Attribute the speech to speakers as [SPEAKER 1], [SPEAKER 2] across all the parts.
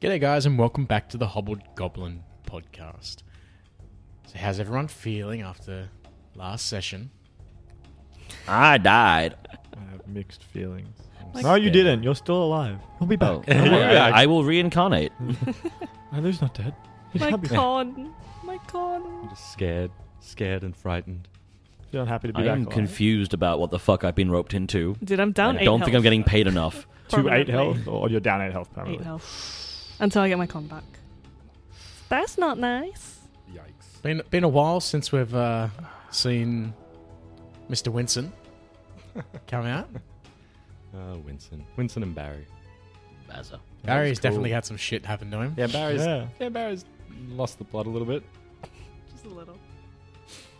[SPEAKER 1] G'day, guys, and welcome back to the Hobbled Goblin podcast. So, how's everyone feeling after last session?
[SPEAKER 2] I died.
[SPEAKER 3] I have mixed feelings.
[SPEAKER 2] Like-
[SPEAKER 3] no, you
[SPEAKER 2] Yeah.
[SPEAKER 3] didn't. You're still alive. We'll be back.
[SPEAKER 2] Oh, don't worry,
[SPEAKER 3] Yeah.
[SPEAKER 2] I, I will reincarnate.
[SPEAKER 3] Nalu's not dead. He
[SPEAKER 4] My
[SPEAKER 3] can't be.
[SPEAKER 4] con. My con.
[SPEAKER 5] Just scared, scared and frightened.
[SPEAKER 3] Feeling happy to be
[SPEAKER 2] I
[SPEAKER 3] back.
[SPEAKER 2] am
[SPEAKER 3] alive.
[SPEAKER 2] confused about what the fuck I've been roped into.
[SPEAKER 4] Dude, I'm
[SPEAKER 2] I
[SPEAKER 4] down
[SPEAKER 2] don't
[SPEAKER 4] eight
[SPEAKER 2] think
[SPEAKER 4] health.
[SPEAKER 2] I'm getting paid enough.
[SPEAKER 3] To eight
[SPEAKER 4] Permanently.
[SPEAKER 3] health, or you're down eight health
[SPEAKER 4] Eight
[SPEAKER 3] permanently.
[SPEAKER 4] health. Until I get my con back. That's not nice.
[SPEAKER 5] Yikes.
[SPEAKER 1] Been been a while since we've uh, seen Mr. Winston come out.
[SPEAKER 5] Uh, Winston. Winston and Barry.
[SPEAKER 2] Bazza.
[SPEAKER 1] Barry's
[SPEAKER 5] cool.
[SPEAKER 1] definitely had some shit happen to him.
[SPEAKER 5] Yeah, Barry's. Yeah.
[SPEAKER 3] Yeah.
[SPEAKER 5] Barry's lost the plot a little bit.
[SPEAKER 4] Just a little.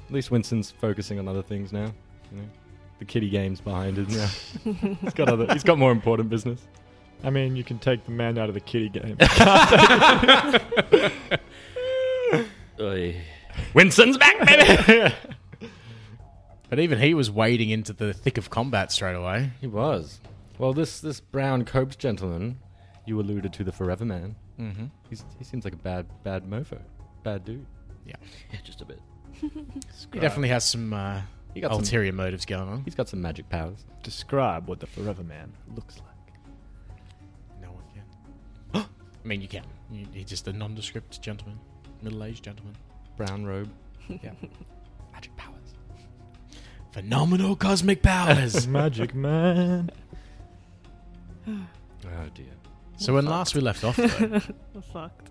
[SPEAKER 5] At least Winston's focusing on other things now. You know, the kitty game's behind him now. he's got other. He's got more important business.
[SPEAKER 3] I mean, you can take the man out of the kitty game.
[SPEAKER 2] Oy.
[SPEAKER 5] Winston's back, baby.
[SPEAKER 1] But even he was wading into the thick of combat straight away.
[SPEAKER 5] he was. Well, this this brown Copes gentleman, you alluded to the Forever Man.
[SPEAKER 1] Mm-hmm.
[SPEAKER 5] He's, he seems like a bad bad mofo, bad dude.
[SPEAKER 2] Yeah, just a bit.
[SPEAKER 1] He definitely has some uh,
[SPEAKER 5] He got some.
[SPEAKER 1] ulterior motives going on.
[SPEAKER 5] He's got some magic powers.
[SPEAKER 3] Describe what the Forever Man looks like.
[SPEAKER 1] No one can. I mean, you can. You, he's just a nondescript gentleman, middle-aged gentleman.
[SPEAKER 5] Brown robe.
[SPEAKER 1] Yeah.
[SPEAKER 5] Magic powers.
[SPEAKER 1] Phenomenal cosmic powers.
[SPEAKER 3] Magic Man.
[SPEAKER 5] Oh dear.
[SPEAKER 1] so when last we left off, though,
[SPEAKER 4] I'm fucked.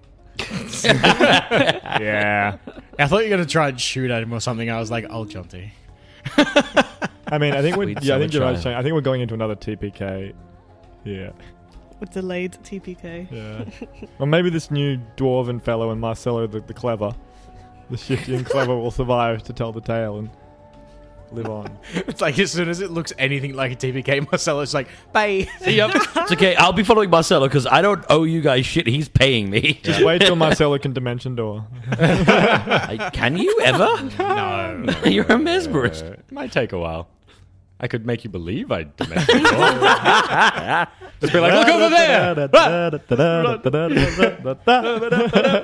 [SPEAKER 3] yeah.
[SPEAKER 1] I thought you were gonna try and shoot at him or something. I was like, "Oh, "Old Jonty."
[SPEAKER 3] I mean, I think we're.
[SPEAKER 2] Sweet
[SPEAKER 3] Yeah, I think
[SPEAKER 2] summer
[SPEAKER 3] you're right.
[SPEAKER 2] child.
[SPEAKER 3] Shane. I think we're going into another TPK. Yeah.
[SPEAKER 4] With delayed TPK.
[SPEAKER 3] Yeah. well, maybe this new dwarven fellow and Marcelo the, the clever, the shifty and clever, will survive to tell the tale and live on.
[SPEAKER 1] It's like as soon as it looks anything like a TPK, Marcelo's like, "Bye."
[SPEAKER 2] it's okay. I'll be following Marcelo because I don't owe you guys shit. He's paying me.
[SPEAKER 3] Just wait till Marcelo can dimension door.
[SPEAKER 2] I- can you ever?
[SPEAKER 1] no.
[SPEAKER 2] You're a mesmerist.
[SPEAKER 5] Uh, it might take a while. I could make you believe I dimension door. Just be like, look over there.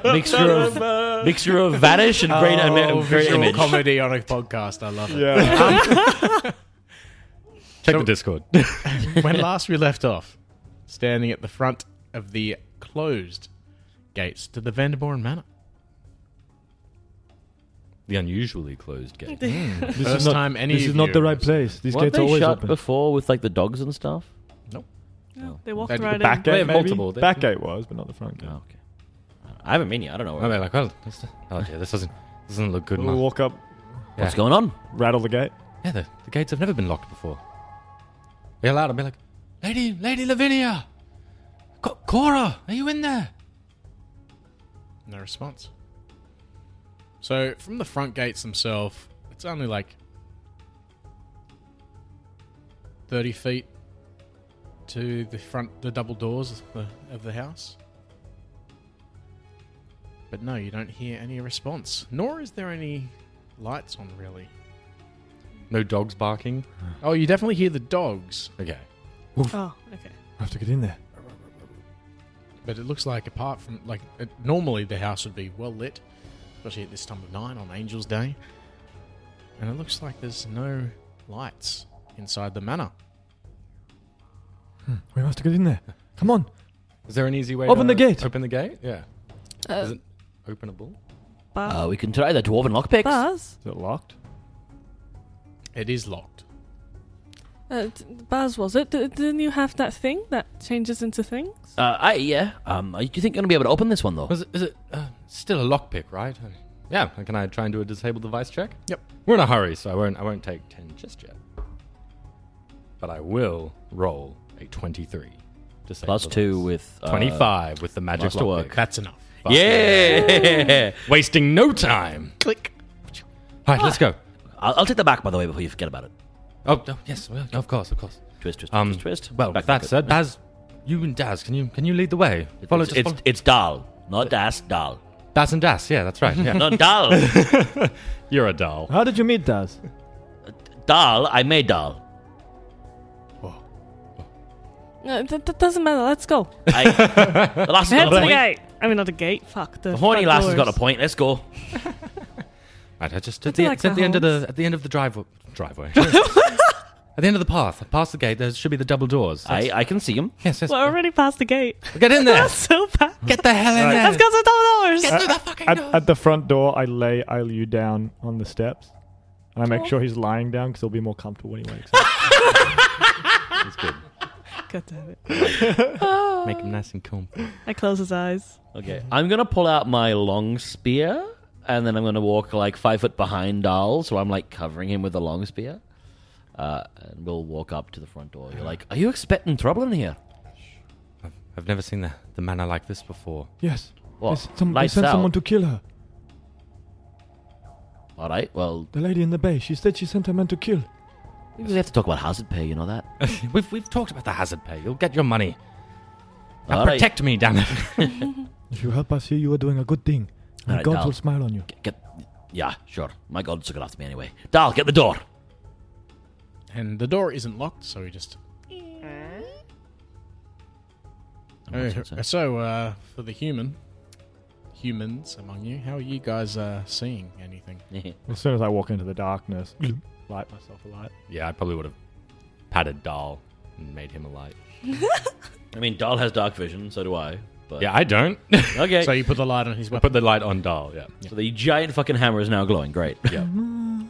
[SPEAKER 2] mixture of mixture of vanish and great,
[SPEAKER 1] Oh,
[SPEAKER 2] ima- great
[SPEAKER 1] visual
[SPEAKER 2] image.
[SPEAKER 1] comedy on a podcast. I love it.
[SPEAKER 3] yeah.
[SPEAKER 5] Check the Discord.
[SPEAKER 1] when last we left off, standing at the front of the closed gates to the Vanderborn Manor.
[SPEAKER 5] the unusually closed gate.
[SPEAKER 2] Mm.
[SPEAKER 3] This
[SPEAKER 1] First
[SPEAKER 3] is not,
[SPEAKER 1] time any
[SPEAKER 3] this
[SPEAKER 1] of
[SPEAKER 3] is not
[SPEAKER 1] you-
[SPEAKER 3] the right place. These
[SPEAKER 2] Weren't
[SPEAKER 3] gates
[SPEAKER 2] they
[SPEAKER 3] always
[SPEAKER 2] shut
[SPEAKER 3] open.
[SPEAKER 2] before with like the dogs and stuff?
[SPEAKER 3] Oh.
[SPEAKER 4] No, they walked
[SPEAKER 1] They did the
[SPEAKER 4] right
[SPEAKER 3] Back eh?
[SPEAKER 4] in.
[SPEAKER 5] They
[SPEAKER 3] gate,
[SPEAKER 5] have
[SPEAKER 3] maybe?
[SPEAKER 5] multiple, they-
[SPEAKER 3] Back gate was, but not the front gate.
[SPEAKER 2] Oh, okay. I haven't been yet. I don't know.
[SPEAKER 5] And
[SPEAKER 2] Where,
[SPEAKER 5] they're like, well, this, oh dear, this doesn't this doesn't look good.
[SPEAKER 3] We'll
[SPEAKER 5] Mark.
[SPEAKER 3] walk up,
[SPEAKER 2] What's going on?
[SPEAKER 3] rattle the gate.
[SPEAKER 5] Yeah, the, the gates have never been locked before. Be allowed. I'll be like, Lady, Lady Lavinia, Co- Cora, are you in there?
[SPEAKER 1] No response. So from the front gates themselves, it's only like thirty feet to the front, the double doors of the, of the house. But no, you don't hear any response. Nor is there any lights on, really.
[SPEAKER 5] No dogs barking.
[SPEAKER 1] Oh, you definitely hear the dogs,
[SPEAKER 5] Okay.
[SPEAKER 4] Oh, okay.
[SPEAKER 3] I have to get in there.
[SPEAKER 1] but it looks like apart from like it, normally the house would be well lit, especially at this time of night on Angel's Day. And it looks like there's no lights inside the manor.
[SPEAKER 3] We have to get in there. Come on.
[SPEAKER 5] Is there an easy way?
[SPEAKER 3] Open
[SPEAKER 5] to
[SPEAKER 3] the gate.
[SPEAKER 5] Open the gate. Yeah. Is
[SPEAKER 4] Uh,
[SPEAKER 5] it openable?
[SPEAKER 4] but,
[SPEAKER 2] Uh, we can try the dwarven lockpicks.
[SPEAKER 4] Buzz?
[SPEAKER 3] Is it locked?
[SPEAKER 1] It is locked.
[SPEAKER 4] Uh, d- Buzz, was it? D- didn't you have that thing that changes into things?
[SPEAKER 2] Uh, I yeah. Um, do you think you're gonna be able to open this one though?
[SPEAKER 5] Was it, is it uh, still a lockpick, right? Uh, Yeah. Can I try and do a disable device check?
[SPEAKER 1] Yep.
[SPEAKER 5] We're in a hurry, so I won't. I won't take ten just yet. But I will roll a twenty-three. To save
[SPEAKER 2] Plus
[SPEAKER 5] the
[SPEAKER 2] two
[SPEAKER 5] dice.
[SPEAKER 2] with uh,
[SPEAKER 5] twenty-five with the magic
[SPEAKER 2] masterwork.
[SPEAKER 5] lockpick.
[SPEAKER 1] That's enough.
[SPEAKER 2] Yeah.
[SPEAKER 5] Wasting no time.
[SPEAKER 1] Click.
[SPEAKER 5] All right, let's go.
[SPEAKER 2] I'll, I'll take the back by the way before you forget about it.
[SPEAKER 5] Oh, oh yes, well, of course, of course.
[SPEAKER 2] Twist, twist,
[SPEAKER 5] Um,
[SPEAKER 2] twist, twist.
[SPEAKER 5] Well,
[SPEAKER 2] back
[SPEAKER 5] that
[SPEAKER 2] pocket.
[SPEAKER 5] said, Daz, you and Daz, can you can you lead the way? Follow,
[SPEAKER 2] it's,
[SPEAKER 5] just
[SPEAKER 2] it's,
[SPEAKER 5] follow.
[SPEAKER 2] it's Dal, not Das Dal,
[SPEAKER 5] Daz and Daz. Yeah, that's right. Yeah.
[SPEAKER 2] not Dal.
[SPEAKER 5] You're a doll.
[SPEAKER 3] How did you meet Daz?
[SPEAKER 2] Dal, I made Dal.
[SPEAKER 4] No, that, that doesn't matter. Let's go.
[SPEAKER 2] Hey, the lass has
[SPEAKER 4] Head to
[SPEAKER 2] got a
[SPEAKER 4] the
[SPEAKER 2] point.
[SPEAKER 4] gate. I mean, not a gate. Fuck the.
[SPEAKER 2] The horny
[SPEAKER 4] front
[SPEAKER 2] lass has got a
[SPEAKER 4] doors.
[SPEAKER 2] point. Let's go.
[SPEAKER 5] Right, I just at
[SPEAKER 4] feel
[SPEAKER 5] the,
[SPEAKER 4] like
[SPEAKER 5] it's
[SPEAKER 4] the
[SPEAKER 5] at the end of the
[SPEAKER 4] holes.
[SPEAKER 5] at the end of the driveway. Driveway. at the end of the path, past the gate, there should be the double doors.
[SPEAKER 2] I,
[SPEAKER 5] That's-
[SPEAKER 2] I can see him.
[SPEAKER 5] yes, yes.
[SPEAKER 4] We're already past the gate.
[SPEAKER 5] Get in there.
[SPEAKER 4] That's so bad.
[SPEAKER 5] Get the hell in
[SPEAKER 3] Alright.
[SPEAKER 5] there.
[SPEAKER 4] Let's go to the doors.
[SPEAKER 5] Get through the fucking
[SPEAKER 3] At,
[SPEAKER 5] door.
[SPEAKER 3] at the front door, I lay I you down on the steps, and I make sure he's lying down because he'll be more comfortable when he wakes up.
[SPEAKER 4] God damn it.
[SPEAKER 5] Make him nice and calm.
[SPEAKER 4] I close his eyes.
[SPEAKER 2] Okay, I'm gonna pull out my long spear, and then I'm gonna walk like five foot behind Dahl, so I'm like covering him with a long spear. Uh, and we'll walk up to the front door. You're like, "Are you expecting trouble in here?"
[SPEAKER 5] I've, I've never seen the, the manor like this before.
[SPEAKER 3] yes.
[SPEAKER 2] What?
[SPEAKER 3] Yes, some- They
[SPEAKER 2] Lights
[SPEAKER 3] sent
[SPEAKER 2] out.
[SPEAKER 3] someone to kill her.
[SPEAKER 2] All right. Well,
[SPEAKER 3] The lady in the bay. She said she sent her man to kill.
[SPEAKER 2] we have to talk about hazard pay. You know that.
[SPEAKER 5] we've we've talked about the hazard pay. You'll get your money. Now
[SPEAKER 2] All right.
[SPEAKER 5] protect me, damn it.
[SPEAKER 3] If you help us here, you are doing a good thing. And
[SPEAKER 2] Alright,
[SPEAKER 3] God
[SPEAKER 2] Dal.
[SPEAKER 3] will smile on you.
[SPEAKER 2] Get, get- yeah, sure. My gods are gonna after me anyway. Dahl, get the door.
[SPEAKER 1] And the door isn't locked, so he just. Uh, so, uh, for the human, humans among you, how are you guys uh, seeing anything?
[SPEAKER 3] As soon as I walk into the darkness, light myself a light.
[SPEAKER 5] yeah, I probably would have patted Dahl and made him a light.
[SPEAKER 2] I mean, Dahl has dark vision, so do I. But
[SPEAKER 5] Yeah, I don't.
[SPEAKER 2] okay.
[SPEAKER 1] So
[SPEAKER 2] So,
[SPEAKER 1] you put the light on his
[SPEAKER 5] I
[SPEAKER 1] weapon.
[SPEAKER 5] put the light on Dahl. Yeah.
[SPEAKER 2] the giant fucking hammer is now glowing. Great.
[SPEAKER 5] Yeah.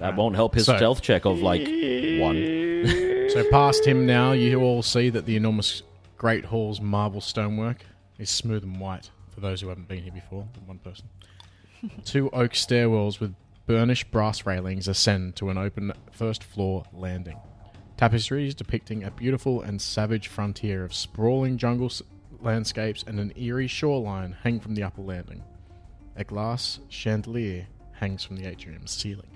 [SPEAKER 2] That won't help his
[SPEAKER 1] So-
[SPEAKER 2] stealth check of like one.
[SPEAKER 1] So past him now, you all see that the enormous Great Hall's marble stonework is smooth and white. For those who haven't been here before, than one person. Two oak stairwells with burnished brass railings ascend to an open first floor landing. Tapestries depicting a beautiful and savage frontier of sprawling jungle s- landscapes and an eerie shoreline hang from the upper landing. A glass chandelier hangs from the atrium's ceiling.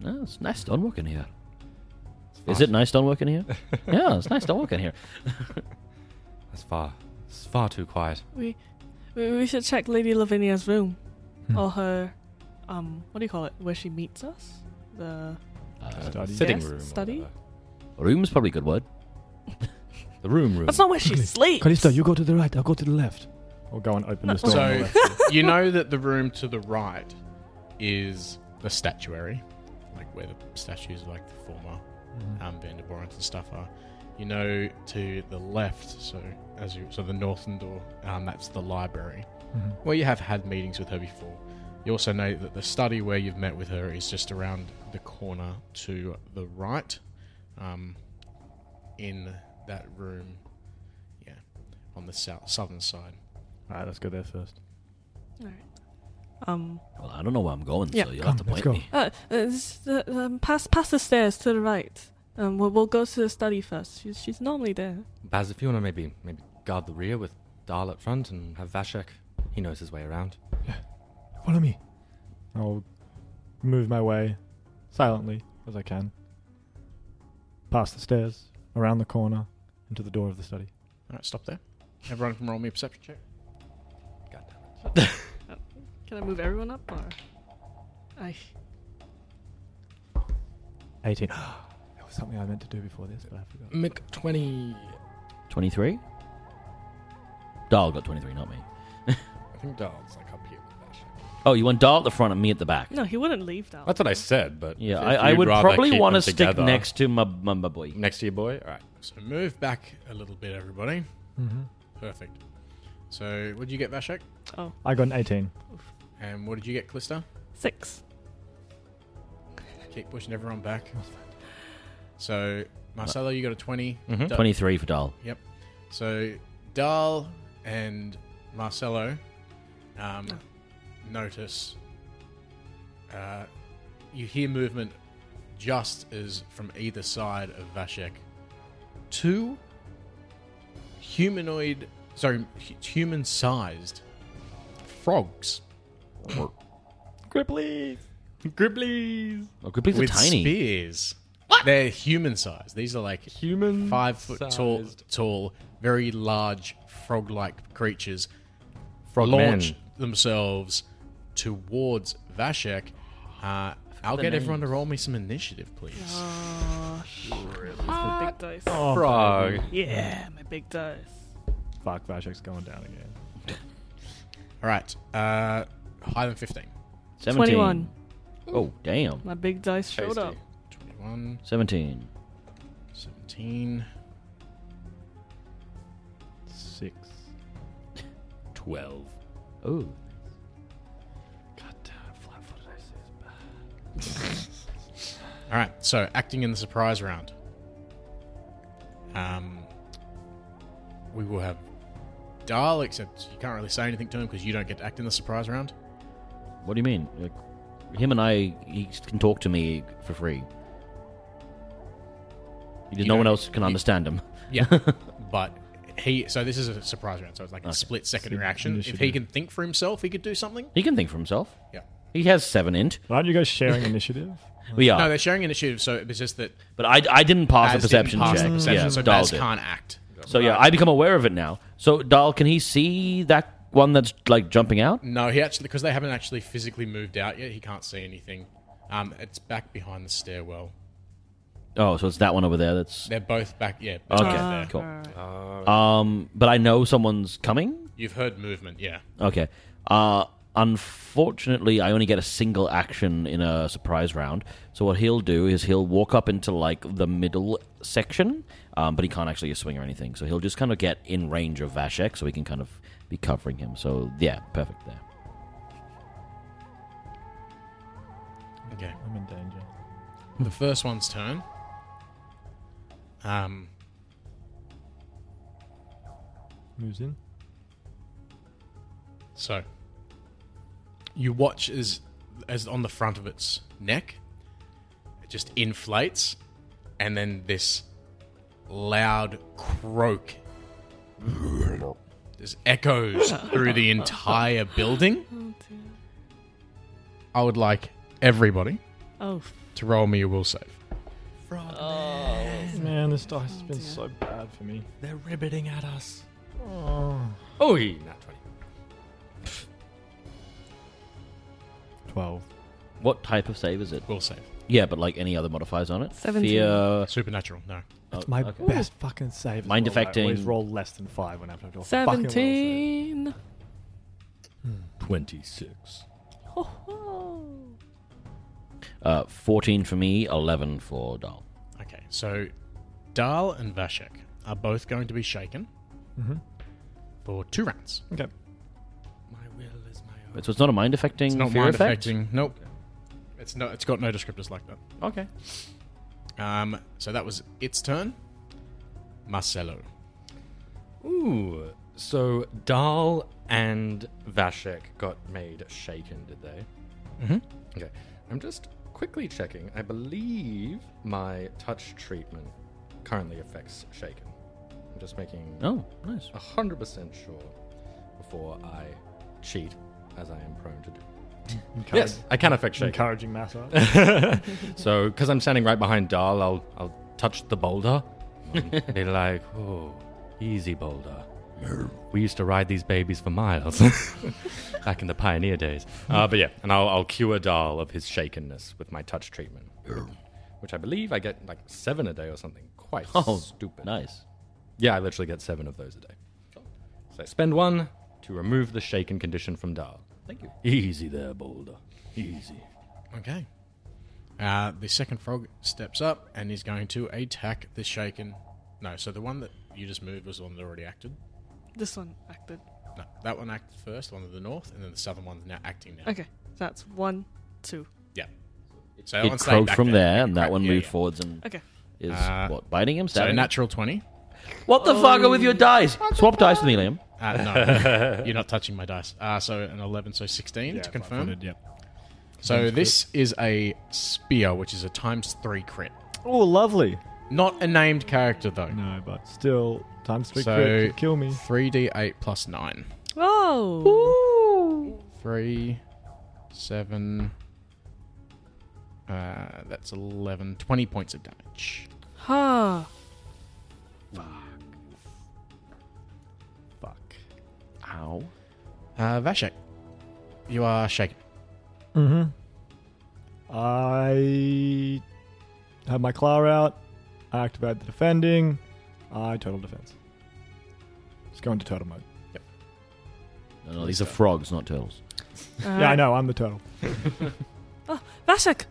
[SPEAKER 2] No, it's nice stonework in here. Is it nice stonework in here? yeah, it's nice stonework in here.
[SPEAKER 5] That's far. It's far too quiet.
[SPEAKER 4] We, we we should check Lady Lavinia's room,
[SPEAKER 5] Hmm.
[SPEAKER 3] Hmm.
[SPEAKER 4] or her, um, what do you call it? Where she meets us. The
[SPEAKER 3] Study.
[SPEAKER 5] Sitting
[SPEAKER 4] Yes,
[SPEAKER 5] room. or
[SPEAKER 4] study.
[SPEAKER 5] whatever.
[SPEAKER 2] Uh, Room's probably a good word.
[SPEAKER 5] Uh, The room room.
[SPEAKER 4] that's not where she sleeps.
[SPEAKER 3] Callisto, you go to the right. I'll go to the left. I'll go and open this door. on the
[SPEAKER 1] So
[SPEAKER 3] left.
[SPEAKER 1] you know that the room to the right is the statuary, like where the statues of like the former
[SPEAKER 3] Mm-hmm.
[SPEAKER 1] um, Vanderborant and stuff are. You know to the left, so as you so the northern door, um, that's the library, where you have had meetings with her before. You also know that the study where you've met with her is just around the corner to the right, um, in that room, yeah, on the south southern side.
[SPEAKER 3] All right, let's go there first.
[SPEAKER 4] Um,
[SPEAKER 2] Well, I don't know where I'm going,
[SPEAKER 4] Yeah.
[SPEAKER 2] so you'll
[SPEAKER 3] Come,
[SPEAKER 2] have to
[SPEAKER 3] let's
[SPEAKER 2] point
[SPEAKER 3] go.
[SPEAKER 2] me.
[SPEAKER 4] uh, it's the, um, past past the stairs to the right. Um, we'll, we'll go to the study first. She's she's normally there.
[SPEAKER 5] Baz, if you want to maybe maybe guard the rear with Dahl up front and have Vashek, he knows his way around.
[SPEAKER 3] Follow me. I'll move my way silently as I can. Past the stairs, around the corner, into the door of the study.
[SPEAKER 1] All right, stop there. Everyone can roll me a perception check.
[SPEAKER 5] God damn it.
[SPEAKER 4] Can I move everyone up or? I
[SPEAKER 3] 18. that was something I meant to do before this, but I forgot.
[SPEAKER 1] Mick twenty.
[SPEAKER 2] 23? Dahl got 23, not me.
[SPEAKER 1] I think Dahl's like up here with Vashek.
[SPEAKER 2] Oh, you want Dahl at the front and me at the back?
[SPEAKER 4] no, he wouldn't leave now.
[SPEAKER 5] That's what I said, but
[SPEAKER 2] Yeah,
[SPEAKER 5] if
[SPEAKER 2] I, I
[SPEAKER 5] you'd
[SPEAKER 2] would
[SPEAKER 5] rather
[SPEAKER 2] probably
[SPEAKER 5] keep
[SPEAKER 2] want to
[SPEAKER 5] them
[SPEAKER 2] stick
[SPEAKER 5] together-
[SPEAKER 2] next to my, my, my boy.
[SPEAKER 5] next to your boy. All right.
[SPEAKER 1] So move back a little bit, everybody.
[SPEAKER 3] Mm-hmm.
[SPEAKER 1] Perfect. So what did you get, Vashek?
[SPEAKER 4] Oh,
[SPEAKER 3] I got an 18.
[SPEAKER 1] And what did you get, Clista?
[SPEAKER 4] six.
[SPEAKER 1] Keep pushing everyone back. So Marcelo, you got a 20
[SPEAKER 5] Mhm.
[SPEAKER 1] Da-
[SPEAKER 2] 23 for Dahl.
[SPEAKER 1] Yep. So Dahl and Marcelo um, notice. Uh, you hear movement just as from either side of Vashek. Two humanoid, sorry, hu- human sized frogs
[SPEAKER 3] Gripplies!
[SPEAKER 5] Gribblies.
[SPEAKER 2] Oh, good please, are
[SPEAKER 1] with
[SPEAKER 2] tiny.
[SPEAKER 1] spears. They're human sized. These are like
[SPEAKER 3] Human.
[SPEAKER 1] five foot tall,
[SPEAKER 3] sized.
[SPEAKER 1] tall, very large frog-like creatures
[SPEAKER 5] Frog
[SPEAKER 1] launch
[SPEAKER 5] men.
[SPEAKER 1] themselves towards Vashek. Uh, I'll
[SPEAKER 2] the
[SPEAKER 1] get everyone to
[SPEAKER 2] names.
[SPEAKER 1] roll me some initiative, please.
[SPEAKER 4] Oh Ah, dice.
[SPEAKER 3] Oh,
[SPEAKER 5] Frog.
[SPEAKER 4] Yeah, my big dice.
[SPEAKER 3] Fuck, Vashek's going down again.
[SPEAKER 1] All right. Uh, higher than 15.
[SPEAKER 2] 17.
[SPEAKER 4] 21.
[SPEAKER 2] Oh, damn.
[SPEAKER 4] My big dice showed
[SPEAKER 5] Tasty.
[SPEAKER 4] up.
[SPEAKER 1] 21,
[SPEAKER 2] 17.
[SPEAKER 1] 17,
[SPEAKER 3] Six.
[SPEAKER 2] 12. Oh.
[SPEAKER 3] God damn, flat footed I say is bad.
[SPEAKER 1] All right. So acting in the surprise round. Um, we will have Dahl, except you can't really say anything to him because you don't get to act in the surprise round.
[SPEAKER 2] What do you mean? Like, him and I, he can talk to me for free. He
[SPEAKER 1] You
[SPEAKER 2] did- no one
[SPEAKER 1] don't-
[SPEAKER 2] else can
[SPEAKER 1] you-
[SPEAKER 2] understand him.
[SPEAKER 1] Yeah, but he. So this is a surprise round. So it's like a split second
[SPEAKER 3] So
[SPEAKER 1] reaction. If he
[SPEAKER 3] initiative.
[SPEAKER 1] can think for himself, he could do something.
[SPEAKER 2] He can think for himself.
[SPEAKER 1] Yeah.
[SPEAKER 2] He has 7 int.
[SPEAKER 3] Why aren't you guys sharing initiative?
[SPEAKER 2] We are.
[SPEAKER 1] No, they're sharing initiative, so it's just that
[SPEAKER 2] but I, I didn't pass
[SPEAKER 1] Baz
[SPEAKER 2] the perception
[SPEAKER 1] didn't pass
[SPEAKER 2] check.
[SPEAKER 1] the perception,
[SPEAKER 2] yeah,
[SPEAKER 1] so
[SPEAKER 2] Dahl
[SPEAKER 1] Baz
[SPEAKER 2] did.
[SPEAKER 1] can't act.
[SPEAKER 2] So yeah, I become aware of it now. So Dahl, can he see that one that's like jumping out?
[SPEAKER 1] No, he actually because they haven't actually physically moved out yet. He can't see anything. Um, it's back behind the stairwell.
[SPEAKER 2] Oh, so it's that one over there. That's
[SPEAKER 1] They're both back. Yeah. they're
[SPEAKER 2] okay.
[SPEAKER 1] both there.
[SPEAKER 2] cool.
[SPEAKER 5] Uh,
[SPEAKER 2] Um, but I know someone's coming.
[SPEAKER 1] You've heard movement. Yeah.
[SPEAKER 2] Okay. Uh, unfortunately, I only get a single action in a surprise round. So what he'll do is he'll walk up into like the middle section, um, but he can't actually swing or anything. So he'll just kind of get in range of Vashek, so he can kind of be covering him. So yeah, perfect there.
[SPEAKER 1] Okay.
[SPEAKER 3] I'm in danger.
[SPEAKER 1] The first one's turn. Um,
[SPEAKER 3] Moves in.
[SPEAKER 1] so you watch as as on the front of its neck, it just inflates, and then this loud croak just echoes through the entire building.
[SPEAKER 4] Oh, dear.
[SPEAKER 1] I would like everybody
[SPEAKER 4] Oh,
[SPEAKER 1] to roll me a will save.
[SPEAKER 3] Man, this dice has been so bad for me.
[SPEAKER 5] they're ribbiting at us.
[SPEAKER 3] Oh.
[SPEAKER 5] Oh, not 20.
[SPEAKER 3] 12.
[SPEAKER 2] What type of save is it?
[SPEAKER 1] Will save.
[SPEAKER 2] Yeah, but like any other modifiers on it?
[SPEAKER 4] 17.
[SPEAKER 2] Fear.
[SPEAKER 1] Supernatural. No.
[SPEAKER 3] That's my
[SPEAKER 2] okay.
[SPEAKER 3] best fucking save.
[SPEAKER 2] Mind
[SPEAKER 3] well, I always
[SPEAKER 2] affecting.
[SPEAKER 3] roll less than five when I have to do a fucking well save.
[SPEAKER 4] 17.
[SPEAKER 5] 26.
[SPEAKER 4] Ho, ho.
[SPEAKER 2] Uh, 14 for me, 11 for Dahl.
[SPEAKER 1] Okay, so Dahl and Vashek are both going to be shaken
[SPEAKER 3] Mhm.
[SPEAKER 1] for two rounds.
[SPEAKER 3] Okay.
[SPEAKER 5] My will is my own.
[SPEAKER 2] So it's not a mind affecting
[SPEAKER 1] It's not
[SPEAKER 2] fear
[SPEAKER 1] mind
[SPEAKER 2] effect?
[SPEAKER 1] affecting. Nope. It's no. It's got no descriptors like that.
[SPEAKER 2] Okay.
[SPEAKER 1] Um. So that was its turn. Marcelo.
[SPEAKER 5] Ooh. So Dahl and Vashek got made shaken, did they?
[SPEAKER 1] Mm-hmm.
[SPEAKER 5] Okay. I'm just quickly checking. I believe my touch treatment currently affects shaken. I'm just making
[SPEAKER 2] Oh, nice.
[SPEAKER 5] 100% sure before I cheat, as I am prone to do.
[SPEAKER 3] Encourage,
[SPEAKER 5] Yes, I can affect shaken.
[SPEAKER 3] Encouraging massage.
[SPEAKER 5] So, because I'm standing right behind Dahl, I'll I'll touch the boulder. And They're like, oh, easy boulder. We used to ride these babies for miles back in the pioneer days. Uh, but yeah, and I'll, I'll cure Dahl of his shakenness with my touch treatment, which I believe I get like seven a day or something. Quite
[SPEAKER 2] Oh,
[SPEAKER 5] stupid.
[SPEAKER 2] Nice.
[SPEAKER 5] Yeah, I literally get seven of those a day. So I spend one to remove the shaken condition from Dahl.
[SPEAKER 2] Thank you.
[SPEAKER 5] Easy there, boulder. Easy.
[SPEAKER 1] Okay. Uh, the second frog steps up and is going to attack the shaken. No, so the one that you just moved was the one that already acted.
[SPEAKER 4] This one acted.
[SPEAKER 1] No, that one acted first, the one to the north, and then the southern one's now acting now.
[SPEAKER 4] Okay, that's one, two.
[SPEAKER 1] Yeah. So that
[SPEAKER 2] It
[SPEAKER 1] one's staying
[SPEAKER 2] croaked
[SPEAKER 1] back
[SPEAKER 2] from there, and
[SPEAKER 1] It
[SPEAKER 2] that one
[SPEAKER 1] croaked- yeah,
[SPEAKER 2] moved
[SPEAKER 1] yeah.
[SPEAKER 2] forwards and
[SPEAKER 4] Okay.
[SPEAKER 2] is
[SPEAKER 1] Uh,
[SPEAKER 2] what? Biting him?
[SPEAKER 1] So
[SPEAKER 2] Stabbing? him?
[SPEAKER 1] natural twenty.
[SPEAKER 2] what the fuck are with your dice? Swap dice with me, Liam.
[SPEAKER 1] Uh, no, you're not touching my dice. Uh, so an 11, so 16 to confirm.
[SPEAKER 3] Yep.
[SPEAKER 1] So this is a spear, which is a times three crit.
[SPEAKER 3] Oh, lovely.
[SPEAKER 1] Not a named character though.
[SPEAKER 3] No, but still, times three
[SPEAKER 1] So-
[SPEAKER 3] crit could kill me.
[SPEAKER 1] 3d8 plus 9.
[SPEAKER 4] Oh!
[SPEAKER 1] 3, 7, uh, that's 11, 20 points of damage.
[SPEAKER 4] Ha!
[SPEAKER 3] Fuck.
[SPEAKER 2] Ow.
[SPEAKER 1] Uh, Vashek, you are shaken.
[SPEAKER 3] Mm-hmm. I have my claw out, I activate the defending. I total defense. Just go into turtle mode.
[SPEAKER 2] No, no, these are frogs, not turtles.
[SPEAKER 3] yeah, I know. I'm the turtle.
[SPEAKER 4] Vashak!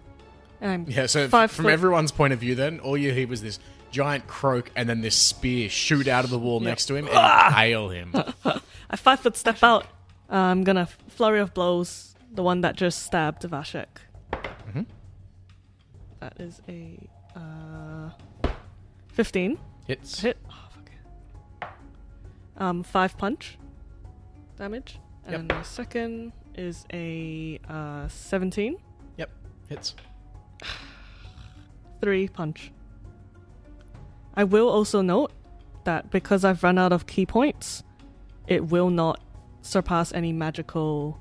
[SPEAKER 4] And I'm
[SPEAKER 1] Yeah, so f-
[SPEAKER 4] Five
[SPEAKER 1] from
[SPEAKER 4] foot.
[SPEAKER 1] everyone's point of view, then all you hear was this giant croak, and then this spear shoot out of the wall
[SPEAKER 4] Yeah.
[SPEAKER 1] next to him
[SPEAKER 3] Ah!
[SPEAKER 1] and hail him.
[SPEAKER 4] I five foot step out. Uh, I'm gonna flurry of blows the one that just stabbed Vashek.
[SPEAKER 1] Mhm.
[SPEAKER 4] That is a uh, fifteen
[SPEAKER 1] Hits.
[SPEAKER 4] hit. Oh, fuck it. Um, five punch damage,
[SPEAKER 1] Yep.
[SPEAKER 4] and the second is a uh, seventeen.
[SPEAKER 1] Yep. Hits.
[SPEAKER 4] Three punch. I will also note that because I've run out of key points, it will not surpass any magical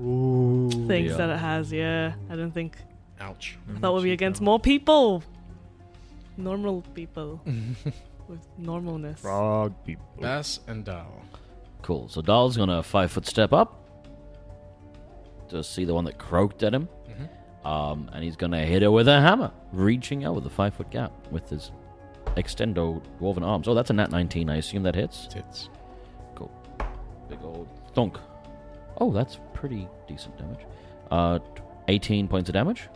[SPEAKER 3] Ooh.
[SPEAKER 4] things
[SPEAKER 2] Yeah.
[SPEAKER 4] that it has. Yeah, I don't think
[SPEAKER 1] Ouch.
[SPEAKER 4] I thought we'd be against more people, normal people with normalness.
[SPEAKER 3] Frog people.
[SPEAKER 1] Bass and Darl.
[SPEAKER 2] Cool. So Dahl's gonna five foot step up to see the one that croaked at him, um, and he's gonna hit her with a hammer, reaching out with a five foot gap with his extendo woven arms. Oh, that's a nat nineteen. I assume that hits.
[SPEAKER 1] Hits.
[SPEAKER 2] Cool. Big old thunk. Oh, that's pretty decent damage. Uh, t- eighteen points of damage.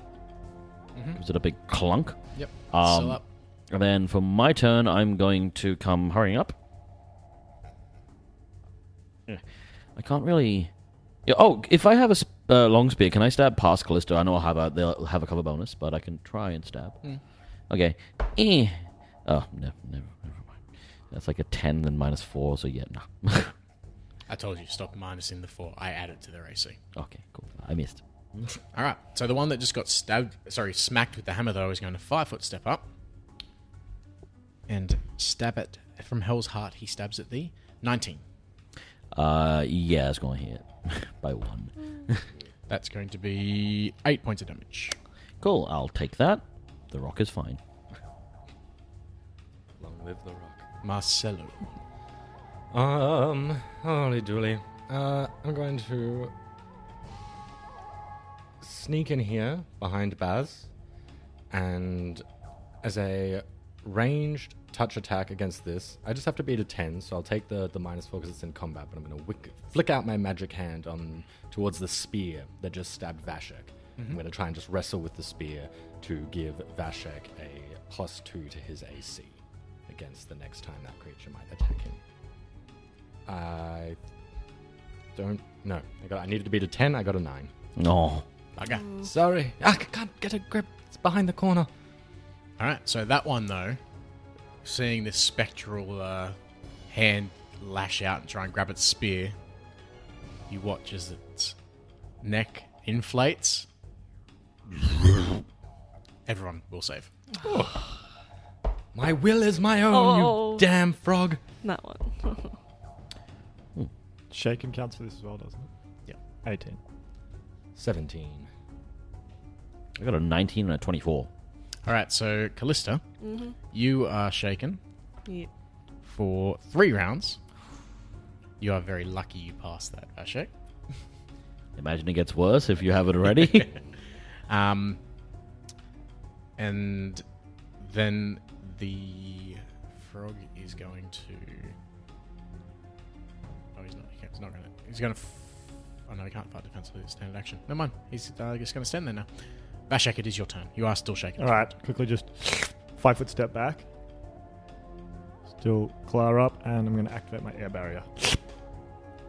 [SPEAKER 2] Gives it a big clunk.
[SPEAKER 1] Yep.
[SPEAKER 2] Um,
[SPEAKER 1] Still up.
[SPEAKER 2] And then for my turn, I'm going to come hurrying up. Eh, I can't really. Yeah, Oh, if I have a sp- uh, long spear, can I stab past Callisto? I know I'll have a they'll have a cover bonus, but I can try and stab. Okay. Eh. Oh no, never, never mind. That's like a ten, then minus four, so yeah, no.
[SPEAKER 1] I told you, stop minusing the four. I added to their AC.
[SPEAKER 2] okay, cool. I missed.
[SPEAKER 1] All right. So the one that just got stabbed, sorry, smacked with the hammer, though, is going to five foot step up and stab it from Hell's Heart. He stabs at the 19.
[SPEAKER 2] Uh, yeah, it's going to hit by one.
[SPEAKER 1] That's going to be eight points of damage.
[SPEAKER 2] Cool. I'll take that. The rock is fine.
[SPEAKER 5] Long live the rock.
[SPEAKER 1] Marcelo.
[SPEAKER 5] Um, holy dooly. Uh, I'm going to sneak in here behind Baz, and as a ranged touch attack against this, I just have to beat a 10, so I'll take the, the minus 4 because it's in combat, but I'm going to wick, flick out my magic hand on towards the spear that just stabbed Vashek. I'm going to try and just wrestle with the spear to give Vashek a plus 2 to his AC against the next time that creature might attack him. I don't know. I got. I needed to beat a ten. I got a nine.
[SPEAKER 2] No.
[SPEAKER 1] Bugger.
[SPEAKER 5] Sorry, I c- can't get a grip. It's behind the corner.
[SPEAKER 1] All right, so that one though, seeing this spectral uh, hand lash out and try and grab its spear, you watch as its neck inflates. Everyone will save.
[SPEAKER 5] My will is my own.
[SPEAKER 4] Oh.
[SPEAKER 5] You damn frog.
[SPEAKER 4] That one.
[SPEAKER 3] Shaken counts for this as well, doesn't it? Yeah. 18.
[SPEAKER 5] Seventeen.
[SPEAKER 2] I got a 19 and a 24.
[SPEAKER 1] All right, so Callista, you are shaken
[SPEAKER 4] yeah.
[SPEAKER 1] for three rounds. You are very lucky you passed that, Ashek.
[SPEAKER 2] Imagine it gets worse if you haven't already.
[SPEAKER 1] Um, and then the frog is going to. Oh, he's not. he can't- He's not going to. He's going to. F- oh no, he can't fight defensively. It's standard action. Never mind. He's uh, just going to stand there now. Vashak, it is your turn. You are still shaking.
[SPEAKER 3] All right, quickly just five foot step back. Still clear up, and I'm going to activate my air barrier.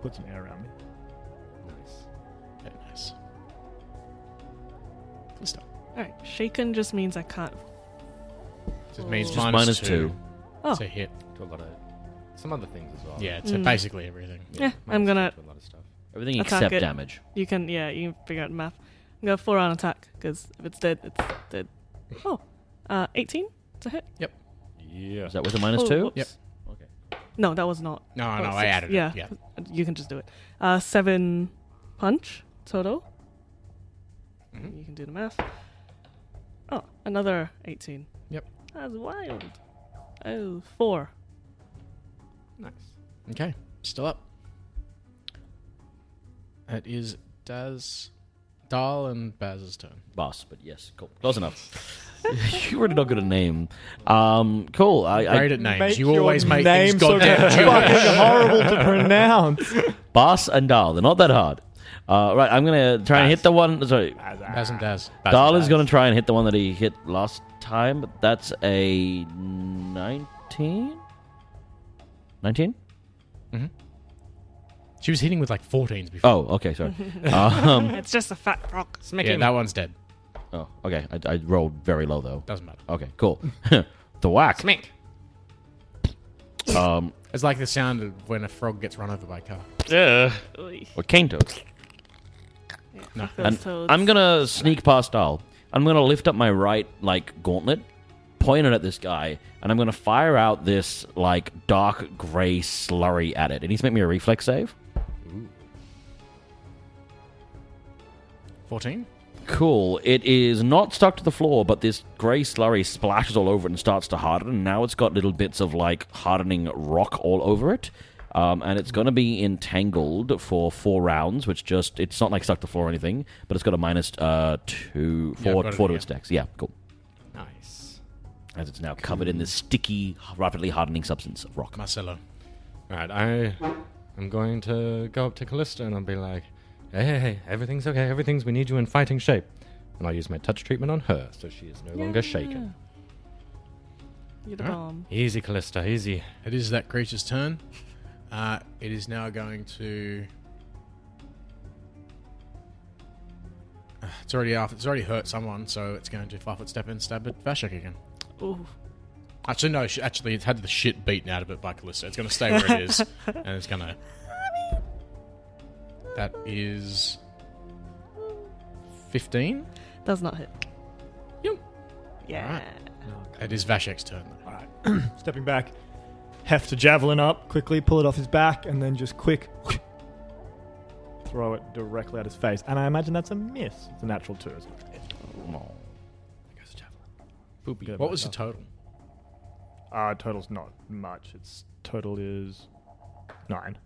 [SPEAKER 3] Put some air around me.
[SPEAKER 5] Nice.
[SPEAKER 1] Very nice. Good stuff.
[SPEAKER 4] Alright, shaken just means I can't.
[SPEAKER 1] Just means
[SPEAKER 4] Just
[SPEAKER 1] minus,
[SPEAKER 2] minus
[SPEAKER 1] two,
[SPEAKER 2] two.
[SPEAKER 4] Oh,
[SPEAKER 1] to hit.
[SPEAKER 5] To a lot of some other things as well.
[SPEAKER 1] Yeah, to
[SPEAKER 4] Mm.
[SPEAKER 1] basically everything.
[SPEAKER 4] yeah.
[SPEAKER 5] Minus
[SPEAKER 4] I'm
[SPEAKER 5] two
[SPEAKER 4] gonna.
[SPEAKER 5] to a lot of stuff.
[SPEAKER 2] Everything
[SPEAKER 4] Attack
[SPEAKER 2] except
[SPEAKER 4] it.
[SPEAKER 2] damage.
[SPEAKER 4] You can. Yeah, you can figure out the math. I'm gonna four on attack because if it's dead, it's dead. Oh, uh, 18 to hit.
[SPEAKER 5] Yeah.
[SPEAKER 2] Is that with a minus
[SPEAKER 4] Oh,
[SPEAKER 2] two?
[SPEAKER 4] whoops.
[SPEAKER 1] Yep.
[SPEAKER 2] Okay.
[SPEAKER 4] No, that was not.
[SPEAKER 1] No,
[SPEAKER 4] Oh,
[SPEAKER 1] no, I
[SPEAKER 4] six.
[SPEAKER 1] added
[SPEAKER 4] yeah.
[SPEAKER 1] it. Yeah.
[SPEAKER 4] You can just do it. Uh, seven punch total.
[SPEAKER 1] Mm-hmm.
[SPEAKER 4] You can do the math. Oh, another 18.
[SPEAKER 1] Yep.
[SPEAKER 4] That's wild. Oh, four.
[SPEAKER 5] nice.
[SPEAKER 1] Okay, still up. It is Daz, Dal, and Baz's turn.
[SPEAKER 2] Boss, but yes, cool. Close enough. you already not good at name. Um, cool. I, I
[SPEAKER 1] Great at names.
[SPEAKER 3] Make
[SPEAKER 1] you
[SPEAKER 3] your
[SPEAKER 1] always make
[SPEAKER 3] name
[SPEAKER 1] things
[SPEAKER 3] so
[SPEAKER 1] goddamn
[SPEAKER 3] fucking horrible to pronounce.
[SPEAKER 2] Bas and Dal. They're not that hard. Uh, right, I'm gonna try and hit the one. Sorry,
[SPEAKER 1] Hasn't does.
[SPEAKER 2] Dal is gonna try and hit the one that he hit last time. But that's a 19? 19?
[SPEAKER 1] She was hitting with like 14s before.
[SPEAKER 2] Oh, okay, sorry. um,
[SPEAKER 4] It's just a fat rock.
[SPEAKER 1] yeah, that one's dead.
[SPEAKER 2] oh, okay. I, I rolled very low though.
[SPEAKER 1] Doesn't matter.
[SPEAKER 2] Okay, cool. the whack.
[SPEAKER 1] Smack.
[SPEAKER 2] Um,
[SPEAKER 1] It's like the sound of when a frog gets run over by a car.
[SPEAKER 4] Oy.
[SPEAKER 2] or cane toads.
[SPEAKER 1] No.
[SPEAKER 4] Those
[SPEAKER 2] And
[SPEAKER 4] toads.
[SPEAKER 2] I'm gonna sneak past Dahl. I'm gonna lift up my right like gauntlet, point it at this guy, and I'm gonna fire out this like dark grey slurry at it. It needs to make me a reflex save.
[SPEAKER 1] 14?
[SPEAKER 2] Cool. It is not stuck to the floor, but this grey slurry splashes all over it and starts to harden. And now it's got little bits of like hardening rock all over it. Um, and it's going to be entangled for four rounds, which just, it's not like stuck to the floor or anything, but it's got a minus uh, two,
[SPEAKER 1] Yeah, I've
[SPEAKER 2] four,
[SPEAKER 1] got it
[SPEAKER 2] four to
[SPEAKER 1] here.
[SPEAKER 2] its dex. Yeah, cool.
[SPEAKER 5] Nice.
[SPEAKER 2] As it's now covered in this sticky, rapidly hardening substance of rock.
[SPEAKER 1] Marcelo.
[SPEAKER 5] All right, I am going to go up to Callista and I'll be like, hey, hey, hey, everything's okay, everything's, we need you in fighting shape. And I'll use my touch treatment on her, so she is no longer shaken.
[SPEAKER 4] You're the
[SPEAKER 1] Huh?
[SPEAKER 4] bomb.
[SPEAKER 5] Easy, Callista, easy.
[SPEAKER 1] It is that creature's turn. Uh, it is now going to. Uh, It's already off. It's already hurt someone, so it's going to five foot step in, stab at Vashek again.
[SPEAKER 4] Ooh.
[SPEAKER 1] Actually, no. sh- Actually, it's had the shit beaten out of it by Callista. It's going to stay where it is, and it's going to. That is. Fifteen.
[SPEAKER 4] Does not hit. Yeah.
[SPEAKER 1] It is Vashek's turn. though.
[SPEAKER 3] Stepping back, heft a javelin up, quickly pull it off his back, and then just quick throw it directly at his face. And I imagine that's a miss. It's a natural two as well. Good
[SPEAKER 1] What was the
[SPEAKER 3] myself.
[SPEAKER 1] total?
[SPEAKER 3] Uh, total's not much. Its total is nine.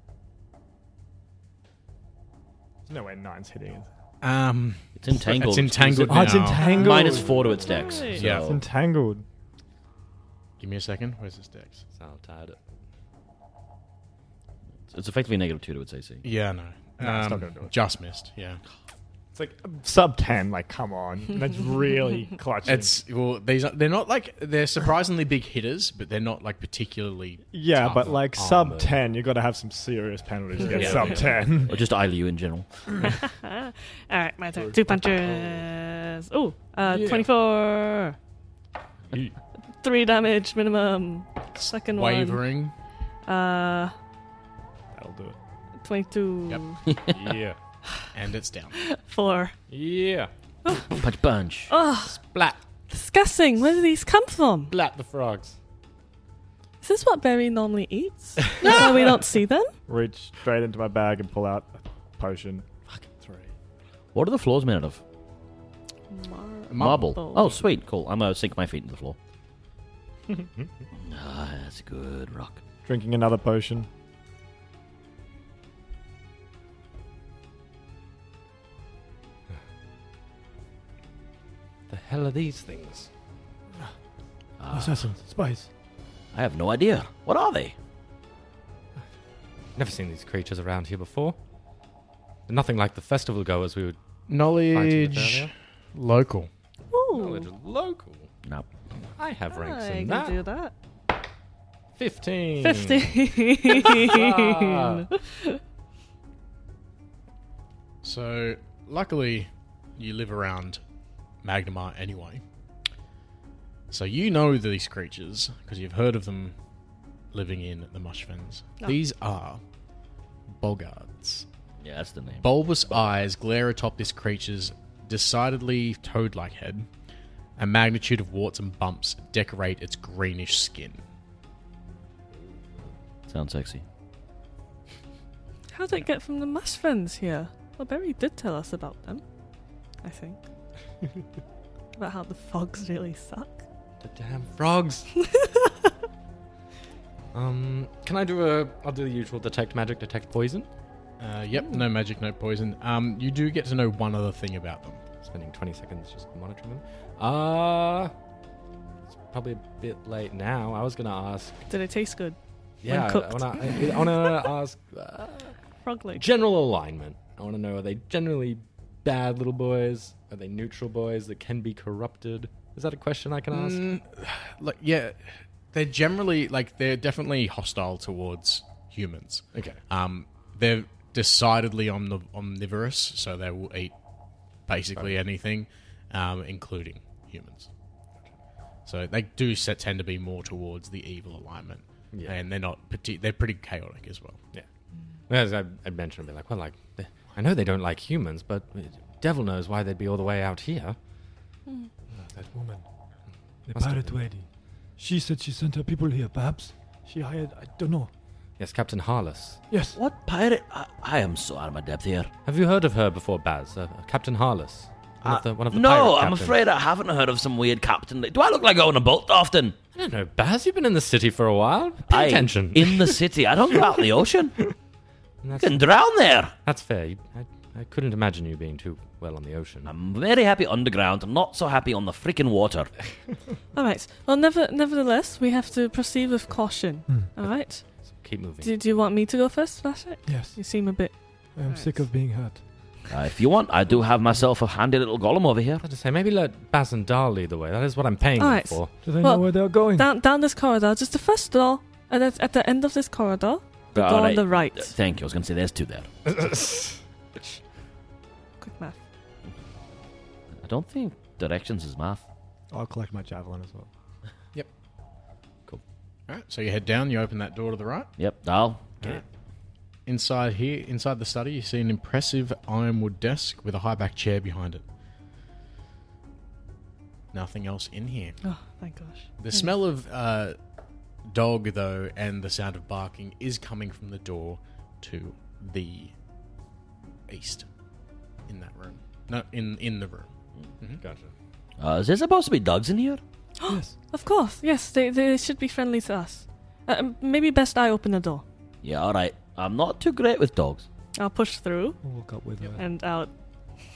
[SPEAKER 3] There's no way nine's hitting it.
[SPEAKER 1] Um,
[SPEAKER 2] It's entangled.
[SPEAKER 1] It's entangled
[SPEAKER 3] Oh, it's
[SPEAKER 1] now.
[SPEAKER 3] entangled.
[SPEAKER 2] Minus four to its dex.
[SPEAKER 4] Nice.
[SPEAKER 1] Yeah.
[SPEAKER 3] It's
[SPEAKER 2] so-
[SPEAKER 3] entangled.
[SPEAKER 1] Give me a second. Where's this dex?
[SPEAKER 5] Sound tired. of-
[SPEAKER 2] It's effectively negative two to its AC.
[SPEAKER 1] Yeah, no.
[SPEAKER 3] No, it's not
[SPEAKER 1] Um,
[SPEAKER 3] gonna do it.
[SPEAKER 1] Just missed. Yeah.
[SPEAKER 3] It's like um, sub ten. Like, come on, that's really clutching.
[SPEAKER 1] It's well, these are, they're not like they're surprisingly big hitters, but they're not like particularly.
[SPEAKER 3] yeah,
[SPEAKER 1] tough
[SPEAKER 3] but like
[SPEAKER 1] on
[SPEAKER 3] sub
[SPEAKER 1] the-
[SPEAKER 3] ten, you got to have some serious penalties to get
[SPEAKER 1] Yeah.
[SPEAKER 3] sub
[SPEAKER 1] Yeah.
[SPEAKER 3] ten.
[SPEAKER 2] Or just ILU in general.
[SPEAKER 4] All right, my turn. Two punches. Ooh, uh,
[SPEAKER 1] Yeah.
[SPEAKER 4] 24. Three damage minimum. Second
[SPEAKER 1] wavering.
[SPEAKER 4] one. Uh,
[SPEAKER 3] That'll do it.
[SPEAKER 4] 22.
[SPEAKER 5] yeah.
[SPEAKER 1] and it's down.
[SPEAKER 4] Four.
[SPEAKER 5] Yeah.
[SPEAKER 2] Punch, punch.
[SPEAKER 5] Splat.
[SPEAKER 4] Disgusting. Where do these come from?
[SPEAKER 5] Splat the frogs.
[SPEAKER 4] Is this what Barry normally eats? That's why we don't see them?
[SPEAKER 3] Reach straight into my bag and pull out a potion. Fucking three.
[SPEAKER 2] What are the floors made out of? Marble.
[SPEAKER 4] Marble.
[SPEAKER 2] Oh, sweet. Cool. I'm going to sink my feet into the floor. ah, that's a good rock.
[SPEAKER 3] Drinking another potion.
[SPEAKER 5] The hell are these things?
[SPEAKER 3] Assassins, spies.
[SPEAKER 2] I have no idea. What are they?
[SPEAKER 5] Never seen these creatures around here before. They're nothing like the festival goers we would find in
[SPEAKER 1] Knowledge
[SPEAKER 5] Bavaria.
[SPEAKER 1] local.
[SPEAKER 5] Knowledge
[SPEAKER 4] Ooh.
[SPEAKER 5] of local.
[SPEAKER 2] No.
[SPEAKER 5] I have ranks
[SPEAKER 4] I
[SPEAKER 5] in
[SPEAKER 4] can do
[SPEAKER 5] that. Hmm.
[SPEAKER 4] that.
[SPEAKER 5] 15.
[SPEAKER 4] 15.
[SPEAKER 1] So, luckily, you live around Magnemar anyway. So you know these creatures because you've heard of them living in the Mushfens. These are bogards.
[SPEAKER 2] Yeah, that's the name.
[SPEAKER 1] Bulbous eyes glare atop this creature's decidedly toad like head. A magnitude of warts and bumps decorate its greenish skin.
[SPEAKER 2] Sounds sexy.
[SPEAKER 4] How did it get from the muffins here? Well, Barry did tell us about them, I think. about how the fogs really suck.
[SPEAKER 5] The damn frogs. um, can I do a? I'll do the usual detect magic, detect poison.
[SPEAKER 1] Uh, yep, no magic, no poison. Um, you do get to know one other thing about them.
[SPEAKER 5] Spending 20 seconds just monitoring them. Uh, it's probably a bit late now. I was going to ask.
[SPEAKER 4] Did it taste good?
[SPEAKER 5] Yeah, I
[SPEAKER 4] cooked.
[SPEAKER 5] want to I wanna ask uh,
[SPEAKER 4] Frog leg.
[SPEAKER 5] general alignment. I want to know are they generally bad little boys? Are they neutral boys that can be corrupted? Is that a question I can ask?
[SPEAKER 1] Mm, like yeah, they're generally like they're definitely hostile towards humans.
[SPEAKER 5] Okay.
[SPEAKER 1] Um, they're decidedly omniv- omnivorous, so they will eat basically anything, um, including humans. So they do set, tend to be more towards the evil alignment,
[SPEAKER 5] Yeah.
[SPEAKER 1] and they're not. Parti- they're pretty chaotic as well.
[SPEAKER 5] Yeah. As I, I mentioned, I'd be like, well, like, th- I know they don't like humans, but devil knows why they'd be all the way out here.
[SPEAKER 3] That woman, the
[SPEAKER 5] Must have
[SPEAKER 3] pirate lady. She said she sent her people here. Perhaps she hired. I don't know.
[SPEAKER 5] Yes, Captain Harless.
[SPEAKER 3] Yes.
[SPEAKER 2] What pirate? I, I am so out of my depth here.
[SPEAKER 5] Have you heard of her before, Baz? Uh, Captain Harless. One
[SPEAKER 2] Uh,
[SPEAKER 5] of the, one of the pirate
[SPEAKER 2] no, I'm
[SPEAKER 5] captains.
[SPEAKER 2] afraid I haven't heard of some weird captain. Do I look like I own a boat often?
[SPEAKER 5] I don't know, Baz, you've been in the city for a while. Pay
[SPEAKER 2] I-
[SPEAKER 5] attention.
[SPEAKER 2] in the city. I don't go out in the ocean. You
[SPEAKER 5] that's,
[SPEAKER 2] can drown there.
[SPEAKER 5] that's fair. You- I, I couldn't imagine you being too well on the ocean.
[SPEAKER 2] I'm very happy underground. I'm not so happy on the freaking water.
[SPEAKER 4] All right. Well, never, nevertheless, we have to proceed with caution. All right.
[SPEAKER 5] So keep moving.
[SPEAKER 4] Do, do you want me to go first, Flashlight?
[SPEAKER 3] Yes.
[SPEAKER 4] You seem a bit.
[SPEAKER 3] I am sick of being hurt.
[SPEAKER 2] Uh, if you want, I do have myself a handy little golem over here.
[SPEAKER 5] I had to say, maybe let Baz and Dahl lead the way. That is what I'm paying them
[SPEAKER 4] Alright.
[SPEAKER 5] for.
[SPEAKER 3] Do they
[SPEAKER 4] Well,
[SPEAKER 3] know where they're going?
[SPEAKER 4] Down, down this corridor, just the first door, and at, at the end of this corridor, the
[SPEAKER 2] All
[SPEAKER 4] door on
[SPEAKER 2] right.
[SPEAKER 4] the right.
[SPEAKER 2] Uh, Thank you. I was going to say there's two there.
[SPEAKER 4] Quick math.
[SPEAKER 2] I don't think directions is math.
[SPEAKER 3] I'll collect my javelin as well.
[SPEAKER 1] All right, so you head down, you open that door to the right.
[SPEAKER 2] Yep, Dal.
[SPEAKER 1] Inside here, inside the study, you see an impressive ironwood desk with a high back chair behind it. Nothing else in here.
[SPEAKER 4] Oh, thank gosh.
[SPEAKER 1] The smell of uh, dog, though, and the sound of barking is coming from the door to the east in that room. No, in in the room.
[SPEAKER 5] Gotcha.
[SPEAKER 2] Uh, is there supposed to be dogs in here?
[SPEAKER 3] yes.
[SPEAKER 4] Of course, yes, they, they should be friendly to us. Uh, um, maybe best I open the door.
[SPEAKER 2] Yeah, all right. I'm not too great with dogs.
[SPEAKER 4] I'll push through
[SPEAKER 3] I'll walk up with her.
[SPEAKER 4] and out.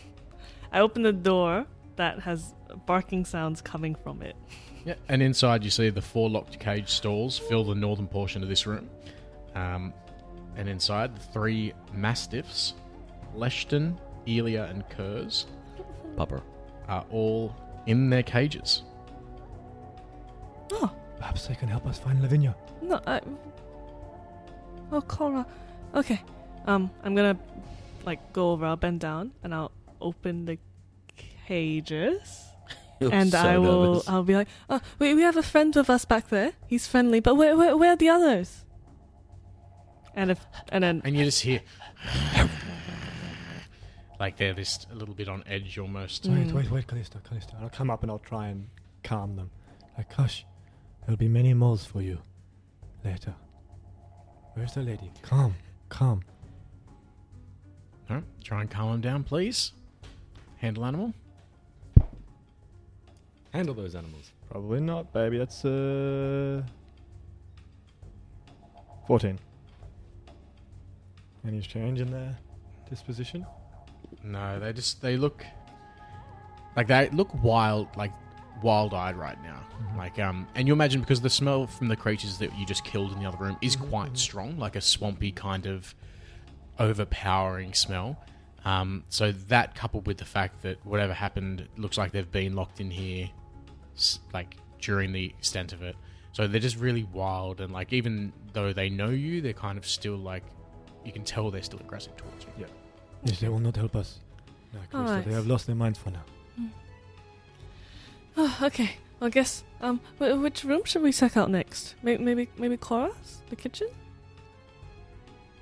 [SPEAKER 4] I open the door that has barking sounds coming from it.
[SPEAKER 1] Yeah, and inside you see the four locked cage stalls fill the northern portion of this room. Um, and inside, the three mastiffs, Leshton, Elia, and Kurz,
[SPEAKER 2] Pupper.
[SPEAKER 1] are all in their cages.
[SPEAKER 4] Oh,
[SPEAKER 3] Perhaps they can help us find Lavinia.
[SPEAKER 4] no, I. Oh, Cora. Okay. Um, I'm gonna, like, go over, I'll bend down, and I'll open the cages. and I will, I'll be like, oh, we, we have a friend with us back there. He's friendly, but where, where, where are the others? And if, and then
[SPEAKER 1] And you just hear. like they're just a little bit on edge almost.
[SPEAKER 4] Hmm.
[SPEAKER 3] Wait, wait, wait, Callisto, Callisto. And I'll come up and I'll try and calm them. Like, hush, there'll be many moles for you later. Where's the lady? Calm, calm.
[SPEAKER 1] Alright, try and calm them down, please. Handle animal.
[SPEAKER 5] Handle those animals.
[SPEAKER 3] Probably not, baby. That's uh, fourteen. Any change in their disposition?
[SPEAKER 1] No, they just they look like they look wild, like wild-eyed right now. Like um, and you imagine because the smell from the creatures that you just killed in the other room is quite strong, like a swampy kind of overpowering smell. Um, so that coupled with the fact that whatever happened it looks like they've been locked in here, s- like during the extent of it. So they're just really wild and like even though they know you, they're kind of still like you can tell they're still aggressive towards you.
[SPEAKER 3] Yes, they will not help us. No, Callisto,
[SPEAKER 4] Alright.
[SPEAKER 3] they have lost their minds for now.
[SPEAKER 4] Oh, okay. Well, I guess. Um, wh- which room should we check out next? May- Maybe, maybe Cora's, the kitchen.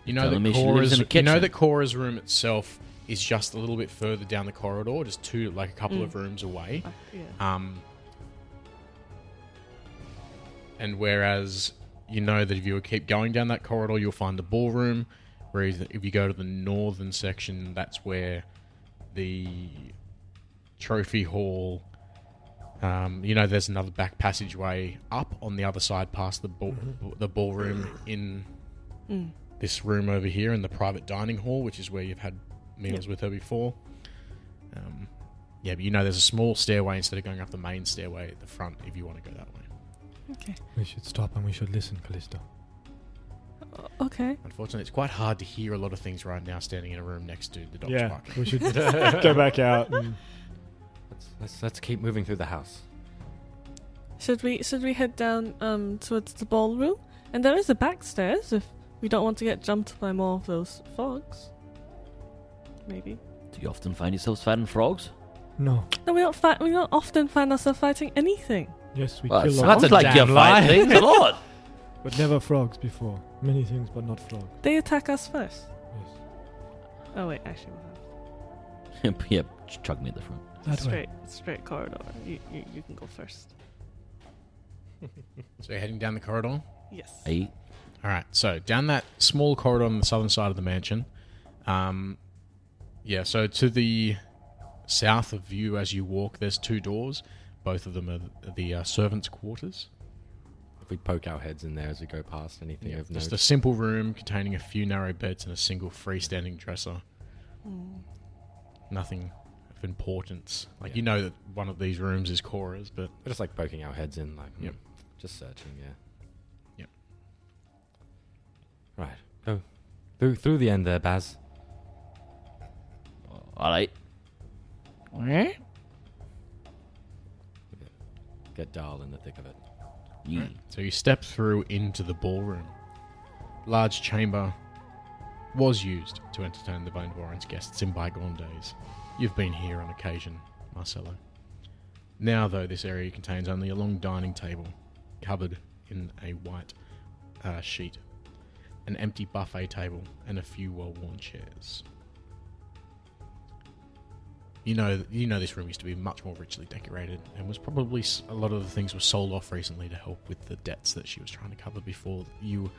[SPEAKER 1] You know
[SPEAKER 2] Telling
[SPEAKER 1] that
[SPEAKER 2] me she lives
[SPEAKER 1] Cora's,
[SPEAKER 2] in a
[SPEAKER 1] you know
[SPEAKER 2] kitchen.
[SPEAKER 1] that Cora's room itself is just a little bit further down the corridor, just two, like a couple
[SPEAKER 4] Mm.
[SPEAKER 1] of rooms away.
[SPEAKER 4] Uh, yeah.
[SPEAKER 3] Ah.
[SPEAKER 1] Um, and whereas you know that if you keep going down that corridor, you'll find the ballroom. Whereas if you go to the northern section, that's where the trophy hall. Um, you know, there's another back passageway up on the other side, past the ball, the ballroom in
[SPEAKER 4] Mm.
[SPEAKER 1] this room over here in the private dining hall, which is where you've had meals with her before. Um, Yeah, but you know there's a small stairway instead of going up the main stairway at the front if you want to go that way.
[SPEAKER 4] Okay.
[SPEAKER 3] We should stop and we should listen, Callisto.
[SPEAKER 4] O- Okay.
[SPEAKER 1] Unfortunately, it's quite hard to hear a lot of things right now standing in a room next to the dog's
[SPEAKER 3] yeah,
[SPEAKER 1] park.
[SPEAKER 3] we should go back out. And
[SPEAKER 5] Let's, let's, let's keep moving through the house.
[SPEAKER 4] Should we should we head down um towards the ballroom? And there is a back stairs if we don't want to get jumped by more of those frogs. Maybe.
[SPEAKER 2] Do you often find yourselves fighting frogs?
[SPEAKER 3] no,
[SPEAKER 4] No, we don't fight. We don't often find ourselves fighting anything.
[SPEAKER 3] yes, we
[SPEAKER 2] Well, it
[SPEAKER 3] kill
[SPEAKER 5] That's
[SPEAKER 2] sounds
[SPEAKER 5] a
[SPEAKER 3] lots,
[SPEAKER 2] like
[SPEAKER 5] damn
[SPEAKER 2] you
[SPEAKER 5] lie.
[SPEAKER 2] fight things a lot.
[SPEAKER 3] but never frogs before. Many things, but not frogs.
[SPEAKER 4] They attack us first.
[SPEAKER 3] Yes.
[SPEAKER 4] Oh wait, actually, we'll have
[SPEAKER 2] yep, ch- chug me at the front.
[SPEAKER 3] That way.
[SPEAKER 4] straight straight corridor. You, you you can go first.
[SPEAKER 1] So you're heading down the corridor.
[SPEAKER 4] Yes.
[SPEAKER 2] Eight.
[SPEAKER 1] All right, so down that small corridor on the southern side of the mansion. Um, yeah, so to the south of you as you walk, there's two doors. Both of them are the uh, servants' quarters.
[SPEAKER 5] If we poke our heads in there as we go past, anything of
[SPEAKER 1] Just
[SPEAKER 5] note.
[SPEAKER 1] a simple room containing a few narrow beds and a single freestanding dresser.
[SPEAKER 4] Mm.
[SPEAKER 1] Nothing of importance. Like
[SPEAKER 5] Yeah.
[SPEAKER 1] you know that one of these rooms is Cora's, but
[SPEAKER 5] We're just like poking our heads in, like, hmm,
[SPEAKER 1] Yep.
[SPEAKER 5] just searching, yeah.
[SPEAKER 1] Yep.
[SPEAKER 5] Right. Go through, through the end there, Baz.
[SPEAKER 2] All right.
[SPEAKER 5] Get Dahl in the thick of it.
[SPEAKER 2] You.
[SPEAKER 1] So you step through into the ballroom. Large chamber was used to entertain the Bone Warren's guests in bygone days. You've been here on occasion, Marcello. Now, though, this area contains only a long dining table covered in a white uh, sheet, an empty buffet table, and a few well-worn chairs. You know, you know, this room used to be much more richly decorated, and was probably s- a lot of the things were sold off recently to help with the debts that she was trying to cover before you,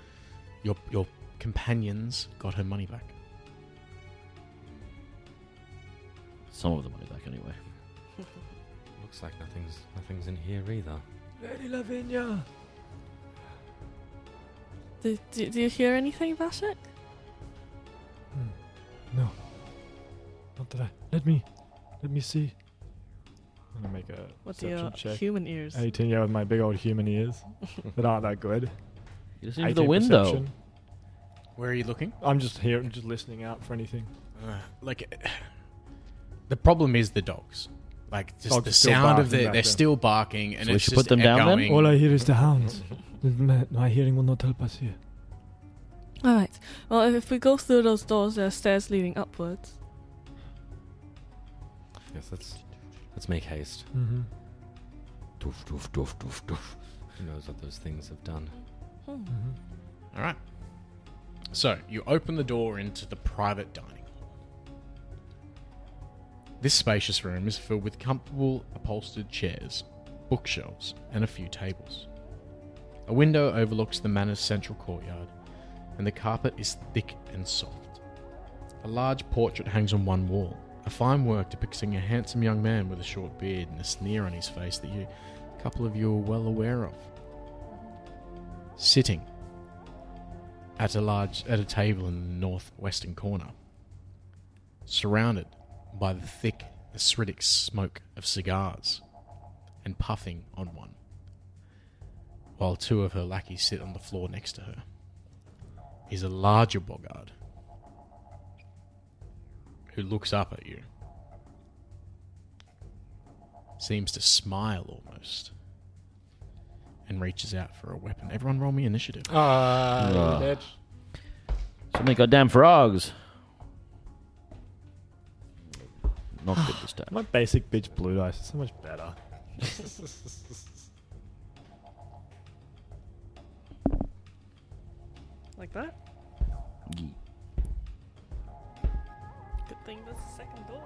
[SPEAKER 1] your your companions got her money back.
[SPEAKER 2] Some of the money back anyway.
[SPEAKER 5] Looks like nothing's nothing's in here either.
[SPEAKER 3] Lady Lavinia.
[SPEAKER 4] Do, do, do you hear anything, Vashik?
[SPEAKER 3] No. Not that I. Let me. Let me see. I'm gonna make a
[SPEAKER 4] What's
[SPEAKER 3] perception
[SPEAKER 4] your
[SPEAKER 3] check.
[SPEAKER 4] human ears?
[SPEAKER 3] 18 yeah, with my big old human ears that aren't that good.
[SPEAKER 2] You just into the
[SPEAKER 3] 18
[SPEAKER 2] window.
[SPEAKER 3] perception.
[SPEAKER 1] Where are you looking?
[SPEAKER 3] I'm just here, just listening out for anything.
[SPEAKER 1] Uh, like, the problem is the dogs. Like, just
[SPEAKER 3] Dogs
[SPEAKER 1] the
[SPEAKER 3] still
[SPEAKER 1] sound of
[SPEAKER 3] barking
[SPEAKER 1] their
[SPEAKER 3] back
[SPEAKER 1] they're
[SPEAKER 3] there.
[SPEAKER 1] still barking, and
[SPEAKER 2] So we
[SPEAKER 1] it's
[SPEAKER 2] should
[SPEAKER 1] just
[SPEAKER 2] put them down then?
[SPEAKER 1] echoing.
[SPEAKER 3] All I hear is the hounds. my, my hearing will not help us here.
[SPEAKER 4] All right. Well, if, if we go through those doors, there are stairs leading upwards.
[SPEAKER 5] Yes, let's let's make haste.
[SPEAKER 3] Mm-hmm.
[SPEAKER 2] Doof, doof, doof, doof, doof.
[SPEAKER 5] Who knows what those things have done?
[SPEAKER 4] Hmm.
[SPEAKER 1] All right. So you open the door into the private dining hall. This spacious room is filled with comfortable upholstered chairs, bookshelves, and a few tables. A window overlooks the manor's central courtyard, and the carpet is thick and soft. A large portrait hangs on one wall, a fine work depicting a handsome young man with a short beard and a sneer on his face that you, a couple of you are well aware of. Sitting at a large at a table in the northwestern corner, surrounded by the thick acidic smoke of cigars, and puffing on one, while two of her lackeys sit on the floor next to her, is a larger Bogard who looks up at you. Seems to smile almost and reaches out for a weapon. Everyone, roll me initiative.
[SPEAKER 2] Ah. So many goddamn frogs. Not good this time.
[SPEAKER 3] My basic bitch blue dice is so much better.
[SPEAKER 4] Like that.
[SPEAKER 2] Ye-
[SPEAKER 4] Good thing there's a second door.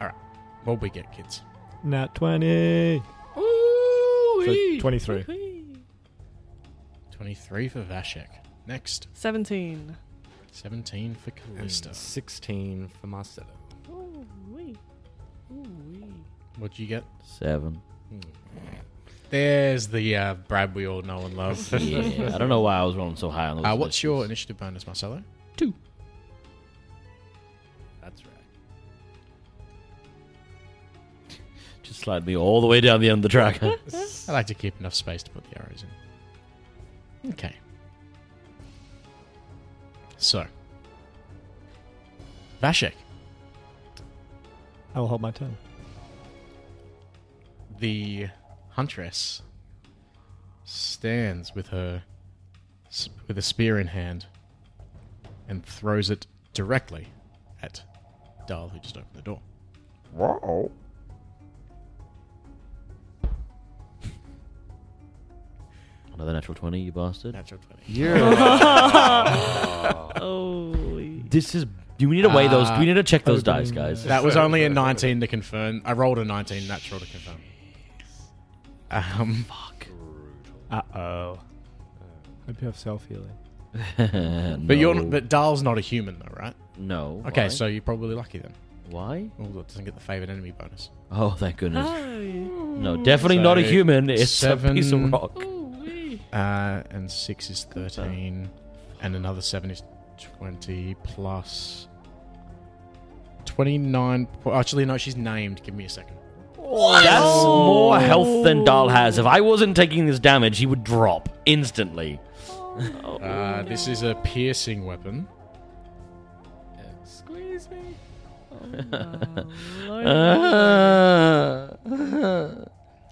[SPEAKER 1] All right. What we get, kids?
[SPEAKER 3] Nat 20. So 23.
[SPEAKER 4] Whee!
[SPEAKER 1] 23 for Vashek. Next,
[SPEAKER 4] Seventeen.
[SPEAKER 1] 17 for
[SPEAKER 5] And
[SPEAKER 1] Callista.
[SPEAKER 5] Sixteen for Marcelo.
[SPEAKER 4] Ooh wee. Ooh wee.
[SPEAKER 1] What'd you get?
[SPEAKER 2] Seven.
[SPEAKER 1] There's the uh, Brad we all know and love. uh,
[SPEAKER 2] Yeah, I don't know why I was rolling so high on those.
[SPEAKER 1] what's
[SPEAKER 2] initiatives.
[SPEAKER 1] your initiative bonus, Marcelo?
[SPEAKER 5] That's right.
[SPEAKER 2] Just slide me all the way down the end of the track.
[SPEAKER 1] I like to keep enough space to put the arrows in. Okay. So, Vashek,
[SPEAKER 3] I will hold my turn.
[SPEAKER 1] the huntress, stands with her s- with a spear in hand and throws it directly at Dahl, who just opened the door.
[SPEAKER 2] Wow. Another natural 20, you bastard.
[SPEAKER 1] Natural twenty.
[SPEAKER 4] Oh,
[SPEAKER 2] This is. Do we need to weigh those? Do we need to check those
[SPEAKER 1] Ah,
[SPEAKER 2] dice, guys?
[SPEAKER 1] That was only a 19 to confirm. I rolled a 19 natural to confirm. Um,
[SPEAKER 3] Uh oh. Hope you have self healing.
[SPEAKER 1] but you're not, but Dahl's not a human though, right?
[SPEAKER 2] no.
[SPEAKER 1] Okay,
[SPEAKER 2] Why?
[SPEAKER 1] so you're probably lucky then.
[SPEAKER 2] why?
[SPEAKER 1] Oh, that doesn't get the favored enemy bonus.
[SPEAKER 2] Oh, thank goodness.
[SPEAKER 4] oh.
[SPEAKER 2] No, definitely not a
[SPEAKER 1] So,
[SPEAKER 2] human. It's a piece
[SPEAKER 1] seven-
[SPEAKER 2] of rock.
[SPEAKER 1] Uh, and six is 13, and another seven is 20 plus 29. po- Actually, no, she's named. Give me a second.
[SPEAKER 2] That's more health than Dahl has. If I wasn't taking this damage, he would drop instantly.
[SPEAKER 1] Uh, this is a piercing weapon.
[SPEAKER 5] Squeeze me.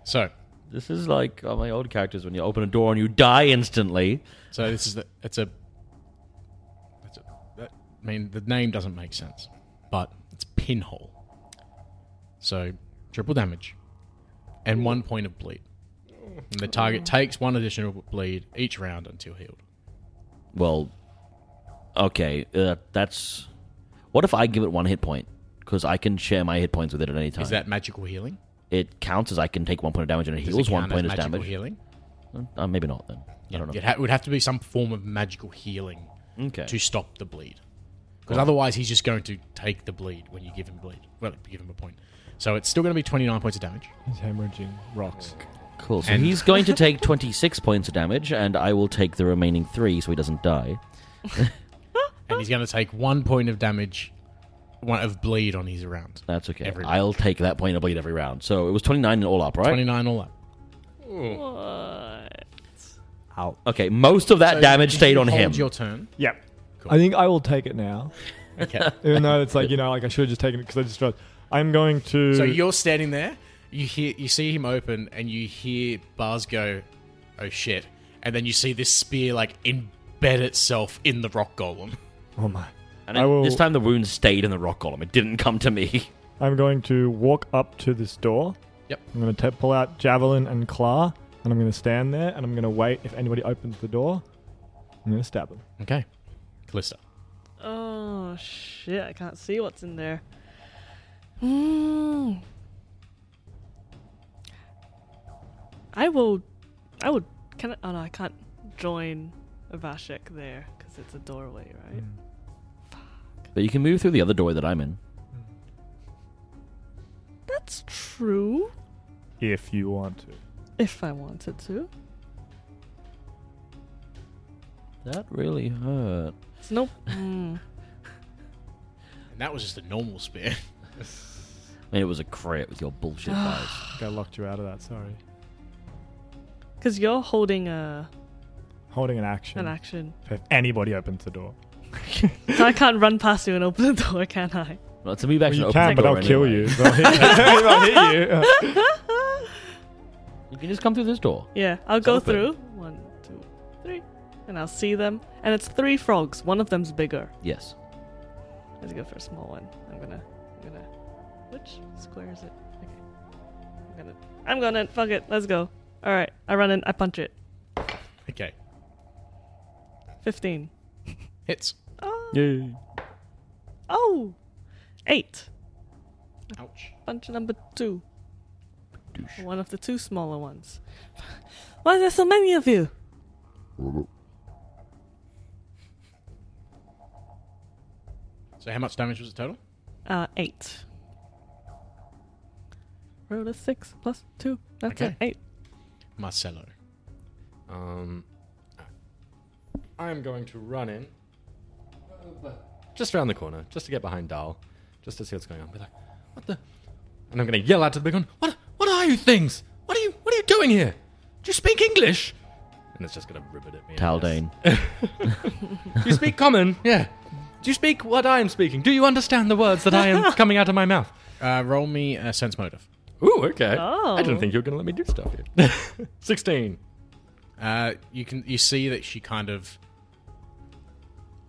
[SPEAKER 1] So,
[SPEAKER 2] This is like uh, my old characters when you open a door and you die instantly.
[SPEAKER 1] so this is the, it's a, it's a, that, I mean, the name doesn't make sense, but it's pinhole. So, triple damage and one point of bleed. And the target takes one additional bleed each round until healed.
[SPEAKER 2] Well, okay, uh, that's. What if I give it one hit point? Because I can share my hit points with it at any time.
[SPEAKER 1] Is that magical healing?
[SPEAKER 2] it counts as I can take one point of damage and it
[SPEAKER 1] Does
[SPEAKER 2] heals
[SPEAKER 1] it
[SPEAKER 2] one
[SPEAKER 1] count
[SPEAKER 2] point
[SPEAKER 1] as
[SPEAKER 2] of
[SPEAKER 1] magical
[SPEAKER 2] damage.
[SPEAKER 1] healing?
[SPEAKER 2] Uh, maybe not then. I don't know.
[SPEAKER 1] It ha- would have to be some form of magical healing
[SPEAKER 2] Okay.
[SPEAKER 1] to stop the bleed. Because otherwise, he's just going to take the bleed when you give him bleed. Well, you give him a point. So it's still going to be 29 points of damage.
[SPEAKER 3] He's hemorrhaging rocks.
[SPEAKER 2] Cool. So
[SPEAKER 1] And-
[SPEAKER 2] he's going to take 26 points of damage, and I will take the remaining three so he doesn't die.
[SPEAKER 1] And he's going to take one point of damage, one of bleed on his round.
[SPEAKER 2] That's okay.
[SPEAKER 1] Every round.
[SPEAKER 2] I'll take that point of bleed every round. So it was 29 in all up, right?
[SPEAKER 1] 29 all up.
[SPEAKER 4] What?
[SPEAKER 3] Out.
[SPEAKER 2] Okay, most of that
[SPEAKER 1] So
[SPEAKER 2] damage
[SPEAKER 1] did
[SPEAKER 2] stayed
[SPEAKER 1] you
[SPEAKER 2] on
[SPEAKER 1] hold
[SPEAKER 2] him.
[SPEAKER 1] your turn.
[SPEAKER 3] Yep. I think I will take it now.
[SPEAKER 1] Okay.
[SPEAKER 3] Even though it's like, you know, like I should have just taken it because I just realized. I'm going to.
[SPEAKER 1] so you're standing there. You hear, you see him open, and you hear Bars go, "Oh shit!" And then you see this spear like embed itself in the rock golem.
[SPEAKER 3] Oh my.
[SPEAKER 2] and
[SPEAKER 3] I
[SPEAKER 2] it-
[SPEAKER 3] will-
[SPEAKER 2] this time the wound stayed in the rock column. It didn't come to me.
[SPEAKER 3] I'm going to walk up to this door.
[SPEAKER 1] Yep.
[SPEAKER 3] I'm going to pull out javelin and claw, and I'm going to stand there, and I'm going to wait. If anybody opens the door, I'm going to stab them.
[SPEAKER 1] Okay, Callista.
[SPEAKER 4] Oh shit! I can't see what's in there. Mm. I will. I would. Can I? Oh no, I can't join Avashek there because it's a doorway, right?
[SPEAKER 2] But you can move through the other door that I'm in.
[SPEAKER 4] That's true.
[SPEAKER 3] If you want to.
[SPEAKER 4] If I wanted to,
[SPEAKER 2] That really hurt.
[SPEAKER 4] it's no. Mm.
[SPEAKER 1] And that was just a normal spear.
[SPEAKER 2] I mean, it was a crit with your bullshit dice.
[SPEAKER 3] I think I locked you out of that, sorry.
[SPEAKER 4] Because you're holding a
[SPEAKER 3] Holding an action.
[SPEAKER 4] an action,
[SPEAKER 3] If anybody opens the door.
[SPEAKER 4] so I can't run past you and open the door, can I?
[SPEAKER 2] Well, it's a move action.
[SPEAKER 3] you
[SPEAKER 2] to open
[SPEAKER 3] can,
[SPEAKER 2] the
[SPEAKER 3] but I'll
[SPEAKER 2] door
[SPEAKER 3] kill you.
[SPEAKER 2] anyway.
[SPEAKER 3] They'll hit you. They'll hit you.
[SPEAKER 2] You can just come through this door.
[SPEAKER 4] Yeah, I'll go
[SPEAKER 2] open.
[SPEAKER 4] through. One, two, three. And I'll see them. And it's three frogs. One of them's bigger.
[SPEAKER 2] Yes.
[SPEAKER 4] Let's go for a small one. I'm gonna I'm gonna which square is it? Okay. I'm gonna I'm gonna fuck it, let's go. Alright, I run in, I punch it.
[SPEAKER 1] Okay,
[SPEAKER 4] Fifteen.
[SPEAKER 1] hits.
[SPEAKER 4] Oh,
[SPEAKER 3] Yay.
[SPEAKER 4] oh eight.
[SPEAKER 1] Ouch.
[SPEAKER 4] Punch number two. One of the two smaller ones. Why is there so many of you?
[SPEAKER 1] So how much damage was the total?
[SPEAKER 4] Uh, eight. Roll a six plus two. That's
[SPEAKER 1] Okay.
[SPEAKER 4] an eight.
[SPEAKER 1] Marcelo.
[SPEAKER 5] Um, I am going to run in, just around the corner, just to get behind Dahl, just to see what's going on. Be like, what the? And I'm going to yell out to the big one, what? you things? What are you What are you doing here? Do you speak English? And it's just gonna ribbit at me. I
[SPEAKER 2] Taldane.
[SPEAKER 5] guess. Do you speak Common? Yeah. Do you speak what I am speaking? Do you understand the words that I am coming out of my mouth?
[SPEAKER 1] Uh, roll me a sense motive.
[SPEAKER 5] Ooh, okay.
[SPEAKER 4] Oh.
[SPEAKER 5] I didn't think you were gonna let me do stuff here. Sixteen.
[SPEAKER 1] Uh, you can you see that she kind of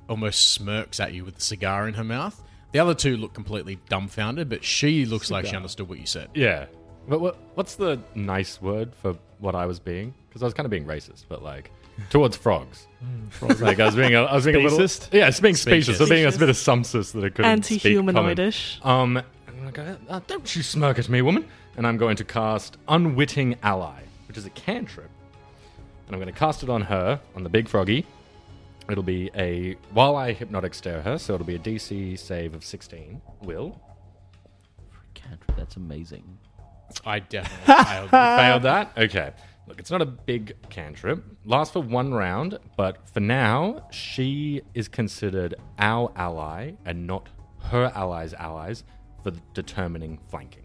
[SPEAKER 1] almost smirks at you with the cigar in her mouth. The other two look completely dumbfounded, but she looks like she understood what you said.
[SPEAKER 5] Yeah. But what, what's the nice word for what I was being? Because I was kind of being racist, but like towards frogs. like I was being, a, I was being a
[SPEAKER 3] Spacist?
[SPEAKER 5] little, yeah, I was being specious. I was being a
[SPEAKER 4] Specious.
[SPEAKER 5] bit of sumpsus that I couldn't
[SPEAKER 4] Anti
[SPEAKER 5] humanoidish
[SPEAKER 4] humanoidish.
[SPEAKER 5] Um, and I go, "Uh, don't you smirk at me, woman! And I'm going to cast unwitting ally, which is a cantrip, and I'm going to cast it on her, on the big froggy. It'll be a while I hypnotic stare her, so it'll be a DC save of 16. Will
[SPEAKER 2] Cantrip, That's amazing.
[SPEAKER 1] I definitely failed. with-
[SPEAKER 5] Failed that? Okay. Look, it's not a big cantrip. Lasts for one round, but for now, she is considered our ally and not her allies' allies for determining flanking.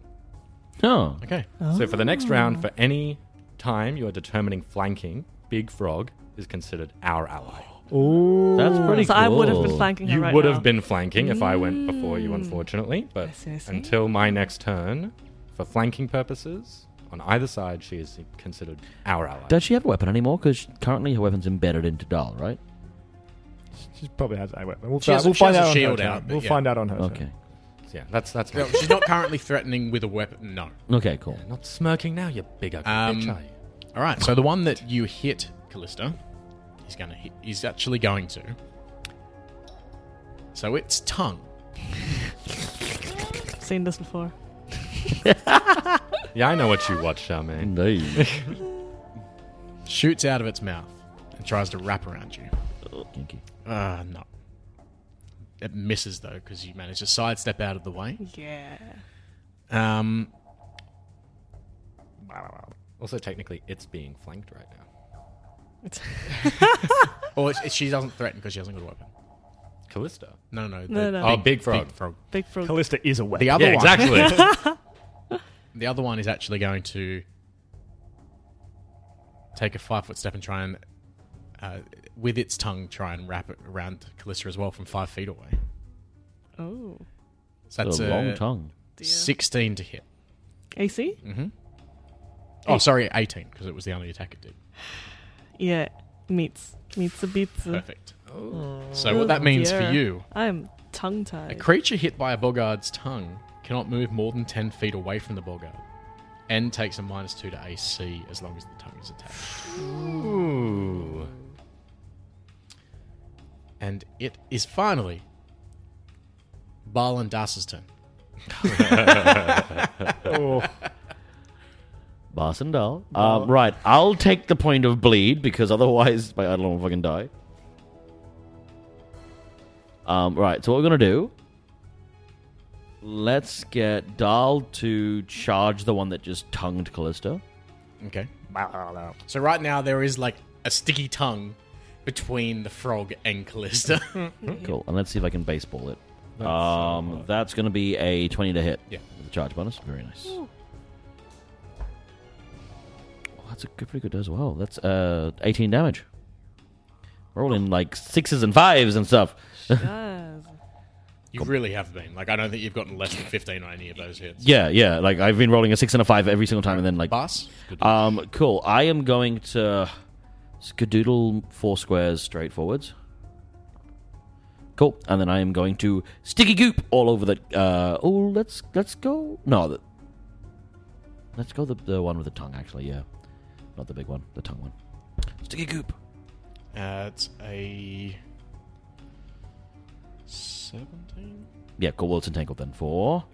[SPEAKER 2] Oh,
[SPEAKER 1] Okay.
[SPEAKER 5] So for the next round, for any time you are determining flanking, Big Frog is considered our ally.
[SPEAKER 3] Ooh.
[SPEAKER 2] that's pretty
[SPEAKER 4] So
[SPEAKER 2] cool.
[SPEAKER 4] I would have been flanking her
[SPEAKER 5] You
[SPEAKER 4] right
[SPEAKER 5] would
[SPEAKER 4] now.
[SPEAKER 5] have been flanking if I went before you, unfortunately. But
[SPEAKER 4] I see, I see.
[SPEAKER 5] until my next turn, for flanking purposes, on either side, she is considered our ally.
[SPEAKER 2] Does she have a weapon anymore? Because currently her weapon's embedded into Dahl, right?
[SPEAKER 3] She probably has a weapon. We'll,
[SPEAKER 1] She has a-
[SPEAKER 3] we'll
[SPEAKER 1] she
[SPEAKER 3] find
[SPEAKER 1] has a
[SPEAKER 3] out.
[SPEAKER 1] shield
[SPEAKER 3] on her turn.
[SPEAKER 1] out, but
[SPEAKER 3] We'll
[SPEAKER 1] yeah.
[SPEAKER 3] find out on her. turn.
[SPEAKER 2] Okay.
[SPEAKER 5] yeah, that's that's
[SPEAKER 1] Well, she's not currently threatening with a weapon. No.
[SPEAKER 2] Okay, cool.
[SPEAKER 5] Not smirking now, you big ugly
[SPEAKER 1] Um,
[SPEAKER 5] bitch, are you?
[SPEAKER 1] All right. So the one that you hit, Callista, he's gonna hit, he's actually going to. So it's tongue.
[SPEAKER 4] Seen this before.
[SPEAKER 5] Yeah, I know what you watch, Charmaine.
[SPEAKER 2] Indeed.
[SPEAKER 1] Shoots out of its mouth and tries to wrap around you.
[SPEAKER 2] Kinky.
[SPEAKER 1] Uh, no. It misses though because you manage to sidestep out of the way.
[SPEAKER 4] Yeah.
[SPEAKER 1] Um,
[SPEAKER 5] Also, technically, it's being flanked right now.
[SPEAKER 1] or it's, it's- she doesn't threaten because she hasn't got a weapon.
[SPEAKER 5] Callista.
[SPEAKER 1] No, no,
[SPEAKER 4] No, no.
[SPEAKER 5] Oh, Big Frog.
[SPEAKER 4] Big frog.
[SPEAKER 3] Callista is a weapon.
[SPEAKER 1] The other
[SPEAKER 5] yeah,
[SPEAKER 1] one,
[SPEAKER 5] exactly.
[SPEAKER 1] the other one is actually going to take a five foot step and try and, uh, with its tongue, try and wrap it around Callista as well from five feet away.
[SPEAKER 4] Oh.
[SPEAKER 1] So that's
[SPEAKER 2] a
[SPEAKER 1] a
[SPEAKER 2] long tongue.
[SPEAKER 4] Dear.
[SPEAKER 1] sixteen to hit.
[SPEAKER 4] AC?
[SPEAKER 1] Mm. Oh, sorry, eighteen because it was the only attack it did.
[SPEAKER 4] Yeah. Meets. Meets the beats.
[SPEAKER 1] Perfect. So what that means for
[SPEAKER 4] dear.
[SPEAKER 1] you
[SPEAKER 4] I'm tongue
[SPEAKER 1] A
[SPEAKER 4] tied.
[SPEAKER 1] creature hit by a boggard's tongue cannot move more than 10 feet away from the boggard and takes a minus 2 to AC as long as the tongue is attached.
[SPEAKER 5] Ooh.
[SPEAKER 1] And it is finally Balan Das's turn.
[SPEAKER 3] Oh,
[SPEAKER 2] Bas and Dahl. Um, right, I'll take the point of bleed because otherwise my Eidolon will fucking die. Um, right, so what we're going to do. Let's get Dahl to charge the one that just tongued Callisto.
[SPEAKER 1] Okay. So right now there is like a sticky tongue between the frog and Callista.
[SPEAKER 2] Cool, and let's see if I can baseball it. um, that's going to be a 20 to hit.
[SPEAKER 1] Yeah.
[SPEAKER 2] With the charge bonus. Very nice. Oh, that's a good, pretty good as well. That's uh, 18 damage. Rolling like sixes and fives and stuff.
[SPEAKER 4] Yes.
[SPEAKER 1] you really have been. Like I don't think you've gotten less than 15 on any of those hits.
[SPEAKER 2] Yeah, yeah. Like I've been rolling a six and a five every single time, and then like,
[SPEAKER 1] Bas?
[SPEAKER 2] um, cool. I am going to skadoodle four squares straight forwards. Cool, and then I am going to sticky goop all over the. Uh, oh, let's let's go. No, the, let's go the the one with the tongue. Actually, yeah, not the big one, the tongue one. Sticky goop.
[SPEAKER 1] Uh, it's a 17?
[SPEAKER 2] Yeah, cool. Well, it's entangled then. Four.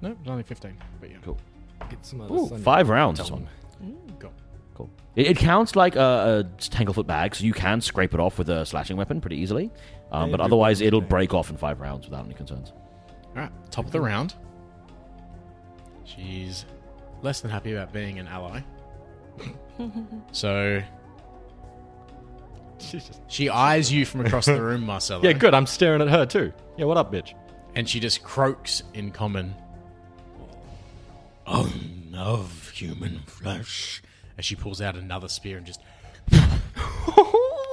[SPEAKER 1] No, it's only 15. But yeah.
[SPEAKER 2] Cool.
[SPEAKER 5] Get some other
[SPEAKER 2] Ooh,
[SPEAKER 5] sun-
[SPEAKER 2] five rounds. This
[SPEAKER 5] Tongue.
[SPEAKER 2] one.
[SPEAKER 1] Cool.
[SPEAKER 2] Cool. It, it counts like a, a tanglefoot bag, so you can scrape it off with a slashing weapon pretty easily. Um, but otherwise, it'll break off in five rounds without any concerns.
[SPEAKER 1] All right, top of the round. She's less than happy about being an ally. so
[SPEAKER 5] She's just-
[SPEAKER 1] she eyes you from across the room, Marcella.
[SPEAKER 5] Yeah, good. I'm staring at her too. Yeah, what up, bitch?
[SPEAKER 1] And she just croaks in common. Oh, no, human flesh. As she pulls out another spear and just.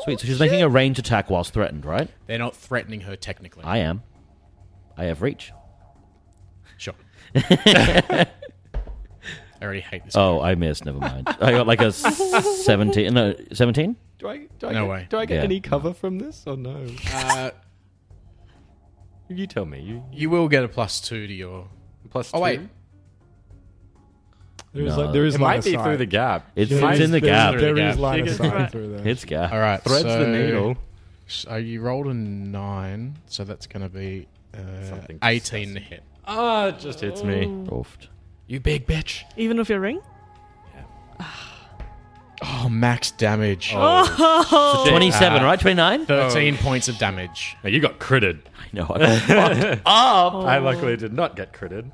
[SPEAKER 2] Sweet. So she's making a range attack whilst threatened, right?
[SPEAKER 1] They're not threatening her technically.
[SPEAKER 2] I am. I have reach.
[SPEAKER 1] Sure. I already hate this.
[SPEAKER 2] Oh, I missed. Never mind. I got like a s- 17. No, 17?
[SPEAKER 5] Do I, do I
[SPEAKER 1] No
[SPEAKER 5] get,
[SPEAKER 1] way.
[SPEAKER 5] Do I get
[SPEAKER 2] Yeah.
[SPEAKER 5] any cover from this or no?
[SPEAKER 1] Uh,
[SPEAKER 5] You tell me. You
[SPEAKER 1] you will get a plus two to your.
[SPEAKER 5] plus two.
[SPEAKER 1] Oh, wait.
[SPEAKER 3] There is
[SPEAKER 2] No.
[SPEAKER 3] like there is
[SPEAKER 5] It
[SPEAKER 3] line
[SPEAKER 5] might
[SPEAKER 3] of
[SPEAKER 5] be
[SPEAKER 3] sight.
[SPEAKER 5] through the gap.
[SPEAKER 2] It's,
[SPEAKER 3] There
[SPEAKER 2] it's
[SPEAKER 3] is-
[SPEAKER 2] in the
[SPEAKER 3] there is-
[SPEAKER 2] gap.
[SPEAKER 1] Through the
[SPEAKER 3] There is
[SPEAKER 1] gap.
[SPEAKER 3] line of
[SPEAKER 4] She gets
[SPEAKER 3] sight
[SPEAKER 4] right.
[SPEAKER 3] through there.
[SPEAKER 2] It's gap.
[SPEAKER 1] All right.
[SPEAKER 5] Threads
[SPEAKER 1] so,
[SPEAKER 5] the needle.
[SPEAKER 1] So you rolled a nine, so that's going to be uh,
[SPEAKER 5] Something
[SPEAKER 1] 18 to hit.
[SPEAKER 5] Ah, it just hits me.
[SPEAKER 2] Oofed.
[SPEAKER 5] You big bitch.
[SPEAKER 4] Even with your ring?
[SPEAKER 1] Oh, max damage.
[SPEAKER 4] Oh!
[SPEAKER 2] 27, right? 29?
[SPEAKER 1] 13 points of damage.
[SPEAKER 5] Now Oh, you got critted.
[SPEAKER 2] I know. I fucked up.
[SPEAKER 5] I luckily did not get critted.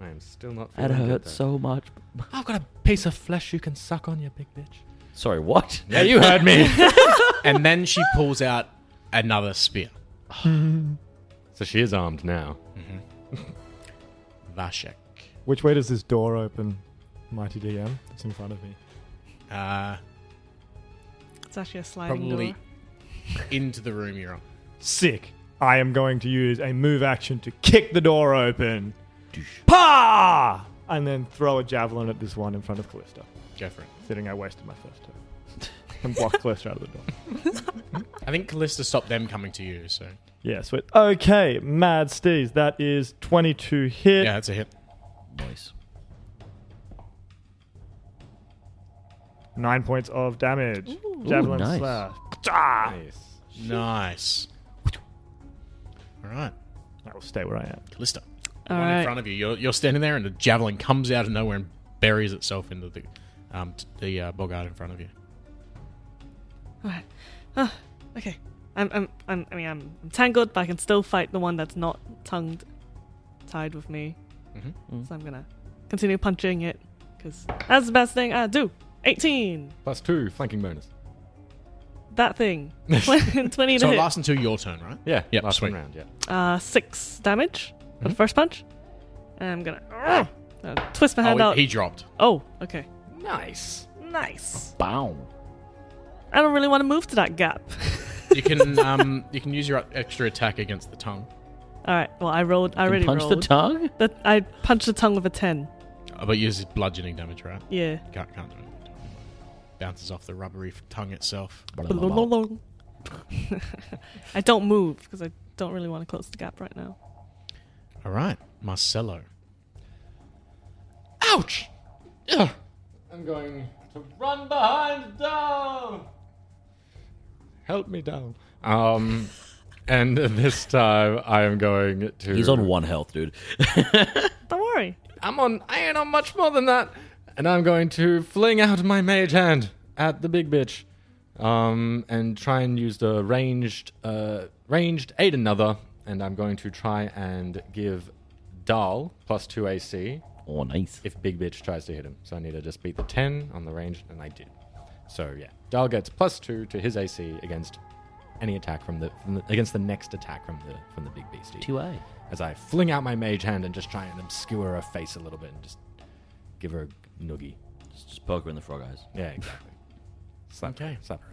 [SPEAKER 5] I am still not.
[SPEAKER 2] That
[SPEAKER 5] feeling good,
[SPEAKER 2] hurt
[SPEAKER 5] though.
[SPEAKER 2] so much.
[SPEAKER 5] I've got a piece of flesh you can suck on, you big bitch.
[SPEAKER 2] Sorry, what?
[SPEAKER 5] Yeah, you heard me.
[SPEAKER 1] And then she pulls out another spear.
[SPEAKER 5] so she is armed now.
[SPEAKER 1] Vashek.
[SPEAKER 3] Which way does this door open, Mighty DM? That's in front of me.
[SPEAKER 1] Uh,
[SPEAKER 4] It's actually a sliding
[SPEAKER 1] probably
[SPEAKER 4] door.
[SPEAKER 1] into the room you're on.
[SPEAKER 3] Sick. I am going to use a move action to kick the door open. Pa! And then throw a javelin at this one in front of Callista.
[SPEAKER 1] Go for it.
[SPEAKER 3] Sitting, I wasted my first turn. And block Callista out of the door.
[SPEAKER 1] I think Callista stopped them coming to you, so.
[SPEAKER 3] Yeah, sweet. Okay, Mad Steez, that is 22 hit.
[SPEAKER 1] Yeah, that's a hit.
[SPEAKER 2] Nice.
[SPEAKER 3] Nine points of damage.
[SPEAKER 2] Ooh,
[SPEAKER 3] Javelin
[SPEAKER 2] nice.
[SPEAKER 3] slash. Ah!
[SPEAKER 5] Nice.
[SPEAKER 1] Nice. All right.
[SPEAKER 3] I will stay where I am.
[SPEAKER 1] Callista.
[SPEAKER 4] All
[SPEAKER 1] one in
[SPEAKER 4] right.
[SPEAKER 1] front of you. You're, you're standing there, and the javelin comes out of nowhere and buries itself into the um, t- the uh, bogart in front of you.
[SPEAKER 4] Alright. Ah, okay. I'm, I'm, I'm, I mean, I'm, I'm tangled, but I can still fight the one that's not tongued tied with me.
[SPEAKER 1] Mhm.
[SPEAKER 2] Mm.
[SPEAKER 4] So I'm gonna continue punching it, because that's the best thing I do. 18!
[SPEAKER 5] Plus two flanking bonus.
[SPEAKER 4] That thing. 20 to
[SPEAKER 1] So it
[SPEAKER 4] hit.
[SPEAKER 1] lasts until your turn, right?
[SPEAKER 5] Yeah.
[SPEAKER 1] Yep,
[SPEAKER 5] last one
[SPEAKER 1] sweet.
[SPEAKER 5] round. Yeah.
[SPEAKER 4] Uh, six damage for
[SPEAKER 1] Mm-hmm.
[SPEAKER 4] the first punch. And I'm gonna uh, twist my hand
[SPEAKER 1] Ah! Oh,
[SPEAKER 4] out.
[SPEAKER 1] he, he dropped.
[SPEAKER 4] oh, okay.
[SPEAKER 5] Nice.
[SPEAKER 4] Nice.
[SPEAKER 2] Bow.
[SPEAKER 4] I don't really want to move to that gap.
[SPEAKER 1] You can um, you can use your extra attack against the tongue.
[SPEAKER 4] All right. Well, I rolled. I already
[SPEAKER 2] punch
[SPEAKER 4] rolled.
[SPEAKER 2] the tongue?
[SPEAKER 4] That- I punched the tongue with a ten.
[SPEAKER 1] Uh, But use bludgeoning damage, right?
[SPEAKER 4] Yeah.
[SPEAKER 1] Can't, can't do it. Bounces off the rubbery f- tongue itself.
[SPEAKER 4] I don't move because I don't really want to close the gap right now.
[SPEAKER 1] All right, Marcello.
[SPEAKER 5] Ouch. Ugh. I'm going to run behind down. Help me down. Um, and this time I am going to.
[SPEAKER 2] He's on one health, dude.
[SPEAKER 4] Don't worry.
[SPEAKER 5] I'm on. I ain't on much more than that. And I'm going to fling out my mage hand at the big bitch, um, and try and use the ranged, uh, ranged aid another. And I'm going to try and give Dahl plus two AC
[SPEAKER 2] Oh, nice.
[SPEAKER 5] if big bitch tries to hit him. So I need to just beat the ten on the ranged, and I did. So yeah, Dahl gets plus two to his AC against any attack from the, from the against the next attack from the from the big beastie
[SPEAKER 2] Two A.
[SPEAKER 5] as I fling out my mage hand and just try and obscure her face a little bit and just give her a noogie.
[SPEAKER 2] Just poker in the frog eyes.
[SPEAKER 5] Yeah, exactly. slap
[SPEAKER 1] Okay.
[SPEAKER 5] her, slap her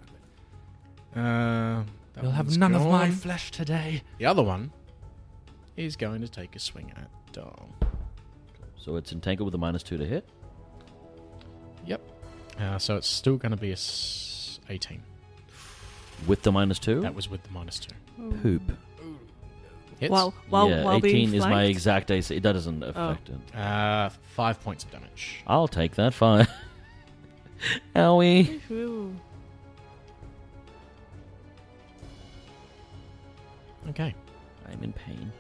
[SPEAKER 5] around. a
[SPEAKER 1] Uh,
[SPEAKER 5] bit.
[SPEAKER 1] that
[SPEAKER 5] You'll have
[SPEAKER 1] one's
[SPEAKER 5] none of my
[SPEAKER 1] gone.
[SPEAKER 5] flesh today.
[SPEAKER 1] The other one is going to take a swing at Dahl.
[SPEAKER 2] So it's entangled with a minus two to hit.
[SPEAKER 1] Yep. Uh, so it's still going to be a s- 18.
[SPEAKER 2] With the minus two?
[SPEAKER 1] That was with the minus two.
[SPEAKER 2] poop.
[SPEAKER 1] Hits.
[SPEAKER 4] While while
[SPEAKER 2] yeah,
[SPEAKER 4] while
[SPEAKER 2] 18
[SPEAKER 4] being
[SPEAKER 2] is my
[SPEAKER 4] flanked?
[SPEAKER 2] exact AC. That doesn't affect it.
[SPEAKER 1] Uh, five points of damage.
[SPEAKER 2] I'll take that. Fine. Owie.
[SPEAKER 4] Ooh.
[SPEAKER 1] Okay.
[SPEAKER 2] I'm in pain.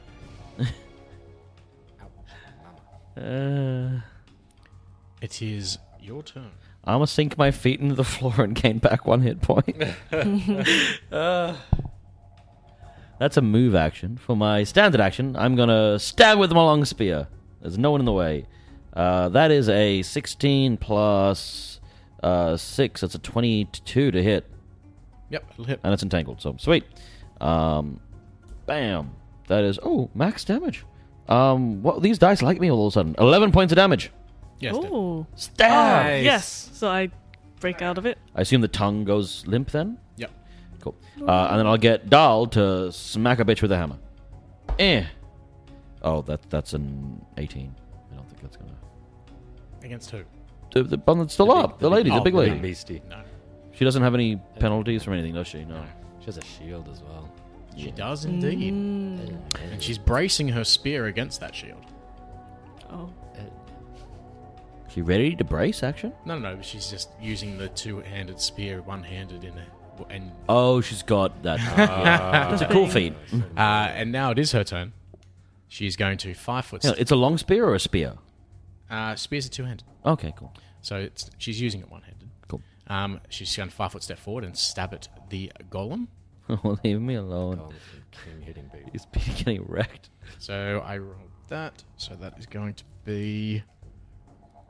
[SPEAKER 2] Uh,
[SPEAKER 1] It is your turn.
[SPEAKER 2] I'm gonna sink my feet into the floor and gain back one hit point. Uh, that's a move action. For my standard action, I'm gonna stab with my long spear. There's no one in the way. Uh, that is a 16 plus uh, 6. That's a 22 to hit.
[SPEAKER 1] Yep, it'll hit.
[SPEAKER 2] and it's entangled. So sweet. Um, bam. That is oh max damage. Um, what these dice like me all of a sudden. Eleven points of damage.
[SPEAKER 1] Yes. Dad.
[SPEAKER 4] Oh.
[SPEAKER 2] Stab!
[SPEAKER 5] Nice.
[SPEAKER 4] Yes. So I break out of it.
[SPEAKER 2] I assume the tongue goes limp then?
[SPEAKER 1] Yep.
[SPEAKER 2] Cool. Uh, and then I'll get Dahl to smack a bitch with a hammer. Eh. Oh, that that's an 18. I don't think that's going to.
[SPEAKER 1] Against who?
[SPEAKER 2] The, the one that's still
[SPEAKER 5] The big-
[SPEAKER 2] up. The,
[SPEAKER 5] the big-
[SPEAKER 2] lady, the
[SPEAKER 1] oh,
[SPEAKER 2] big
[SPEAKER 1] the
[SPEAKER 2] lady.
[SPEAKER 5] Big beastie.
[SPEAKER 1] No.
[SPEAKER 2] She doesn't have any penalties from anything, does she? No.
[SPEAKER 5] She has a shield as well.
[SPEAKER 1] She does indeed.
[SPEAKER 5] Mm.
[SPEAKER 1] And she's bracing her spear against that shield.
[SPEAKER 4] Oh.
[SPEAKER 2] She ready to brace action?
[SPEAKER 1] No, no, no. She's just using the two-handed spear, one-handed in a, and
[SPEAKER 2] Oh, she's got that. yeah. That's a cool feat.
[SPEAKER 1] uh, and now it is her turn. She's going to five foot.
[SPEAKER 2] Hang on, it's a long spear or a spear?
[SPEAKER 1] Uh, spears are two-handed,
[SPEAKER 2] Okay, cool.
[SPEAKER 1] so it's, she's using it one-handed.
[SPEAKER 2] Cool.
[SPEAKER 1] Um, she's going to five foot step forward and stab at the golem.
[SPEAKER 2] Oh, leave me alone.
[SPEAKER 5] King hitting baby.
[SPEAKER 2] He's getting wrecked.
[SPEAKER 1] So I rolled that. So that is going to be.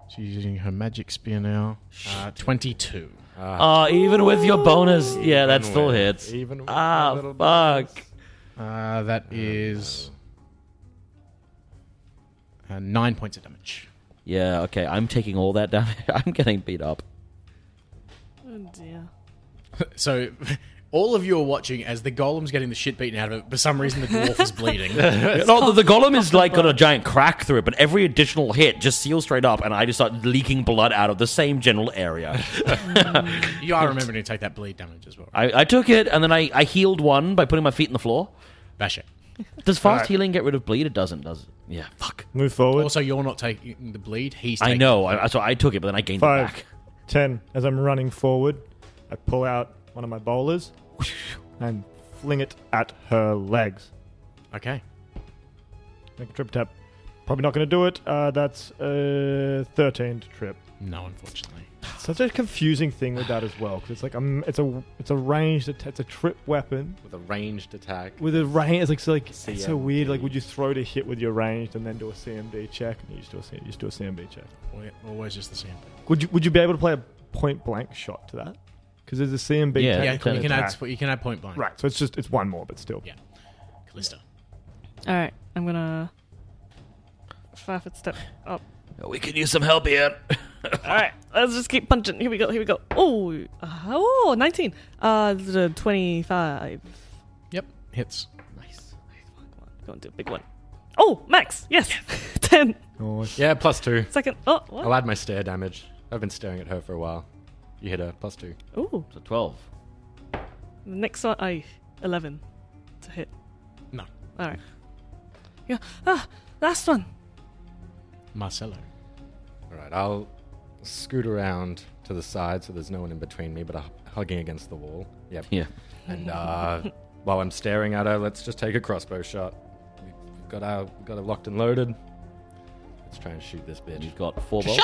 [SPEAKER 1] She's using her magic spear now. Uh, Twenty-two.
[SPEAKER 2] Oh, even with your bonus, yeah, that still
[SPEAKER 5] with-
[SPEAKER 2] hits.
[SPEAKER 5] even with my
[SPEAKER 2] ah,
[SPEAKER 5] little
[SPEAKER 2] fuck.
[SPEAKER 1] Uh, that is uh, nine points of damage.
[SPEAKER 2] Yeah, okay. I'm taking all that damage. I'm getting beat up.
[SPEAKER 4] Oh dear.
[SPEAKER 1] So, all of you are watching as the golem's getting the shit beaten out of it. For some reason, the dwarf is bleeding.
[SPEAKER 2] no, the, the golem is like got a giant crack through it, but every additional hit just seals straight up, and I just start leaking blood out of the same general area.
[SPEAKER 1] You are remembering to take that bleed damage as well. Right?
[SPEAKER 2] I, I took it, and then I, I healed one by putting my feet in the floor.
[SPEAKER 1] Bash it.
[SPEAKER 2] Does fast healing get rid of bleed? It doesn't, does it? Yeah, fuck.
[SPEAKER 3] Move forward.
[SPEAKER 1] Also, you're not taking the bleed. He's.
[SPEAKER 2] I
[SPEAKER 1] Taking
[SPEAKER 2] know. I, so I took it, but then I gained it
[SPEAKER 3] Five,
[SPEAKER 2] back.
[SPEAKER 3] ten. As I'm running forward, I pull out one of my bowlers and fling it at her legs.
[SPEAKER 1] Okay.
[SPEAKER 3] Make a trip tap. Probably not going to do it. Uh, that's a 13 to trip.
[SPEAKER 1] No, unfortunately.
[SPEAKER 3] Such a confusing thing with that as well, because it's like um, it's a it's a ranged atta- it's a trip weapon
[SPEAKER 5] With a ranged attack.
[SPEAKER 3] with a range. It's like, so, like it's so weird. Like,
[SPEAKER 5] CMD.
[SPEAKER 3] would you throw to hit with your ranged and then do a CMD check? And you just do a C- you just do a CMD check.
[SPEAKER 1] We're always just the same.
[SPEAKER 3] Would you would you be able to play a point blank shot to that? Because there's a CMB.
[SPEAKER 2] Yeah,
[SPEAKER 1] Yeah,
[SPEAKER 3] technically
[SPEAKER 1] you can add.
[SPEAKER 3] attack.
[SPEAKER 1] You can add point blank.
[SPEAKER 3] Right, so it's just it's one more, but still.
[SPEAKER 1] Yeah. Callista.
[SPEAKER 4] All right. I'm gonna five foot step up.
[SPEAKER 2] Oh, We could use some help here.
[SPEAKER 4] All right. Let's just keep punching. Here we go. Here we go. Oh. uh, Oh. 19. Uh. the 25.
[SPEAKER 1] Yep. Hits.
[SPEAKER 2] nice.
[SPEAKER 4] Come on, come on. Go and do a big one. Oh, max. Yes. 10.
[SPEAKER 3] Oh,
[SPEAKER 5] Yeah, plus two.
[SPEAKER 4] Second. Oh. What?
[SPEAKER 5] I'll add my stare damage. I've been staring at her for a while. You hit her, plus two.
[SPEAKER 4] Ooh.
[SPEAKER 2] So 12.
[SPEAKER 4] The next one, I eleven to hit.
[SPEAKER 1] No.
[SPEAKER 4] All right. Yeah. Ah, last one.
[SPEAKER 1] Marcelo.
[SPEAKER 5] Alright, I'll scoot around to the side so there's no one in between me, but I'm hugging against the wall. Yep.
[SPEAKER 2] Yeah.
[SPEAKER 5] And uh, while I'm staring at her, let's just take a crossbow shot. We've got our we've got her locked and loaded. Let's try and shoot this
[SPEAKER 2] And
[SPEAKER 5] bitch.
[SPEAKER 2] you've got four bolts.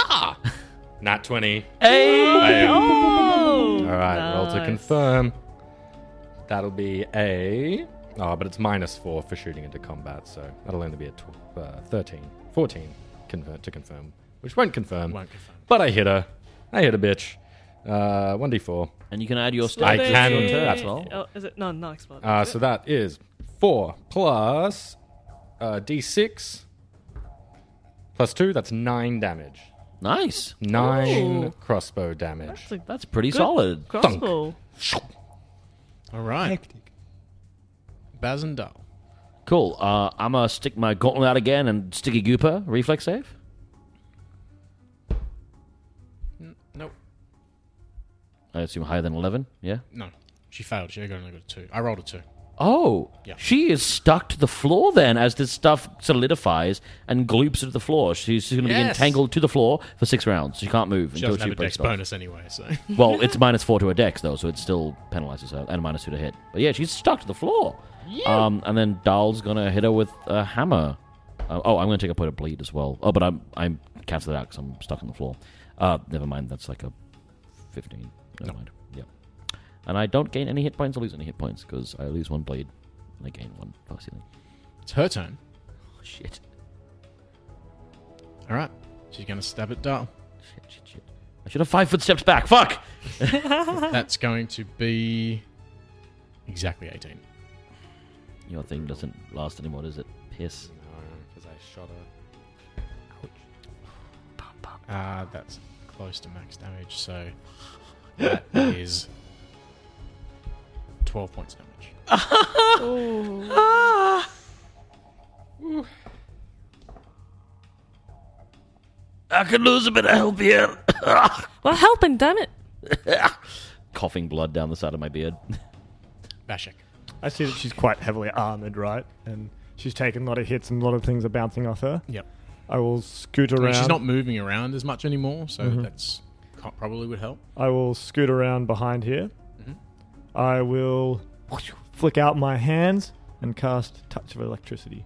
[SPEAKER 5] Nat twenty.
[SPEAKER 2] Hey!
[SPEAKER 4] Oh.
[SPEAKER 5] All right, roll to
[SPEAKER 4] nice.
[SPEAKER 5] confirm. That'll be a. Oh, but it's minus four for shooting into combat, so that'll only be a tw- uh, 13. 14 convert to confirm, which won't confirm.
[SPEAKER 1] Won't confirm.
[SPEAKER 5] But I hit her. I hit a bitch. Uh, 1d4.
[SPEAKER 2] And you can add your
[SPEAKER 5] I
[SPEAKER 2] stat.
[SPEAKER 5] can-
[SPEAKER 2] on turn
[SPEAKER 5] that's
[SPEAKER 2] as well.
[SPEAKER 4] Oh, is it? No, not explode.
[SPEAKER 5] Uh, so that is 4 plus uh, d6 plus 2. That's 9 damage.
[SPEAKER 2] Nice.
[SPEAKER 5] 9
[SPEAKER 4] Ooh.
[SPEAKER 5] crossbow damage.
[SPEAKER 4] That's a
[SPEAKER 2] That's pretty
[SPEAKER 4] good
[SPEAKER 2] solid.
[SPEAKER 4] Crossbow.
[SPEAKER 1] All right. Hectic. Baz and Dahl.
[SPEAKER 2] Cool. Uh, I'm going to stick my gauntlet out again and sticky gooper. Reflex save?
[SPEAKER 1] Nope.
[SPEAKER 2] I assume higher than 11. Yeah.
[SPEAKER 1] No. She failed. She only got a two. I rolled a two.
[SPEAKER 2] Oh.
[SPEAKER 1] Yeah.
[SPEAKER 2] She is stuck to the floor then as this stuff solidifies and gloops to the floor. She's going to be
[SPEAKER 1] Yes.
[SPEAKER 2] entangled to the floor for six rounds. She can't move
[SPEAKER 1] She
[SPEAKER 2] until
[SPEAKER 1] doesn't
[SPEAKER 2] she
[SPEAKER 1] have a
[SPEAKER 2] breaks
[SPEAKER 1] dex
[SPEAKER 2] it off.
[SPEAKER 1] bonus anyway, so.
[SPEAKER 2] Well, it's minus four to her dex, though, so it still penalizes her, and minus two to hit. But yeah, she's stuck to the floor. Um, and then Dahl's gonna hit her with a hammer. Uh, oh, I'm gonna take a point of bleed as well. Oh, but I'm I'm cancel that out because I'm stuck on the floor. Uh, never mind. That's like a fifteen. Never mind. Yeah. And I don't gain any hit points or lose any hit points because I lose one bleed and I gain one fast healing.
[SPEAKER 1] It's her turn.
[SPEAKER 2] Oh shit!
[SPEAKER 1] All right. She's going to stab at Dahl.
[SPEAKER 2] Shit! Shit! Shit! I should have five foot steps back. Fuck!
[SPEAKER 1] That's going to be exactly 18.
[SPEAKER 2] Your thing doesn't last anymore, does it? Piss.
[SPEAKER 5] Because I shot her.
[SPEAKER 4] Bum, bum,
[SPEAKER 1] Uh, that's close to max damage, so that is 12 points damage.
[SPEAKER 4] Oh.
[SPEAKER 2] I could lose a bit of help here.
[SPEAKER 4] Well, helping, damn it.
[SPEAKER 2] Coughing blood down the side of my beard.
[SPEAKER 1] Bashik.
[SPEAKER 3] I see that she's quite heavily armored, right? And she's taken a lot of hits and a lot of things are bouncing off her.
[SPEAKER 1] Yep.
[SPEAKER 3] I will scoot around.
[SPEAKER 1] I mean, she's not moving around Mm-hmm. as much anymore, so that's co- probably would help.
[SPEAKER 3] I will scoot around behind here.
[SPEAKER 1] Mhm.
[SPEAKER 3] I will flick out my hands and cast Touch of Electricity.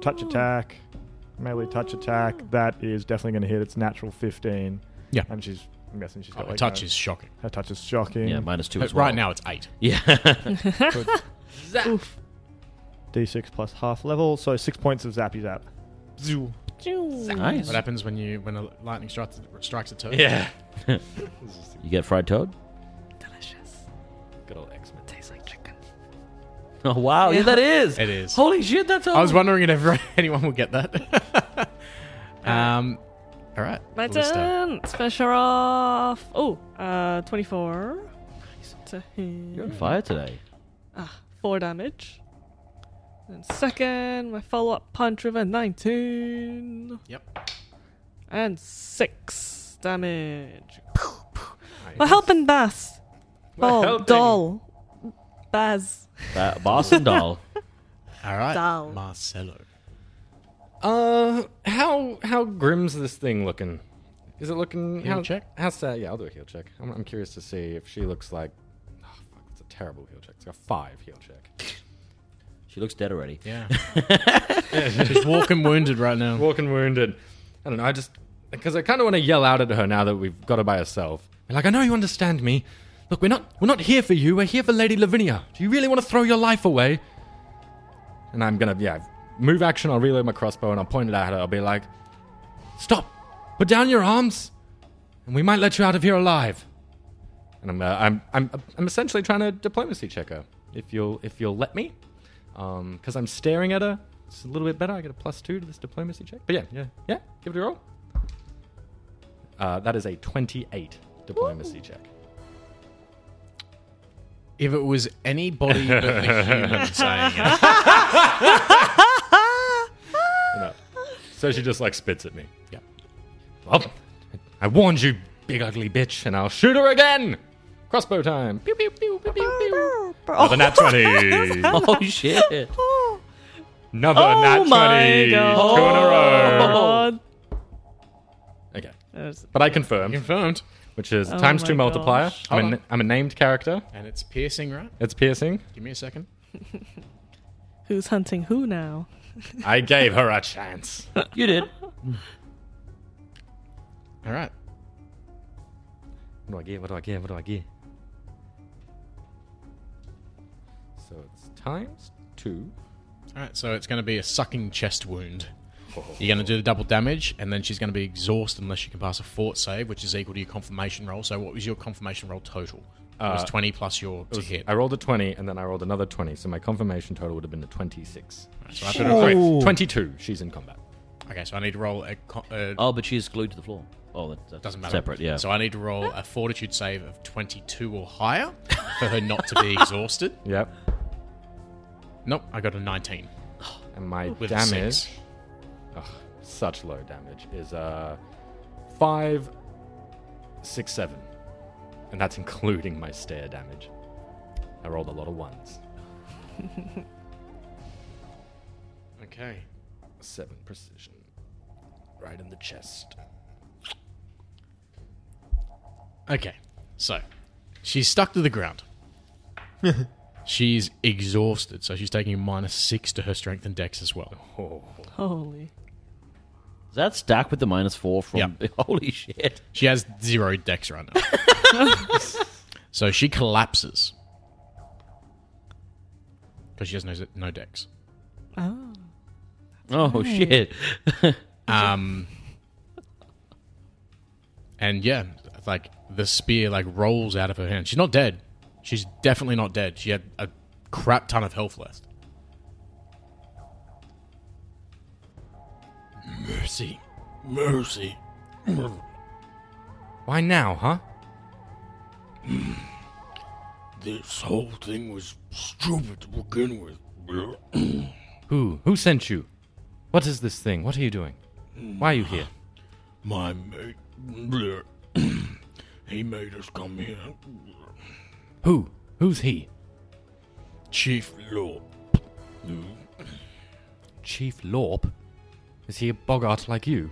[SPEAKER 3] Touch attack, melee touch attack. That is definitely going to hit. It's natural 15.
[SPEAKER 1] Yeah. Oh,
[SPEAKER 3] And she's, I'm guessing she's got
[SPEAKER 1] Her
[SPEAKER 3] like
[SPEAKER 1] touch
[SPEAKER 3] no-
[SPEAKER 1] is shocking.
[SPEAKER 3] Her touch is shocking.
[SPEAKER 2] Yeah, minus two.
[SPEAKER 1] But
[SPEAKER 2] as
[SPEAKER 1] Mm.
[SPEAKER 2] well.
[SPEAKER 1] Uh, right now it's eight.
[SPEAKER 2] Yeah.
[SPEAKER 3] D6 plus half level, so six points of zappy zap. Zoo.
[SPEAKER 2] nice.
[SPEAKER 1] What happens when you when a lightning strikes strikes a turtle?
[SPEAKER 5] Yeah.
[SPEAKER 2] You get fried toad?
[SPEAKER 4] Delicious.
[SPEAKER 5] Good old X Men.
[SPEAKER 4] Tastes like chicken.
[SPEAKER 2] Oh wow! Yeah,
[SPEAKER 4] Yeah.
[SPEAKER 2] that is.
[SPEAKER 1] it is.
[SPEAKER 2] Holy shit! That's.
[SPEAKER 1] I was wondering if ever- anyone would get that. um, all right,
[SPEAKER 4] My
[SPEAKER 1] Ballista.
[SPEAKER 4] turn. Special off. Oh, uh, 24. To
[SPEAKER 2] You're
[SPEAKER 4] hit.
[SPEAKER 2] on fire today.
[SPEAKER 4] Ah, 4 damage. And second, my follow up punch with a 19.
[SPEAKER 1] Yep.
[SPEAKER 4] And 6 damage. Well, helping Bass. Ball.
[SPEAKER 5] helping.
[SPEAKER 4] Doll. Baz.
[SPEAKER 2] Ba- Boss and doll.
[SPEAKER 1] All right,
[SPEAKER 4] Dull.
[SPEAKER 1] Marcelo.
[SPEAKER 5] Uh, how how grim's this thing looking? Is it looking
[SPEAKER 1] Heal
[SPEAKER 5] how,
[SPEAKER 1] check?
[SPEAKER 5] How's that? Yeah, I'll do a heal check. I'm, I'm curious to see if she looks like. Oh, fuck, it's a terrible heal check. It's got five heal check.
[SPEAKER 2] She looks dead already.
[SPEAKER 1] Yeah. She's walking wounded right now.
[SPEAKER 5] Walking wounded. I don't know. I just because I kind of want to yell out at her now that we've got her by herself. Be like, I know you understand me. Look, we're not we're not here for you. We're here for Lady Lavinia. Do you really want to throw your life away? And I'm gonna yeah move action. I'll reload my crossbow and I'll point it at her. I'll be like, stop. Put down your arms, and we might let you out of here alive. And I'm uh, I'm, I'm I'm essentially trying to diplomacy check her if you'll if you'll let me, because Um, I'm staring at her. It's a little bit better. I get a plus two to this diplomacy check. But yeah, yeah, yeah. Give it a roll. Uh, that is a twenty-eight diplomacy check.
[SPEAKER 1] If it was anybody but the human saying it,
[SPEAKER 5] No. So she just like spits at me.
[SPEAKER 1] Yep.
[SPEAKER 5] Well, I warned you, big ugly bitch, and I'll shoot her again. Crossbow time. Pew pew pew pew pew. pew.
[SPEAKER 4] Oh,
[SPEAKER 5] Another nat twenty.
[SPEAKER 2] Oh shit!
[SPEAKER 5] Another
[SPEAKER 4] Oh
[SPEAKER 5] nat
[SPEAKER 4] my
[SPEAKER 5] twenty.
[SPEAKER 4] God.
[SPEAKER 5] Two in a row.
[SPEAKER 4] God.
[SPEAKER 5] Okay.
[SPEAKER 4] There's-
[SPEAKER 5] But I confirm,
[SPEAKER 1] confirmed,
[SPEAKER 5] which is
[SPEAKER 4] Oh
[SPEAKER 5] times
[SPEAKER 4] my
[SPEAKER 5] two multiplier.
[SPEAKER 4] gosh.
[SPEAKER 5] I'm
[SPEAKER 1] Hold
[SPEAKER 5] a, I'm a named character.
[SPEAKER 1] and it's piercing, right?
[SPEAKER 5] It's piercing.
[SPEAKER 1] Give me a second.
[SPEAKER 4] Who's hunting who now?
[SPEAKER 5] I gave her a chance.
[SPEAKER 2] You did.
[SPEAKER 1] All right,
[SPEAKER 5] What do I get? What do I get? What do I get? So it's times two.
[SPEAKER 1] all right. So it's going to be a sucking chest wound. You're going to do the double damage, and then she's going to be exhausted unless she can pass a fort save, which is equal to your confirmation roll. So what was your confirmation roll total? it was
[SPEAKER 5] Uh,
[SPEAKER 1] twenty plus your to hit.
[SPEAKER 5] I rolled a 20 and then I rolled another 20, so my confirmation total would have been a 26.
[SPEAKER 1] So I have to-
[SPEAKER 5] Sorry,
[SPEAKER 3] Ooh.
[SPEAKER 5] 22. She's in combat.
[SPEAKER 1] okay, so I need to roll a. co- Uh,
[SPEAKER 2] Oh, but she's glued to the floor. Oh, that, that's
[SPEAKER 1] Doesn't matter.
[SPEAKER 2] Separate. Yeah.
[SPEAKER 1] So I need to roll a fortitude save of 22 or higher for her not to be exhausted.
[SPEAKER 5] Yep.
[SPEAKER 1] Nope, I got a 19
[SPEAKER 5] And my
[SPEAKER 1] with a
[SPEAKER 5] damage,
[SPEAKER 1] six.
[SPEAKER 5] ugh, such low damage, is uh, 5, 6, 7. And that's including my stare damage. I rolled a lot of ones.
[SPEAKER 1] Okay.
[SPEAKER 5] 7 precision. Right in the chest.
[SPEAKER 1] Okay. So she's stuck to the ground. she's exhausted, so she's taking a minus six to her strength and dex as well.
[SPEAKER 5] Oh.
[SPEAKER 4] Holy.
[SPEAKER 2] Is that stack with the minus four from?
[SPEAKER 1] Yep.
[SPEAKER 2] Holy shit!
[SPEAKER 1] She has zero dex right now. so she collapses. Because she has no, no dex.
[SPEAKER 4] Oh.
[SPEAKER 2] Oh shit!
[SPEAKER 1] Um, and yeah, like the spear like rolls out of her hand. She's not dead. She's definitely not dead. She had a crap ton of health left. Mercy, mercy.
[SPEAKER 5] Why now, huh?
[SPEAKER 6] This whole thing was stupid to begin with.
[SPEAKER 5] Who? Who sent you? What is this thing? What are you doing? Why are you here?
[SPEAKER 6] My mate, he made us come here.
[SPEAKER 5] Who? Who's he?
[SPEAKER 6] Chief Law.
[SPEAKER 5] Chief Lorp? Is he a boggart like you?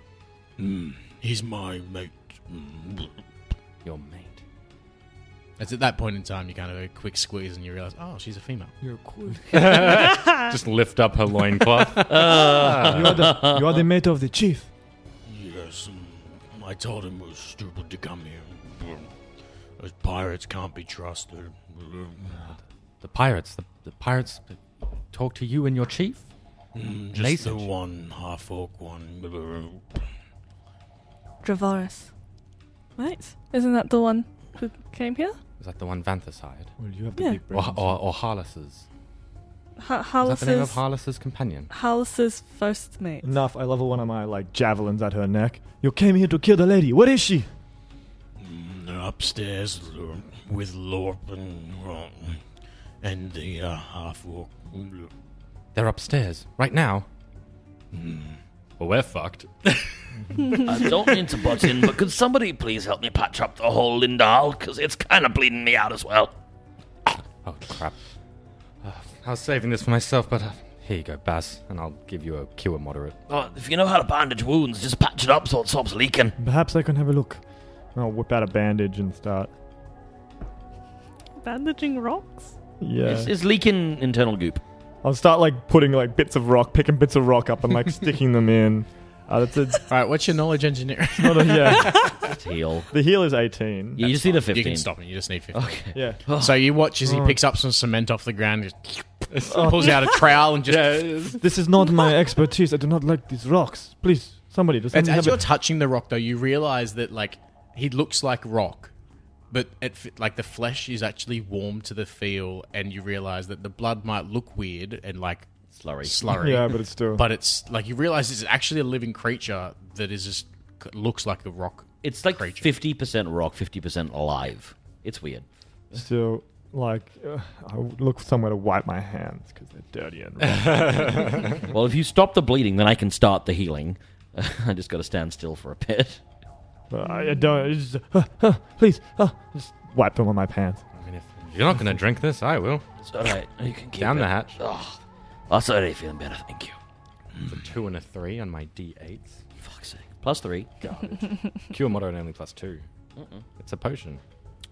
[SPEAKER 6] He's my mate. Mm.
[SPEAKER 5] Your mate.
[SPEAKER 1] It's at that point in time you kind of do a quick squeeze and you realize, oh, she's a female.
[SPEAKER 5] Just lift up her loincloth. Ah.
[SPEAKER 3] You are, the, you are the mate of the chief.
[SPEAKER 6] Yes, mm, I told him it was stupid to come here. Mm. Those pirates can't be trusted. Mm.
[SPEAKER 5] the pirates. The, the pirates talk to you and your chief?
[SPEAKER 6] Just the
[SPEAKER 5] Nascent.
[SPEAKER 6] one half orc one. Mm.
[SPEAKER 4] Dravoris. Right? Isn't that the one who came here?
[SPEAKER 5] Is that the one Vanthus hired?
[SPEAKER 3] Well, you have the
[SPEAKER 4] Yeah.
[SPEAKER 3] big brain.
[SPEAKER 5] Or, or, or Harless's?
[SPEAKER 4] Ha-
[SPEAKER 5] Is that the name of
[SPEAKER 4] Hallis's,
[SPEAKER 5] Harless's companion?
[SPEAKER 4] Hallis's first mate.
[SPEAKER 3] Enough. I level one of my uh, like javelins at her neck. You came here to kill the lady. Where is she?
[SPEAKER 6] Mm, They're upstairs uh, with Lorp and, uh, and the uh, half orc. Mm.
[SPEAKER 5] They're upstairs. Right now. Well, we're fucked.
[SPEAKER 2] I don't mean to butt in, but could somebody please help me patch up the hole in Dahl? Because it's kind of bleeding me out as well.
[SPEAKER 5] Oh, crap. Uh, I was saving this for myself, but uh, here you go, Bass, and I'll give you a cure moderate.
[SPEAKER 2] Oh, if you know how to bandage wounds, just patch it up so it stops leaking.
[SPEAKER 3] Perhaps I can have a look. And I'll whip out a bandage and start.
[SPEAKER 4] Bandaging rocks?
[SPEAKER 3] Yeah.
[SPEAKER 2] It's, it's leaking internal goop.
[SPEAKER 3] I'll start like putting like bits of rock, picking bits of rock up and like sticking them in. Uh, that's a,
[SPEAKER 1] All right, what's your knowledge engineer?
[SPEAKER 3] not a Oh, yeah.
[SPEAKER 2] It's heal.
[SPEAKER 3] The heal is eighteen.
[SPEAKER 2] You just need a
[SPEAKER 1] you
[SPEAKER 2] 15.
[SPEAKER 1] can stop it. You just need 15.
[SPEAKER 2] Okay.
[SPEAKER 3] Yeah.
[SPEAKER 1] So you watch as he
[SPEAKER 3] Oh.
[SPEAKER 1] picks up some cement off the ground, just pulls out a trowel and just.
[SPEAKER 3] This is not my expertise. I do not like these rocks. Please, somebody. Does
[SPEAKER 1] It's,
[SPEAKER 3] somebody
[SPEAKER 1] as
[SPEAKER 3] have
[SPEAKER 1] you're
[SPEAKER 3] a-
[SPEAKER 1] touching the rock, though, you realize that like he looks like rock, but it, f- like the flesh is actually warm to the feel, and you realize that the blood might look weird and like
[SPEAKER 2] Slurry.
[SPEAKER 1] slurry.
[SPEAKER 3] yeah, but it's still.
[SPEAKER 1] but it's like you realize it's actually a living creature that is just c- looks like a rock.
[SPEAKER 2] It's like
[SPEAKER 1] Creature.
[SPEAKER 2] 50% rock, 50% alive. It's weird.
[SPEAKER 3] still like uh, I would look somewhere to wipe my hands because they're dirty and rough.
[SPEAKER 2] Well, if you stop the bleeding, then I can start the healing. I just got to stand still for a bit.
[SPEAKER 3] but I, I don't. It's just, uh, uh, please, uh, just wipe them on my pants.
[SPEAKER 5] I mean, if you're not going to drink this, I will.
[SPEAKER 2] It's all right. You can keep
[SPEAKER 5] Down
[SPEAKER 2] it.
[SPEAKER 5] the hatch.
[SPEAKER 2] Oh, that's already feeling better. Thank you.
[SPEAKER 5] A two and a three on my d8s.
[SPEAKER 2] Fuck's sake. Plus three.
[SPEAKER 5] Cure moderate only plus 2 It's a potion.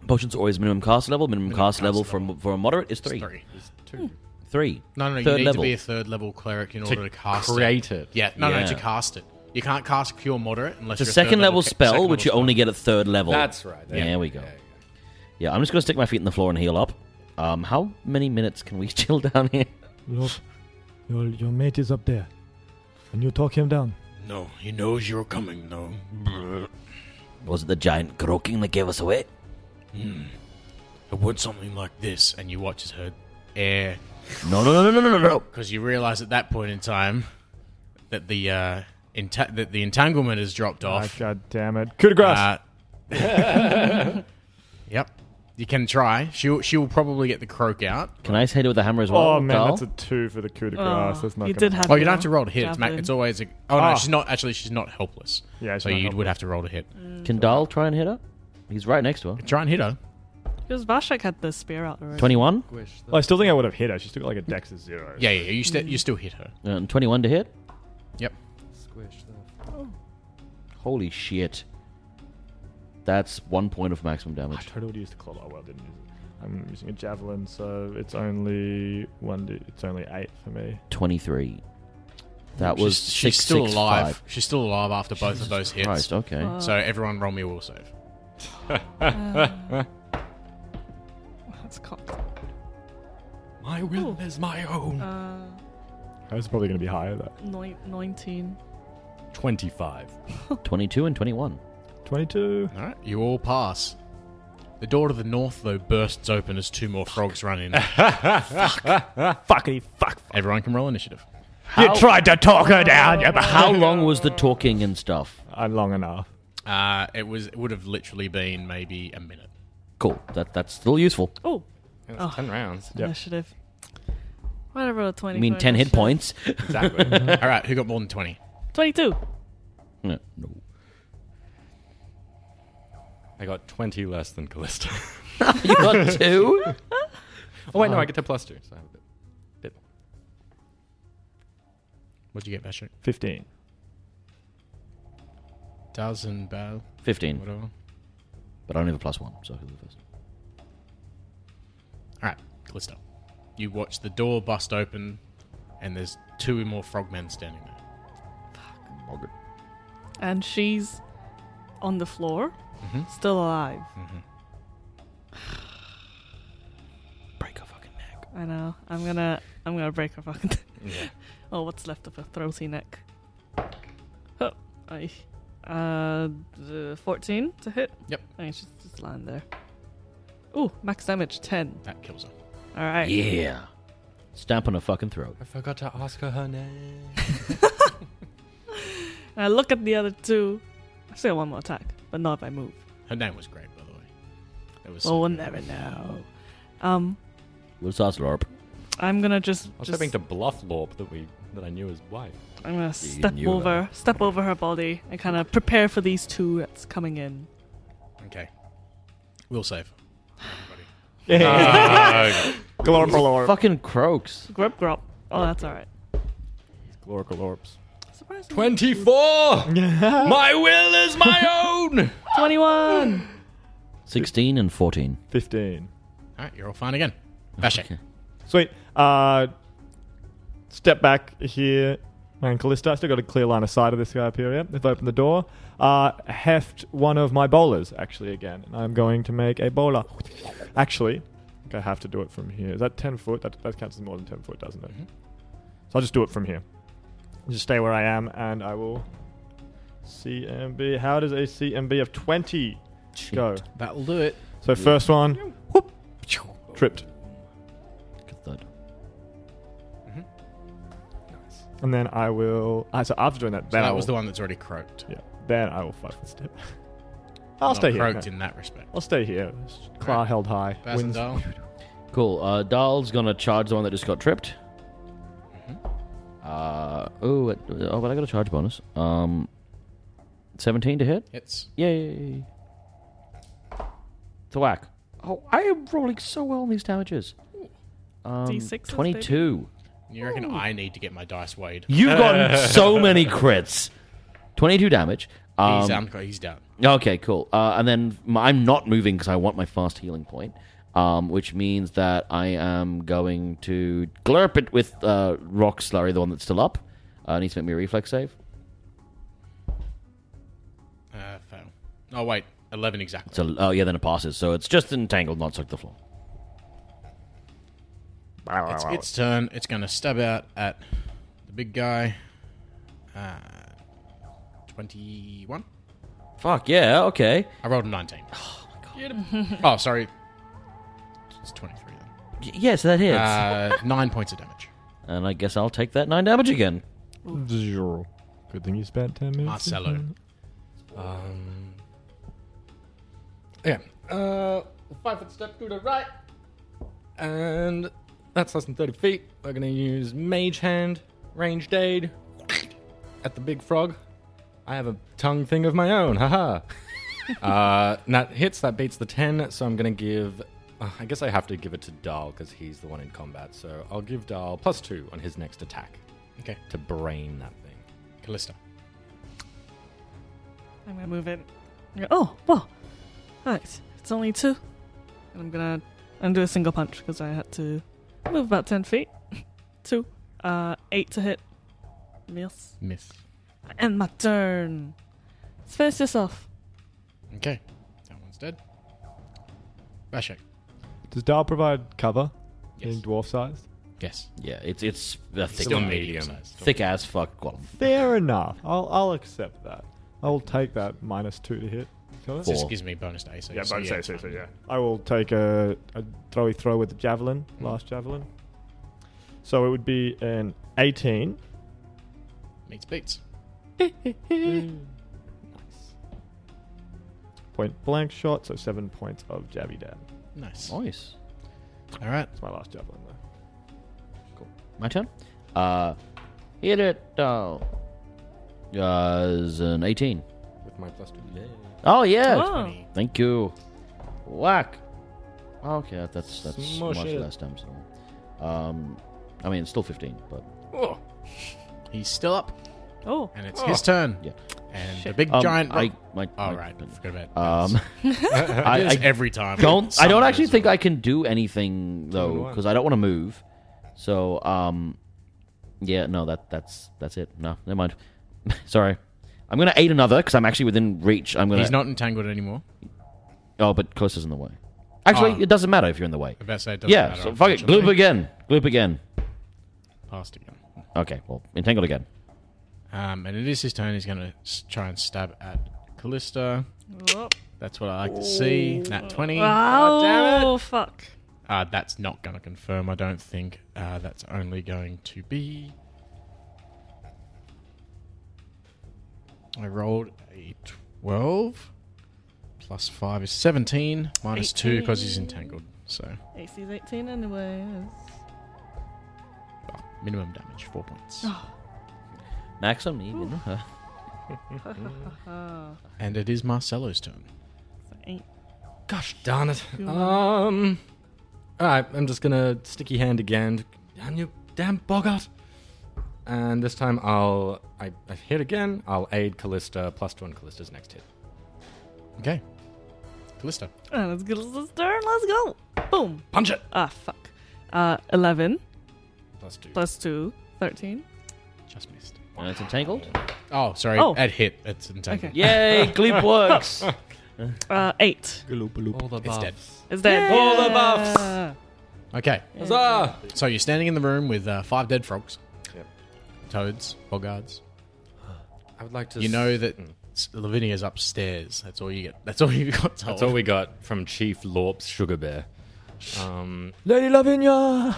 [SPEAKER 2] Potions are always minimum cast level. Minimum, cast, level, For, a, for a moderate is three.
[SPEAKER 1] Sorry.
[SPEAKER 5] It's two.
[SPEAKER 2] Three.
[SPEAKER 1] No, no, no you
[SPEAKER 2] Third
[SPEAKER 1] need
[SPEAKER 2] level.
[SPEAKER 1] to be a third level cleric in
[SPEAKER 5] To
[SPEAKER 1] order to cast
[SPEAKER 5] create
[SPEAKER 1] it.
[SPEAKER 5] it.
[SPEAKER 1] Yeah, no, no,
[SPEAKER 2] Yeah.
[SPEAKER 1] to cast it. You can't cast pure moderate unless
[SPEAKER 2] It's a
[SPEAKER 1] you're
[SPEAKER 2] second level
[SPEAKER 1] ca-
[SPEAKER 2] spell,
[SPEAKER 1] second
[SPEAKER 2] which you
[SPEAKER 1] level
[SPEAKER 2] only get at third level.
[SPEAKER 5] That's right.
[SPEAKER 2] There, we go. Yeah, I'm just going to stick my feet in the floor and heal up. Um, how many minutes can we chill down here?
[SPEAKER 3] Look, your your mate is up there, and you talk him down.
[SPEAKER 6] No, he knows you're coming, though.
[SPEAKER 2] Was it the giant croaking that gave us away?
[SPEAKER 6] It would something like
[SPEAKER 1] This and you watch as her air
[SPEAKER 2] No, no, no, no, no, no, no, no.
[SPEAKER 1] because you realize at that point in time that the uh, enta- that the entanglement has dropped
[SPEAKER 3] Ah,
[SPEAKER 1] off.
[SPEAKER 3] God damn it! Coup de grace.
[SPEAKER 1] Uh, yep, you can try. She'll she'll probably get the croak out.
[SPEAKER 2] Can I hit it with a hammer as well?
[SPEAKER 3] oh man,
[SPEAKER 2] Carl?
[SPEAKER 3] that's a two for the coup de
[SPEAKER 4] Oh,
[SPEAKER 3] grace. that's not
[SPEAKER 4] you
[SPEAKER 3] gonna-
[SPEAKER 4] did have
[SPEAKER 1] Oh, you don't
[SPEAKER 4] your
[SPEAKER 1] have to roll to hit. It's, ma-
[SPEAKER 4] javelin.
[SPEAKER 1] it's always a. Oh no,
[SPEAKER 3] Ah.
[SPEAKER 1] she's not actually. She's not helpless.
[SPEAKER 3] Yeah, it's
[SPEAKER 1] so
[SPEAKER 3] not
[SPEAKER 1] you would
[SPEAKER 3] helpless.
[SPEAKER 1] have to roll to hit.
[SPEAKER 2] Can Dahl try and hit her? He's right next to her.
[SPEAKER 1] Try and hit her.
[SPEAKER 4] Because Vashak had the spear out already.
[SPEAKER 2] 21?
[SPEAKER 3] Well, I still think I would have hit her. She's still got like a dex of zero.
[SPEAKER 1] Yeah, yeah. You st- you still hit her.
[SPEAKER 2] Uh, 21 to hit?
[SPEAKER 1] Yep.
[SPEAKER 2] Holy shit. That's one point of maximum damage.
[SPEAKER 3] I would use the club. Oh well, didn't use it. I'm using a javelin, so it's only one. d- It's only eight for me.
[SPEAKER 2] 23. That was
[SPEAKER 1] she's, she's
[SPEAKER 2] six,
[SPEAKER 1] still
[SPEAKER 2] six,
[SPEAKER 1] alive.
[SPEAKER 2] five.
[SPEAKER 1] She's still alive after both of those hits.
[SPEAKER 2] Christ, okay.
[SPEAKER 4] Wow.
[SPEAKER 1] So everyone, roll me a will save.
[SPEAKER 4] That's cocked.
[SPEAKER 5] My will is my own.
[SPEAKER 4] Uh,
[SPEAKER 3] Hers is probably going to be higher. That
[SPEAKER 4] noi- 19.
[SPEAKER 5] 25.
[SPEAKER 2] 22 and 21.
[SPEAKER 3] twenty-two.
[SPEAKER 1] All right, you all pass. The door to the north, though, bursts open as two more frogs run in.
[SPEAKER 3] Fuckity fuck.
[SPEAKER 1] Everyone can roll initiative.
[SPEAKER 2] How,
[SPEAKER 3] tried to talk her down. Yeah, but
[SPEAKER 2] how long was the talking and stuff?
[SPEAKER 3] I'm long enough.
[SPEAKER 1] Uh, it was it would have literally been maybe a minute.
[SPEAKER 2] Cool. That that's still useful.
[SPEAKER 4] Oh,
[SPEAKER 5] And it's
[SPEAKER 4] Oh.
[SPEAKER 5] 10 rounds.
[SPEAKER 3] Yeah.
[SPEAKER 4] initiative. Why did I roll a 20?
[SPEAKER 2] I mean,
[SPEAKER 4] for
[SPEAKER 2] ten hit
[SPEAKER 4] initiative?
[SPEAKER 2] points.
[SPEAKER 5] Exactly.
[SPEAKER 1] All right, who got more than twenty?
[SPEAKER 4] 22.
[SPEAKER 2] no.
[SPEAKER 5] I got 20 less than Callista.
[SPEAKER 2] you got two.
[SPEAKER 5] oh, wait, no, I get to plus two, so I have a bit, bit more.
[SPEAKER 1] What'd you get, Bashir?
[SPEAKER 3] 15.
[SPEAKER 1] Dozen bell,
[SPEAKER 2] Fifteen.
[SPEAKER 1] whatever. All
[SPEAKER 2] But I only have a plus one, so I can go first.
[SPEAKER 1] right, Callista. You watch the door bust open, and there's two more frogmen standing there.
[SPEAKER 2] Margaret.
[SPEAKER 4] And she's on the floor, still alive.
[SPEAKER 2] Break her fucking neck.
[SPEAKER 4] I know. I'm gonna. I'm gonna break her fucking.
[SPEAKER 5] Yeah.
[SPEAKER 4] oh, what's left of her throaty neck? Huh. I. Uh, d- 14 to hit.
[SPEAKER 1] Yep.
[SPEAKER 4] I mean, she's just lying there. Ooh, max damage 10.
[SPEAKER 1] That kills her.
[SPEAKER 4] All right.
[SPEAKER 2] Yeah. Stamp on her fucking throat.
[SPEAKER 5] I forgot to ask her her name.
[SPEAKER 4] And I look at the other two. I still have one more attack, but not if I move.
[SPEAKER 1] Her name was great, by the way. It was.
[SPEAKER 4] Well, we'll never know. Um,
[SPEAKER 2] What's us, LARP?
[SPEAKER 4] I'm gonna just.
[SPEAKER 5] I was
[SPEAKER 4] just
[SPEAKER 5] hoping to bluff Lorp that we that I knew his wife.
[SPEAKER 4] I'm gonna
[SPEAKER 2] See, you
[SPEAKER 4] step
[SPEAKER 2] knew
[SPEAKER 4] over, step over her body, and kind of prepare for these two that's coming in.
[SPEAKER 1] okay. We'll save. Everybody.
[SPEAKER 3] Glorp
[SPEAKER 2] Fucking croaks.
[SPEAKER 4] Grub, grub. Oh, that's all right.
[SPEAKER 3] Glorp.
[SPEAKER 4] Surprise!
[SPEAKER 5] 24! my will is my own!
[SPEAKER 4] Twenty-one.
[SPEAKER 2] 16 and 14.
[SPEAKER 3] 15.
[SPEAKER 1] All right, you're all fine again. Bashir.
[SPEAKER 3] Sweet. Uh, step back here. Man, Callista, I still got a clear line of sight of this guy up here. Yeah? If I open the door, uh, heft one of my bowlers, actually, again. And I'm going to make a bowler. Actually, I think I have to do it from here. Is that 10 foot? That, that counts as more than 10 foot, doesn't it?
[SPEAKER 1] Mm-hmm.
[SPEAKER 3] So I'll just do it from here. Just stay where I am, and I will. CMB. How does a CMB of 20 go?
[SPEAKER 1] That'll do it.
[SPEAKER 3] So, first one, whoop, tripped.
[SPEAKER 2] Good thud.
[SPEAKER 3] And then I will. Ah, so after doing that,
[SPEAKER 1] So
[SPEAKER 3] then I
[SPEAKER 1] that was the
[SPEAKER 3] will-
[SPEAKER 1] one that's already croaked.
[SPEAKER 3] Yeah. Then I will five foot step. I'll
[SPEAKER 1] Not
[SPEAKER 3] stay here.
[SPEAKER 1] Croaked
[SPEAKER 3] no.
[SPEAKER 1] in that respect.
[SPEAKER 3] I'll stay here. Claw
[SPEAKER 1] Right.
[SPEAKER 3] held high. Winds-
[SPEAKER 1] Basindal.
[SPEAKER 2] Cool. Uh, Dahl's gonna charge the one that just got tripped. Uh, ooh, it- oh, but I got a charge bonus. Um, 17 to hit?
[SPEAKER 1] Hits.
[SPEAKER 2] Yay. To whack. Oh, I am rolling so well on these damages. Um,
[SPEAKER 4] D6s,
[SPEAKER 2] 22.
[SPEAKER 1] You reckon I need to get my dice weighed?
[SPEAKER 2] You've gotten so many crits. 22 damage.
[SPEAKER 1] he's,
[SPEAKER 2] Um,
[SPEAKER 1] um, he's down.
[SPEAKER 2] okay, cool. Uh, and then m- I'm not moving because I want my fast healing point, um, which means that I am going to glurp it with uh, Rock Slurry, the one that's still up. Uh, needs to make me a reflex save.
[SPEAKER 1] Uh, fail. Oh, wait. 11 exactly.
[SPEAKER 2] So, oh, yeah, then it passes. So it's just entangled, not stuck to the floor.
[SPEAKER 1] It's its turn. It's going to stab out at the big guy. Uh, 21.
[SPEAKER 2] Fuck, yeah, okay.
[SPEAKER 1] I rolled a 19. Oh, my God. oh, sorry. It's 23 then.
[SPEAKER 2] Y- yes, that hits.
[SPEAKER 1] Uh, nine points of damage.
[SPEAKER 2] and I guess I'll take that 9 damage again.
[SPEAKER 3] Zero. Good thing you spent ten minutes.
[SPEAKER 1] Marcelo.
[SPEAKER 5] Um,
[SPEAKER 1] Yeah.
[SPEAKER 5] uh, five foot step to the right. And that's less than 30 feet. We're going to use Mage Hand, Ranged Aid, at the big frog. I have a tongue thing of my own, haha. uh, and that hits, that beats the 10, so I'm going to give. uh, I guess I have to give it to Dahl because he's the one in combat, so I'll give Dahl plus two on his next attack
[SPEAKER 1] Okay.
[SPEAKER 5] to brain that thing.
[SPEAKER 1] Callista.
[SPEAKER 4] I'm gonna move it. Oh, whoa! Nice. It's only two, and I'm gonna and do a single punch because I had to move about ten feet. two, uh, eight to hit. Yes.
[SPEAKER 1] Miss.
[SPEAKER 4] And my turn. Let's finish this off.
[SPEAKER 1] Okay. That one's dead. Bashak.
[SPEAKER 3] Does Dahl provide cover?
[SPEAKER 1] Yes.
[SPEAKER 3] Being dwarf sized.
[SPEAKER 1] Yes.
[SPEAKER 2] Yeah, it's it's a thick,
[SPEAKER 5] Still
[SPEAKER 1] Still
[SPEAKER 5] medium.
[SPEAKER 1] medium-sized.
[SPEAKER 2] thick as fuck. golem.
[SPEAKER 3] Fair enough. I'll I'll accept that. I'll take that minus two to hit. Kill it?
[SPEAKER 2] Four.
[SPEAKER 1] This gives me bonus to AC. so it's fine.
[SPEAKER 3] I will take a, a throwy throw with the javelin, last javelin. So it would be an 18.
[SPEAKER 1] Meets beats.
[SPEAKER 3] point blank shot, so seven points of Javi Dab.
[SPEAKER 1] Nice. All
[SPEAKER 2] Nice.
[SPEAKER 1] right.
[SPEAKER 3] That's my last javelin, though.
[SPEAKER 2] My turn. Uh, hit it. Uh, as an 18.
[SPEAKER 5] With my plus two.
[SPEAKER 2] Oh yeah.
[SPEAKER 4] Oh.
[SPEAKER 2] Thank you. Whack. Okay, that's that's
[SPEAKER 5] Smush
[SPEAKER 2] much
[SPEAKER 5] it.
[SPEAKER 2] less time. So, um, I mean, it's still 15, but
[SPEAKER 1] He's still up,
[SPEAKER 4] Oh,
[SPEAKER 1] and it's his turn.
[SPEAKER 2] Yeah.
[SPEAKER 1] And the big
[SPEAKER 2] um,
[SPEAKER 1] giant.
[SPEAKER 2] I, my,
[SPEAKER 1] All
[SPEAKER 2] my-
[SPEAKER 1] right. Forgot about
[SPEAKER 2] Um,
[SPEAKER 1] that.
[SPEAKER 2] I-
[SPEAKER 1] It is
[SPEAKER 2] I
[SPEAKER 1] every time.
[SPEAKER 2] don't I don't
[SPEAKER 1] Someone
[SPEAKER 2] actually
[SPEAKER 1] is
[SPEAKER 2] think
[SPEAKER 1] up.
[SPEAKER 2] I can do anything though
[SPEAKER 5] why?
[SPEAKER 2] because I don't want to move. So um, yeah, no, that that's that's it. No, never mind. Sorry, I'm gonna aid another because I'm actually within reach. I'm gonna
[SPEAKER 1] He's not entangled anymore.
[SPEAKER 2] Oh, but close is in the way. Actually,
[SPEAKER 1] Oh.
[SPEAKER 2] it doesn't matter if you're in the way.
[SPEAKER 1] I best say it doesn't
[SPEAKER 2] Yeah,
[SPEAKER 1] matter,
[SPEAKER 2] so fuck it. Gloop
[SPEAKER 1] unfortunately.
[SPEAKER 2] again. Gloop again.
[SPEAKER 1] Passed again.
[SPEAKER 2] Okay, well, entangled again.
[SPEAKER 1] Um, and it is his turn. He's going to s- try and stab at Callista.
[SPEAKER 4] Oh.
[SPEAKER 1] That's what I like to see. Nat 20.
[SPEAKER 4] Wow, Oh, fuck.
[SPEAKER 1] Uh, that's not going to confirm, I don't think. Uh, that's only going to be. I rolled a 12. Plus 5 is 17. Minus 2 because he's entangled. So,
[SPEAKER 4] AC's 18 anyways.
[SPEAKER 1] well, minimum damage, 4 points.
[SPEAKER 2] Maxim, even. huh?
[SPEAKER 1] and it is Marcelo's turn.
[SPEAKER 4] So eight.
[SPEAKER 5] Gosh darn it.
[SPEAKER 4] You're
[SPEAKER 5] Um. Alright, I'm just gonna sticky hand again. Damn you, damn Bogart! And this time I'll. I, I hit again. I'll aid Callista, plus two on Callista's next hit.
[SPEAKER 1] Okay. Callista.
[SPEAKER 4] And Uh, let's get us this turn. Let's go. Boom.
[SPEAKER 5] Punch it!
[SPEAKER 4] Ah, fuck. Uh, 11
[SPEAKER 5] Plus two.
[SPEAKER 4] plus 2, 13.
[SPEAKER 1] Just missed.
[SPEAKER 2] And it's entangled.
[SPEAKER 1] Oh, sorry.
[SPEAKER 4] Oh.
[SPEAKER 1] At hit. It's entangled.
[SPEAKER 4] Okay.
[SPEAKER 2] Yay, Gloop works.
[SPEAKER 4] Uh, 8.
[SPEAKER 5] All the
[SPEAKER 1] It's dead.
[SPEAKER 5] buffs.
[SPEAKER 4] Is dead.
[SPEAKER 5] All the buffs.
[SPEAKER 4] Yeah.
[SPEAKER 1] Okay.
[SPEAKER 5] Huzzah!
[SPEAKER 1] So you're standing in the room with uh, five dead frogs.
[SPEAKER 5] Yep.
[SPEAKER 1] Toads, bogards.
[SPEAKER 5] I would like to.
[SPEAKER 1] You
[SPEAKER 5] s-
[SPEAKER 1] know that s- Lavinia's upstairs. That's all you get. That's all you've got told.
[SPEAKER 5] That's all we got from Chief Lorp's Sugar Bear. Um,
[SPEAKER 3] Lady Lavinia!
[SPEAKER 5] I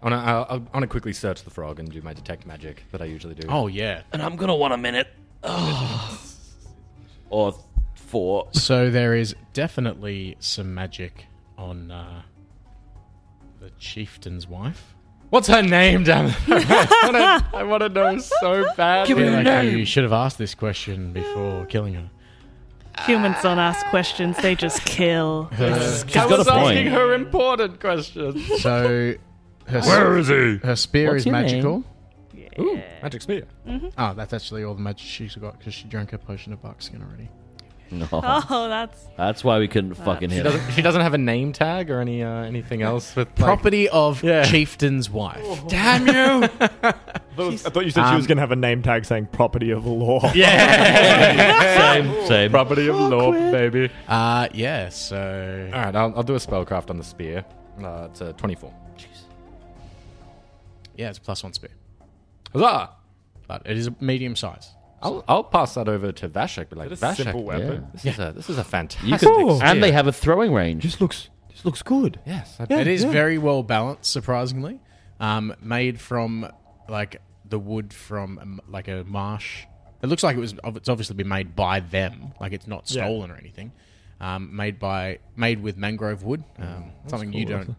[SPEAKER 5] wanna, I'll, I'll, I wanna quickly search the frog and do my detect magic that I usually do.
[SPEAKER 1] oh yeah.
[SPEAKER 2] and I'm going to want a minute. or four.
[SPEAKER 1] So there is definitely some magic on uh, the chieftain's wife.
[SPEAKER 5] What's her name, damn it? I wanna- I want to know so bad.
[SPEAKER 1] I feel like you should have asked this question before killing her.
[SPEAKER 4] Humans don't ask questions, they just kill.
[SPEAKER 2] She's got a point.
[SPEAKER 5] her important questions.
[SPEAKER 1] So her Where is he? Her spear
[SPEAKER 2] What's
[SPEAKER 1] is
[SPEAKER 2] your
[SPEAKER 1] magical.
[SPEAKER 5] Ooh, magic spear.
[SPEAKER 1] Ah, that's actually all the magic she's got because she drank her potion of buckskin already.
[SPEAKER 2] No.
[SPEAKER 4] Oh, that's.
[SPEAKER 2] That's why we couldn't fucking
[SPEAKER 5] She
[SPEAKER 2] hit her.
[SPEAKER 5] doesn't. She doesn't have a name tag or any uh, anything else with like,
[SPEAKER 1] Property of
[SPEAKER 5] Yeah.
[SPEAKER 1] chieftain's wife.
[SPEAKER 5] Damn you!
[SPEAKER 3] I thought, I thought you said she was
[SPEAKER 1] Um,
[SPEAKER 3] going to have a name tag saying property of law.
[SPEAKER 2] Same, same.
[SPEAKER 5] Property of law, baby.
[SPEAKER 1] Uh, yeah, so.
[SPEAKER 5] All right, I'll, I'll do a spellcraft on the spear. Uh, it's a twenty-four.
[SPEAKER 1] Yeah, it's plus one spear.
[SPEAKER 5] Huzzah!
[SPEAKER 1] But it is a medium size.
[SPEAKER 5] I'll, I'll pass that over to Vashek. Be like,
[SPEAKER 3] Is that a
[SPEAKER 5] Vashek,
[SPEAKER 3] simple weapon?
[SPEAKER 2] Yeah.
[SPEAKER 5] this is a this is a fantastic.
[SPEAKER 2] You could,
[SPEAKER 3] Cool.
[SPEAKER 2] and they have a throwing range.
[SPEAKER 3] This looks, this looks good.
[SPEAKER 5] yes, I,
[SPEAKER 1] It is
[SPEAKER 3] yeah.
[SPEAKER 1] very well balanced, surprisingly. Um, made from like the wood from um, like a marsh. It looks like it was. It's obviously been made by them. Like it's not
[SPEAKER 3] Yeah.
[SPEAKER 1] stolen or anything. Um, made by made with mangrove wood. Um, something you
[SPEAKER 3] cool,
[SPEAKER 1] don't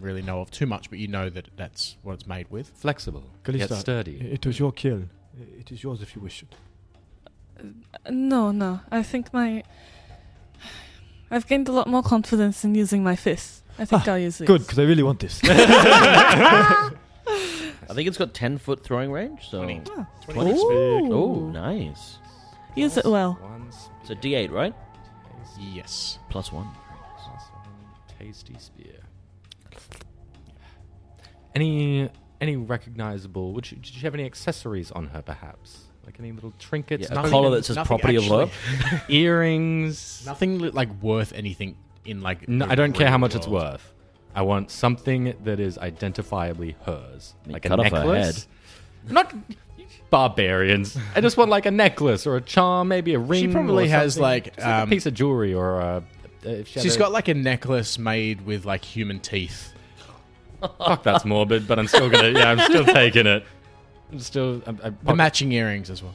[SPEAKER 1] really know of too much, but you know that that's what it's made with.
[SPEAKER 5] flexible,
[SPEAKER 3] Calista,
[SPEAKER 5] yet sturdy.
[SPEAKER 3] It was your kill. It is yours if you wish it.
[SPEAKER 4] No, no. I think my. I've gained a lot more confidence in using my fists. I think I'll use these.
[SPEAKER 3] Good, because I really want this.
[SPEAKER 2] I think it's got 10 foot throwing range. So.
[SPEAKER 1] Twenty.
[SPEAKER 4] Ah.
[SPEAKER 3] Ooh.
[SPEAKER 2] Oh, nice.
[SPEAKER 4] Use it well.
[SPEAKER 5] One
[SPEAKER 2] It's a D8, right?
[SPEAKER 5] spear.
[SPEAKER 1] Yes.
[SPEAKER 2] Plus one.
[SPEAKER 5] Tasty spear. Any any recognizable? Would you, did she have any accessories on her, perhaps? Like any little trinkets,
[SPEAKER 2] Yeah, a
[SPEAKER 5] nothing?
[SPEAKER 2] collar that says
[SPEAKER 1] nothing
[SPEAKER 2] property of
[SPEAKER 1] actually.
[SPEAKER 2] love.
[SPEAKER 5] earrings?
[SPEAKER 1] Nothing li- like worth anything in like.
[SPEAKER 5] No,
[SPEAKER 1] the
[SPEAKER 5] I don't care how
[SPEAKER 1] real
[SPEAKER 5] much it's
[SPEAKER 1] world.
[SPEAKER 5] worth. I want something that is identifiably hers,
[SPEAKER 2] mean,
[SPEAKER 5] like a
[SPEAKER 2] cut off her
[SPEAKER 5] necklace. Not barbarians. I just want like a necklace or a charm, maybe a ring.
[SPEAKER 1] She probably
[SPEAKER 5] or
[SPEAKER 1] has
[SPEAKER 5] something.
[SPEAKER 1] like,
[SPEAKER 5] Just
[SPEAKER 1] um,
[SPEAKER 5] a piece of jewelry or a. uh, If she
[SPEAKER 1] She's
[SPEAKER 5] had
[SPEAKER 1] got like a necklace made with like human teeth.
[SPEAKER 5] a, fuck. That's morbid, but I'm still gonna. Yeah, I'm still taking it. I'm still. I'm, I'm
[SPEAKER 1] The matching earrings as well.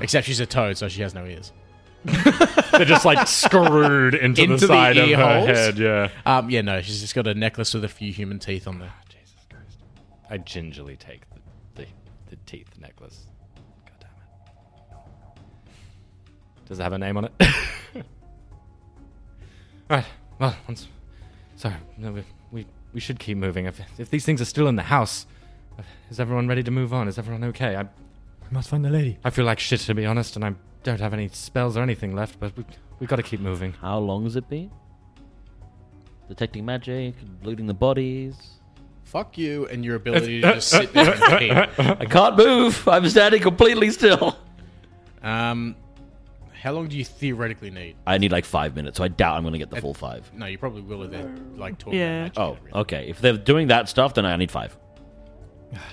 [SPEAKER 1] Except she's a toad, so she has no ears.
[SPEAKER 5] They're just like screwed into,
[SPEAKER 1] Into the
[SPEAKER 5] the side of
[SPEAKER 1] ear
[SPEAKER 5] her
[SPEAKER 1] holes?
[SPEAKER 5] head. Yeah.
[SPEAKER 1] Um, yeah, no, she's just got a necklace with a few human teeth on there.
[SPEAKER 5] Ah, Jesus Christ. I gingerly take the, the, the teeth necklace. God damn it. Does it have a name on it? right. Well, once. Sorry. No, we, we, we should keep moving. If, if these things are still in the house, is everyone ready to move on? Is everyone okay? I,
[SPEAKER 3] We must find the lady.
[SPEAKER 5] I feel like shit, to be honest, and I don't have any spells or anything left, but we, we gotta keep moving.
[SPEAKER 2] How long has it been? Detecting magic, looting the bodies.
[SPEAKER 1] Fuck you and your ability to just sit there and pee.
[SPEAKER 2] I can't move. I'm standing completely still.
[SPEAKER 1] Um, how long do you theoretically need?
[SPEAKER 2] I need like five minutes, so I doubt I'm going to get the full five.
[SPEAKER 1] No, you probably will if they're like talking.
[SPEAKER 4] Yeah.
[SPEAKER 1] about magic
[SPEAKER 2] Oh,
[SPEAKER 1] and everything.
[SPEAKER 2] okay. If they're doing that stuff, then I need five.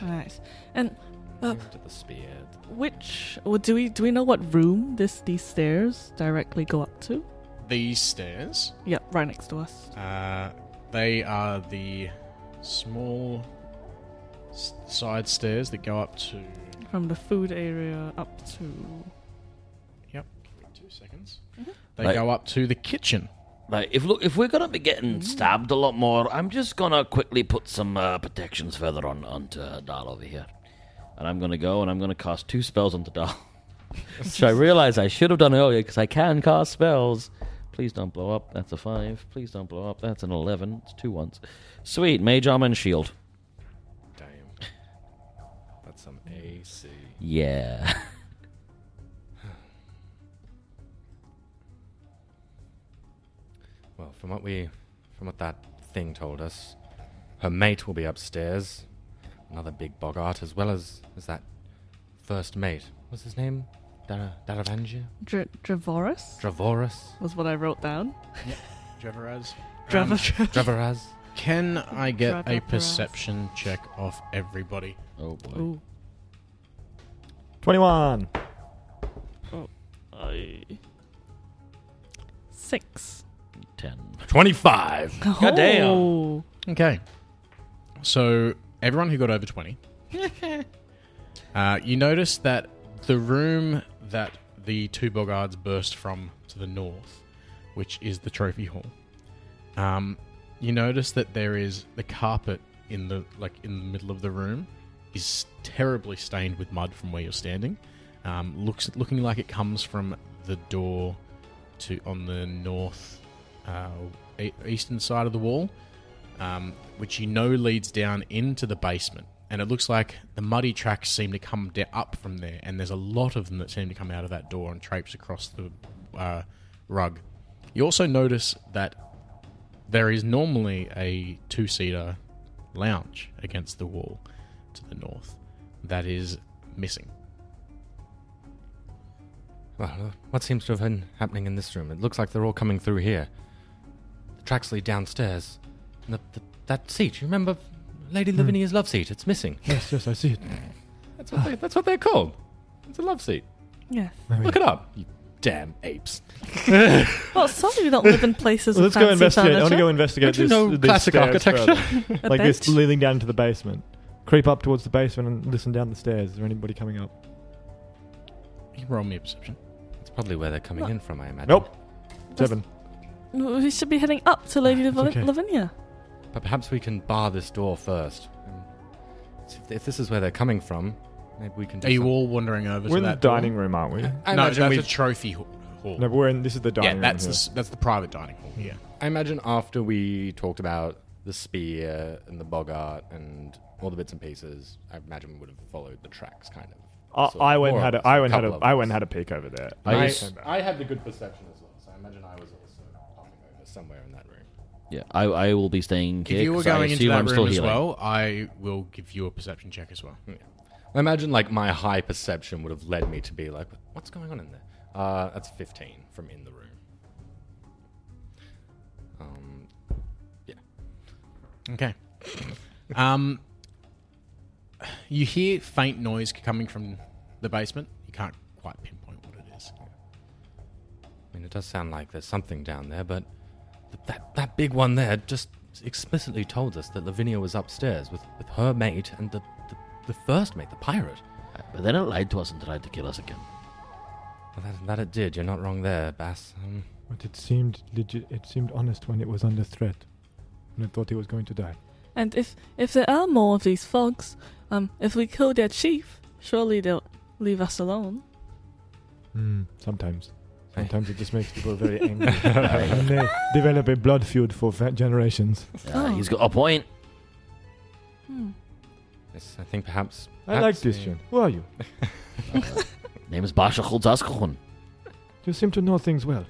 [SPEAKER 4] Nice. And uh,
[SPEAKER 5] To the spear.
[SPEAKER 4] which well, do we do we know what room this these stairs directly go up to?
[SPEAKER 1] These stairs,
[SPEAKER 4] Yep, right next to us.
[SPEAKER 1] uh, they are the small s- side stairs that go up to.
[SPEAKER 4] From the food area up to
[SPEAKER 1] Yep, give me two seconds. They
[SPEAKER 2] Like-
[SPEAKER 1] go up to the kitchen.
[SPEAKER 2] Like if look, if we're gonna be
[SPEAKER 4] Mm-hmm.
[SPEAKER 2] getting stabbed a lot more, I'm just gonna quickly put some uh, protections further on onto Dal over here, and I'm gonna go and I'm gonna cast two spells onto Dal, which I realize I should have done earlier because I can cast spells. Please don't blow up. That's a five. Please don't blow up. That's an eleven. It's two ones. Sweet mage armor and shield.
[SPEAKER 5] Damn. That's some AC.
[SPEAKER 2] Yeah.
[SPEAKER 5] Well, from what we, from what that thing told us, her mate will be upstairs. Another big bogart, as well as as that first mate. What's his name? Dara Daravangia?
[SPEAKER 4] Dr- Dravoris
[SPEAKER 5] Dravoris?
[SPEAKER 4] was what I wrote down.
[SPEAKER 1] Dreveraz. Um,
[SPEAKER 4] Dravoris.
[SPEAKER 5] Dravoraz?
[SPEAKER 1] Can I get a
[SPEAKER 4] Dreveraz.
[SPEAKER 1] perception check off everybody?
[SPEAKER 2] Oh boy.
[SPEAKER 4] Ooh,
[SPEAKER 3] 21.
[SPEAKER 4] I six.
[SPEAKER 2] Ten.
[SPEAKER 5] 25!
[SPEAKER 4] God
[SPEAKER 2] damn.
[SPEAKER 4] Oh.
[SPEAKER 1] Okay. So everyone who got over twenty, uh, you notice that the room that the two bogards burst from to the north, which is the trophy hall, um, you notice that there is the carpet in the like in the middle of the room is terribly stained with mud from where you're standing. Um, looks looking like it comes from the door to on the north uh, e- eastern side of the wall um, which you know leads down into the basement. And it looks like the muddy tracks seem to come da- up from there, and there's a lot of them that seem to come out of that door and traipse across the uh, rug. You also notice that there is normally a two seater lounge against the wall to the north that is missing.
[SPEAKER 5] Well, uh, what seems to have been happening in this room? It looks like they're all coming through here. The tracks lead downstairs. And the, the, that seat, you remember Lady
[SPEAKER 3] Hmm.
[SPEAKER 5] Lavinia's love seat? It's missing.
[SPEAKER 3] Yes, yes, I see it.
[SPEAKER 5] That's what, they, that's what they're called. It's a love seat.
[SPEAKER 4] Yes.
[SPEAKER 5] Look it up, you damn apes.
[SPEAKER 4] Well, sorry we don't live in places
[SPEAKER 3] Let's
[SPEAKER 4] with fancy
[SPEAKER 3] go investigate. I want to
[SPEAKER 4] furniture.
[SPEAKER 3] go investigate
[SPEAKER 5] Don't you
[SPEAKER 3] this,
[SPEAKER 5] know
[SPEAKER 3] this
[SPEAKER 5] classic
[SPEAKER 3] stairs
[SPEAKER 5] architecture?
[SPEAKER 3] further.
[SPEAKER 4] A
[SPEAKER 3] like this,
[SPEAKER 4] bench.
[SPEAKER 3] leading down to the basement. Creep up towards the basement and listen down the stairs. Is there anybody coming up?
[SPEAKER 1] You can roll me a perception.
[SPEAKER 5] It's probably where they're coming in from, I imagine.
[SPEAKER 3] Nope. Seven.
[SPEAKER 4] We should be heading up to Lady Lavi-
[SPEAKER 3] okay.
[SPEAKER 4] Lavinia.
[SPEAKER 5] But perhaps we can bar this door first. Um, so If, if this is where they're coming from, maybe we can. Do
[SPEAKER 1] Are you
[SPEAKER 5] some-
[SPEAKER 1] all wandering over
[SPEAKER 3] We're
[SPEAKER 1] to
[SPEAKER 3] in the
[SPEAKER 1] that door?
[SPEAKER 3] dining room, aren't we?
[SPEAKER 5] I
[SPEAKER 1] no,
[SPEAKER 5] imagine
[SPEAKER 1] that's
[SPEAKER 5] we.
[SPEAKER 1] a trophy hall. hall.
[SPEAKER 3] No, but we're in. This is the dining
[SPEAKER 1] yeah, that's
[SPEAKER 3] room.
[SPEAKER 1] the, s- that's the private dining hall. Yeah.
[SPEAKER 5] I imagine after we talked about the spear and the bogart and all the bits and pieces, I imagine we would have followed the tracks, kind of.
[SPEAKER 3] I,
[SPEAKER 5] So,
[SPEAKER 3] I went
[SPEAKER 5] more
[SPEAKER 3] and had
[SPEAKER 5] or
[SPEAKER 3] a,
[SPEAKER 5] less,
[SPEAKER 3] I went and had a,
[SPEAKER 5] couple of
[SPEAKER 3] I
[SPEAKER 5] us.
[SPEAKER 3] went and had a peek over there.
[SPEAKER 2] I
[SPEAKER 5] I,
[SPEAKER 2] just-
[SPEAKER 5] I had the good perception as well, so I imagine I was also popping over somewhere in that room.
[SPEAKER 2] Yeah. I, I will be staying here.
[SPEAKER 1] If you were
[SPEAKER 2] 'cause I
[SPEAKER 1] going into
[SPEAKER 2] assume
[SPEAKER 1] that
[SPEAKER 2] I'm still
[SPEAKER 1] room as
[SPEAKER 2] healing.
[SPEAKER 1] well, I will give you a perception check as well.
[SPEAKER 5] I imagine like my high perception would have led me to be like, what's going on in there? Uh, that's 15 from in the room. Um,
[SPEAKER 1] Okay. um, you hear faint noise coming from the basement. You can't quite pinpoint what it is.
[SPEAKER 5] I mean, it does sound like there's something down there, but th- that that big one there just explicitly told us that Lavinia was upstairs with, with her mate and the, the the first mate, the pirate.
[SPEAKER 2] But then it lied to us and tried to kill us again.
[SPEAKER 5] that, that it did. You're not wrong there, Bass. Um,
[SPEAKER 3] But it seemed legit. It seemed honest when it was under threat, and I thought it was going to die.
[SPEAKER 4] And if if there are more of these folks, um, if we kill their chief, surely they'll leave us alone.
[SPEAKER 3] Mm, sometimes. Sometimes it just makes people very angry. and they develop a blood feud for fa- generations.
[SPEAKER 2] Uh,
[SPEAKER 4] Oh.
[SPEAKER 2] He's got a point.
[SPEAKER 4] Hmm.
[SPEAKER 5] yes, I think perhaps.
[SPEAKER 3] I like this, John. Who are you?
[SPEAKER 2] Name is Basha Khulzaskahun.
[SPEAKER 3] You seem to know things well.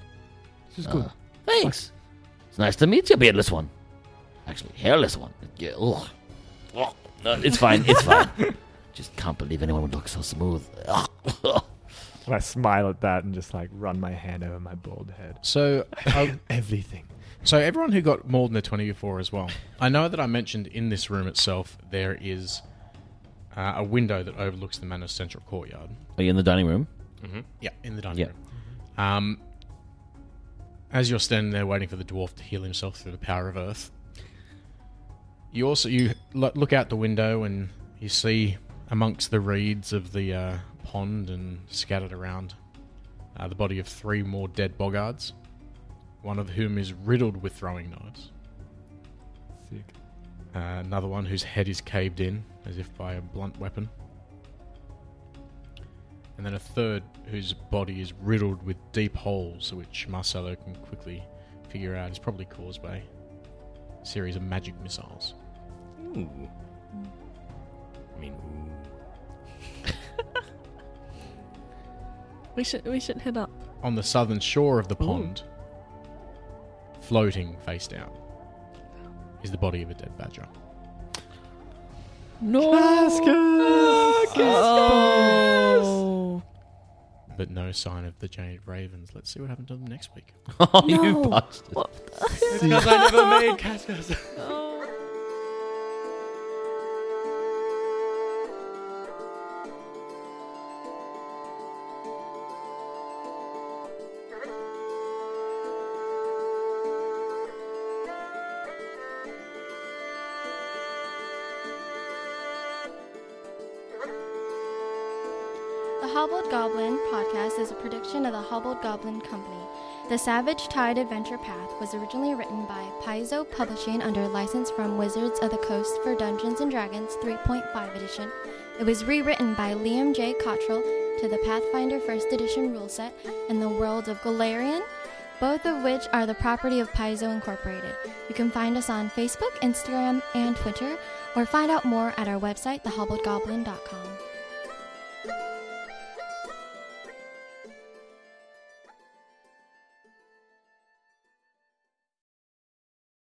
[SPEAKER 3] This is good.
[SPEAKER 2] Uh, Thanks. It's nice to meet you, beardless one. Actually, hairless one. Yeah, ugh. Ugh. No, it's fine. It's fine. Just can't believe anyone would look so smooth. Ugh.
[SPEAKER 3] And I smile at that and just like run my hand over my bald head.
[SPEAKER 1] So, uh,
[SPEAKER 3] Everything.
[SPEAKER 1] so everyone who got more than a twenty before as well. I know that I mentioned in this room itself there is uh, a window that overlooks the manor's central courtyard.
[SPEAKER 2] Are you in the dining room?
[SPEAKER 1] Yeah, in the dining
[SPEAKER 2] Yeah.
[SPEAKER 1] room. Um, as you're standing there waiting for the dwarf to heal himself through the power of earth, you also you lo- look out the window and you see amongst the reeds of the uh, pond and scattered around uh, the body of three more dead boggards, one of whom is riddled with throwing knives.
[SPEAKER 3] Sick.
[SPEAKER 1] Uh, another one whose head is caved in, as if by a blunt weapon. And then a third whose body is riddled with deep holes, which Marcelo can quickly figure out is probably caused by a series of magic missiles.
[SPEAKER 5] Ooh. I mean, ooh.
[SPEAKER 4] We should we should head up.
[SPEAKER 1] On the southern shore of the pond, floating face down, is the body of a dead badger.
[SPEAKER 2] No.
[SPEAKER 4] Oh,
[SPEAKER 1] But no sign of the jaded ravens. Let's see what happens to them next week.
[SPEAKER 2] Oh, you
[SPEAKER 4] No.
[SPEAKER 2] bastard.
[SPEAKER 5] Because I never made caskets.
[SPEAKER 7] The Hobbled Goblin podcast is a production of the Hobbled Goblin Company. The Savage Tide Adventure Path was originally written by Paizo Publishing under license from Wizards of the Coast for Dungeons and Dragons 3.5 edition. It was rewritten by Liam J. Cottrell to the Pathfinder 1st edition rule set and the world of Galarian, both of which are the property of Paizo Incorporated. You can find us on Facebook, Instagram, and Twitter, or find out more at our website, thehobbledgoblin.com.